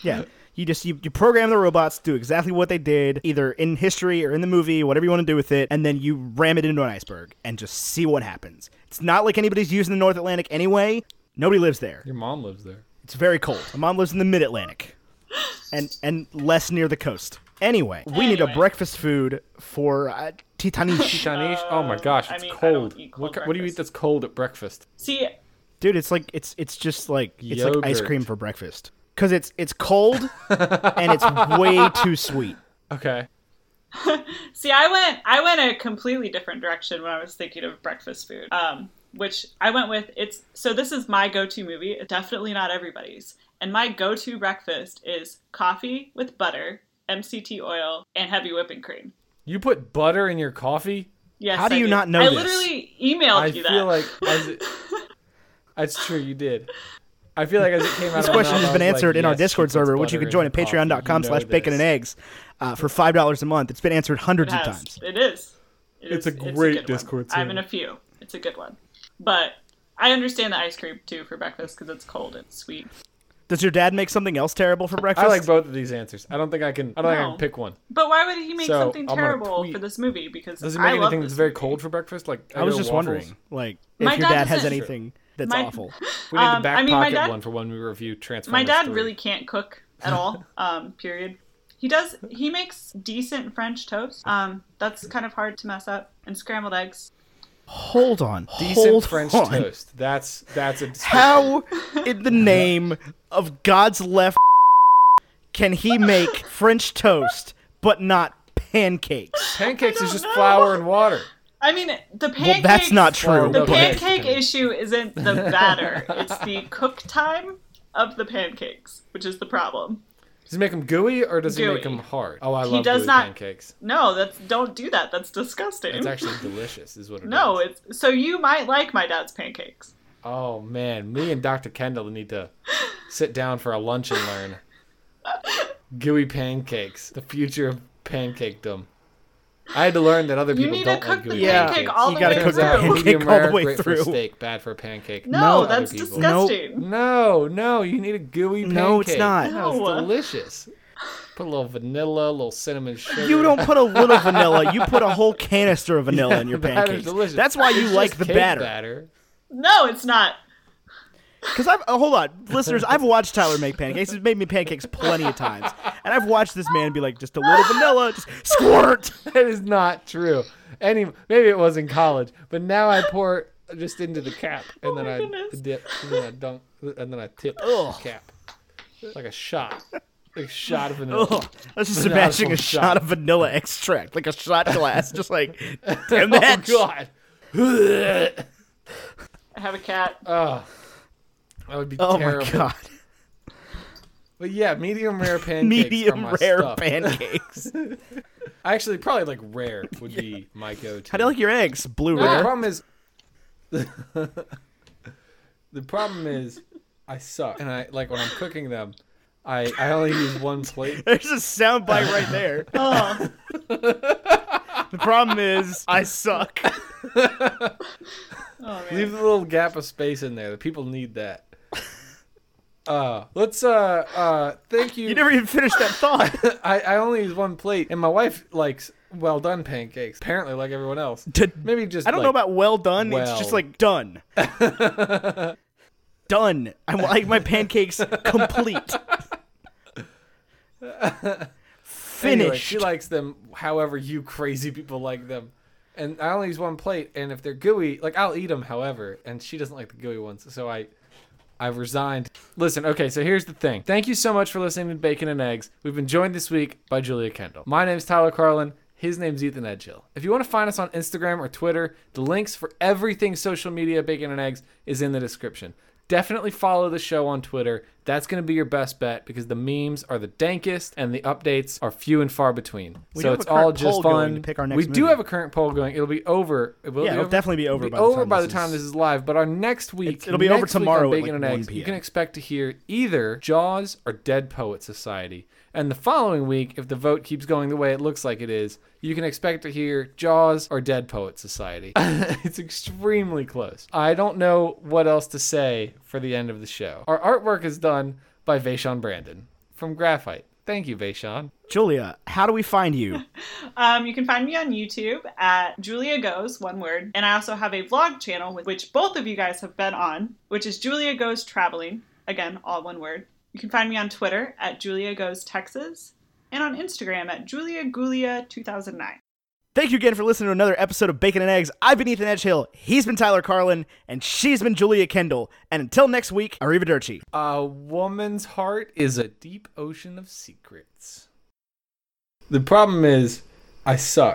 [SPEAKER 2] Yeah. You just you, you program the robots, do exactly what they did, either in history or in the movie, whatever you want to do with it, and then you ram it into an iceberg and just see what happens. It's not like anybody's using the North Atlantic anyway. Nobody lives there.
[SPEAKER 1] Your mom lives there.
[SPEAKER 2] It's very cold. My mom lives in the Mid Atlantic, and and less near the coast. Anyway, we need a
[SPEAKER 3] Anyway.
[SPEAKER 2] breakfast food for uh, Titanish.
[SPEAKER 1] Titanish? oh my gosh,
[SPEAKER 3] I
[SPEAKER 1] it's
[SPEAKER 3] mean, I don't
[SPEAKER 1] cold.
[SPEAKER 3] eat cold
[SPEAKER 1] What, ca- what do you eat
[SPEAKER 3] breakfast.
[SPEAKER 1] that's cold at breakfast?
[SPEAKER 3] See,
[SPEAKER 2] Dude, it's like it's it's just like it's like ice
[SPEAKER 1] Yogurt.
[SPEAKER 2] cream for breakfast because it's it's cold and it's way too sweet.
[SPEAKER 1] Okay.
[SPEAKER 3] See, I went I went a completely different direction when I was thinking of breakfast food. Um, which I went with it's so this is my go-to movie, It's definitely not everybody's. And my go-to breakfast is coffee with butter, MCT oil, and heavy whipping cream.
[SPEAKER 1] You put butter in your coffee?
[SPEAKER 3] Yes.
[SPEAKER 2] How do
[SPEAKER 3] I
[SPEAKER 2] you not know
[SPEAKER 3] I
[SPEAKER 2] this?
[SPEAKER 3] literally emailed
[SPEAKER 1] I
[SPEAKER 3] you that.
[SPEAKER 1] feel like as it, that's true. You did. I feel like as it came out.
[SPEAKER 2] This
[SPEAKER 1] of my
[SPEAKER 2] question
[SPEAKER 1] mouth,
[SPEAKER 2] has
[SPEAKER 1] I
[SPEAKER 2] been
[SPEAKER 1] was like,
[SPEAKER 2] answered in our
[SPEAKER 1] yes,
[SPEAKER 2] Discord
[SPEAKER 1] she puts
[SPEAKER 2] server, which you
[SPEAKER 1] butter
[SPEAKER 2] can join
[SPEAKER 1] in
[SPEAKER 2] at
[SPEAKER 1] her coffee. You
[SPEAKER 2] patreon.com
[SPEAKER 1] know
[SPEAKER 2] slash bacon and
[SPEAKER 1] this.
[SPEAKER 2] eggs uh, for $5 a month. It's been answered hundreds
[SPEAKER 3] It
[SPEAKER 2] of
[SPEAKER 3] has.
[SPEAKER 2] times.
[SPEAKER 3] It is. It
[SPEAKER 1] It's
[SPEAKER 3] is-
[SPEAKER 1] a
[SPEAKER 3] good
[SPEAKER 1] great
[SPEAKER 3] one.
[SPEAKER 1] Discord
[SPEAKER 3] I'm in a
[SPEAKER 1] server.
[SPEAKER 3] few. It's a good one. But I understand the ice cream too for breakfast because it's cold and sweet.
[SPEAKER 2] Does your dad make something else terrible for breakfast?
[SPEAKER 1] I like both of these answers. I don't think I can. I don't think I
[SPEAKER 3] No.
[SPEAKER 1] can pick one.
[SPEAKER 3] But why would he make
[SPEAKER 1] So,
[SPEAKER 3] something
[SPEAKER 1] I'm gonna
[SPEAKER 3] terrible
[SPEAKER 1] tweet.
[SPEAKER 3] for this movie? Because
[SPEAKER 1] Does it
[SPEAKER 3] I
[SPEAKER 1] make
[SPEAKER 3] love
[SPEAKER 1] anything
[SPEAKER 3] this
[SPEAKER 1] that's very
[SPEAKER 3] movie.
[SPEAKER 1] cold for breakfast? Like
[SPEAKER 2] I was
[SPEAKER 1] go waffles?
[SPEAKER 2] just wondering, like, if
[SPEAKER 3] My
[SPEAKER 2] your
[SPEAKER 3] dad
[SPEAKER 2] dad has
[SPEAKER 3] doesn't-
[SPEAKER 2] anything that's
[SPEAKER 3] My-
[SPEAKER 2] awful.
[SPEAKER 1] We need
[SPEAKER 3] Um,
[SPEAKER 1] the back
[SPEAKER 3] I mean, my
[SPEAKER 1] pocket
[SPEAKER 3] dad-
[SPEAKER 1] one for when we review
[SPEAKER 3] My
[SPEAKER 1] Transformers.
[SPEAKER 3] dad
[SPEAKER 1] 3.
[SPEAKER 3] really can't cook at all. um, period. He does. He makes decent French toast. Um, that's kind of hard to mess up. And scrambled eggs.
[SPEAKER 2] Hold on.
[SPEAKER 1] decent
[SPEAKER 2] hold
[SPEAKER 1] French
[SPEAKER 2] on.
[SPEAKER 1] toast. That's that's a description.
[SPEAKER 2] How in the name of God's left can he make French toast but not pancakes?
[SPEAKER 1] pancakes is just
[SPEAKER 3] know.
[SPEAKER 1] flour and water.
[SPEAKER 3] I mean, the pancakes.
[SPEAKER 2] Well, that's not true.
[SPEAKER 1] Well,
[SPEAKER 3] The
[SPEAKER 1] no,
[SPEAKER 2] but-
[SPEAKER 1] pancake-
[SPEAKER 3] pancake issue isn't the batter. it's the cook time of the pancakes, which is the problem.
[SPEAKER 1] Does he make them gooey or does he make
[SPEAKER 3] Gooey.
[SPEAKER 1] them hard? Oh, I
[SPEAKER 3] He
[SPEAKER 1] love
[SPEAKER 3] does
[SPEAKER 1] gooey
[SPEAKER 3] not-
[SPEAKER 1] pancakes.
[SPEAKER 3] No, that's don't do that. That's disgusting.
[SPEAKER 1] It's actually delicious, is what it
[SPEAKER 3] no.
[SPEAKER 1] is.
[SPEAKER 3] It's so you might like my dad's pancakes.
[SPEAKER 1] Oh man, me and Dr. Kendall need to sit down for a lunch and learn. gooey pancakes, the future of pancakedom. I had to learn that other
[SPEAKER 3] You
[SPEAKER 1] people
[SPEAKER 3] need to
[SPEAKER 1] don't
[SPEAKER 3] cook
[SPEAKER 1] like
[SPEAKER 3] the
[SPEAKER 1] gooey
[SPEAKER 2] Yeah.
[SPEAKER 1] pancakes.
[SPEAKER 3] pancake all
[SPEAKER 2] You
[SPEAKER 3] the
[SPEAKER 2] gotta
[SPEAKER 3] way
[SPEAKER 2] cook the
[SPEAKER 3] through.
[SPEAKER 1] Bad for
[SPEAKER 2] pancake.
[SPEAKER 1] medium
[SPEAKER 2] all the
[SPEAKER 1] rare,
[SPEAKER 2] way
[SPEAKER 1] great
[SPEAKER 2] through.
[SPEAKER 1] For steak, bad for pancake.
[SPEAKER 3] No,
[SPEAKER 2] No,
[SPEAKER 3] that's
[SPEAKER 1] other people.
[SPEAKER 3] disgusting.
[SPEAKER 1] No, no, you need a gooey pancake.
[SPEAKER 2] No, it's not.
[SPEAKER 1] No,
[SPEAKER 3] No.
[SPEAKER 1] it's delicious. Put a little vanilla, a little cinnamon sugar.
[SPEAKER 2] You don't put a little vanilla, you put a whole canister of vanilla in your
[SPEAKER 1] The batter's
[SPEAKER 2] pancakes.
[SPEAKER 1] delicious.
[SPEAKER 2] That's why you
[SPEAKER 1] It's
[SPEAKER 2] like
[SPEAKER 1] just
[SPEAKER 2] the
[SPEAKER 1] cake
[SPEAKER 2] batter.
[SPEAKER 1] batter.
[SPEAKER 3] No, it's not.
[SPEAKER 2] Because I've oh, hold on, listeners, I've watched Tyler make pancakes. He's made me pancakes plenty of times, and I've watched this man be like, just a little vanilla, just squirt.
[SPEAKER 1] That is not true. Any maybe it was in college, but now I pour just into the cap and
[SPEAKER 2] Oh
[SPEAKER 1] then
[SPEAKER 3] my
[SPEAKER 1] I
[SPEAKER 3] goodness.
[SPEAKER 1] dip and then I dunk and then I tip
[SPEAKER 2] Ugh.
[SPEAKER 1] the cap like a shot, like a shot of vanilla.
[SPEAKER 2] Ugh, that's just
[SPEAKER 1] Vanilla
[SPEAKER 2] smashing a
[SPEAKER 1] from
[SPEAKER 2] shot.
[SPEAKER 1] shot.
[SPEAKER 2] of vanilla extract, like a shot glass, just like damn
[SPEAKER 1] Oh
[SPEAKER 2] that.
[SPEAKER 1] God. Ugh.
[SPEAKER 3] I have a cat.
[SPEAKER 1] Uh, That would be
[SPEAKER 2] Oh
[SPEAKER 1] terrible.
[SPEAKER 2] my god,
[SPEAKER 1] But yeah, medium rare pancakes. are
[SPEAKER 2] medium
[SPEAKER 1] my
[SPEAKER 2] rare
[SPEAKER 1] stuff.
[SPEAKER 2] pancakes.
[SPEAKER 1] Actually, probably like rare would be my go-to.
[SPEAKER 2] How do you like your eggs? Blue
[SPEAKER 1] No, the
[SPEAKER 2] rare.
[SPEAKER 1] problem is the problem is I suck, and I like when I'm cooking them, I I only use one plate.
[SPEAKER 2] There's a sound bite right there.
[SPEAKER 3] Oh,
[SPEAKER 2] The problem is I suck.
[SPEAKER 3] oh man.
[SPEAKER 1] Leave the little gap of space in there. The people need that. Uh, let's uh uh thank you.
[SPEAKER 2] You never even finished that thought.
[SPEAKER 1] I I only use one plate, and my wife likes well done pancakes. Apparently, like everyone else.
[SPEAKER 2] To-
[SPEAKER 1] Maybe just
[SPEAKER 2] I don't know about well done. It's just
[SPEAKER 1] well.
[SPEAKER 2] like done. done. I want like my pancakes complete.
[SPEAKER 1] Anyway,
[SPEAKER 2] Finished.
[SPEAKER 1] she likes them however you crazy people like them. And I only use one plate, and if they're gooey, like I'll eat them however, and she doesn't like the gooey ones, so I I've resigned. Listen, okay, so here's the thing. Thank you so much for listening to Bacon and Eggs. We've been joined this week by Julia Kendall. My name's Tyler Carlin. His name's Ethan Edgehill. If you want to find us on Instagram or Twitter, the links for everything social media, Bacon and Eggs, is in the description. Definitely follow the show on Twitter. That's going to be your best bet because the memes are the dankest and the updates are few and far between.
[SPEAKER 2] We do
[SPEAKER 1] so
[SPEAKER 2] have
[SPEAKER 1] it's
[SPEAKER 2] a current
[SPEAKER 1] all just
[SPEAKER 2] poll going
[SPEAKER 1] fun.
[SPEAKER 2] to pick our next
[SPEAKER 1] we do
[SPEAKER 2] movie.
[SPEAKER 1] have a current poll going. It'll be over. It will
[SPEAKER 2] Yeah,
[SPEAKER 1] be
[SPEAKER 2] it'll
[SPEAKER 1] over-
[SPEAKER 2] definitely be over
[SPEAKER 1] it'll
[SPEAKER 2] by the time
[SPEAKER 1] by the
[SPEAKER 2] this
[SPEAKER 1] time
[SPEAKER 2] is-
[SPEAKER 1] this is live. But our next week,
[SPEAKER 2] It's- it'll be over
[SPEAKER 1] next week on
[SPEAKER 2] tomorrow at,
[SPEAKER 1] Bacon
[SPEAKER 2] like,
[SPEAKER 1] and
[SPEAKER 2] 1
[SPEAKER 1] Eggs, You
[SPEAKER 2] PM.
[SPEAKER 1] can expect to hear either Jaws or Dead Poet Society. And the following week, if the vote keeps going the way it looks like it is, you can expect to hear Jaws or Dead Poet Society. it's extremely close. I don't know what else to say for the end of the show. Our artwork is done by Vaishon Brandon from Graphite. Thank you, Vaishon.
[SPEAKER 2] Julia, how do we find you?
[SPEAKER 3] Um, you can find me on YouTube at Julia Goes, one word. And I also have a vlog channel, with- which both of you guys have been on, which is Julia Goes Traveling. Again, all one word. You can find me on Twitter at Julia Goes Texas and on Instagram at Julia Gulia 2009.
[SPEAKER 2] Thank you again for listening to another episode of Bacon and Eggs. I've been Ethan Edgehill. He's been Tyler Carlin, and she's been Julia Kendall. And until next week, arrivederci.
[SPEAKER 1] A woman's heart is a deep ocean of secrets. The problem is, I suck.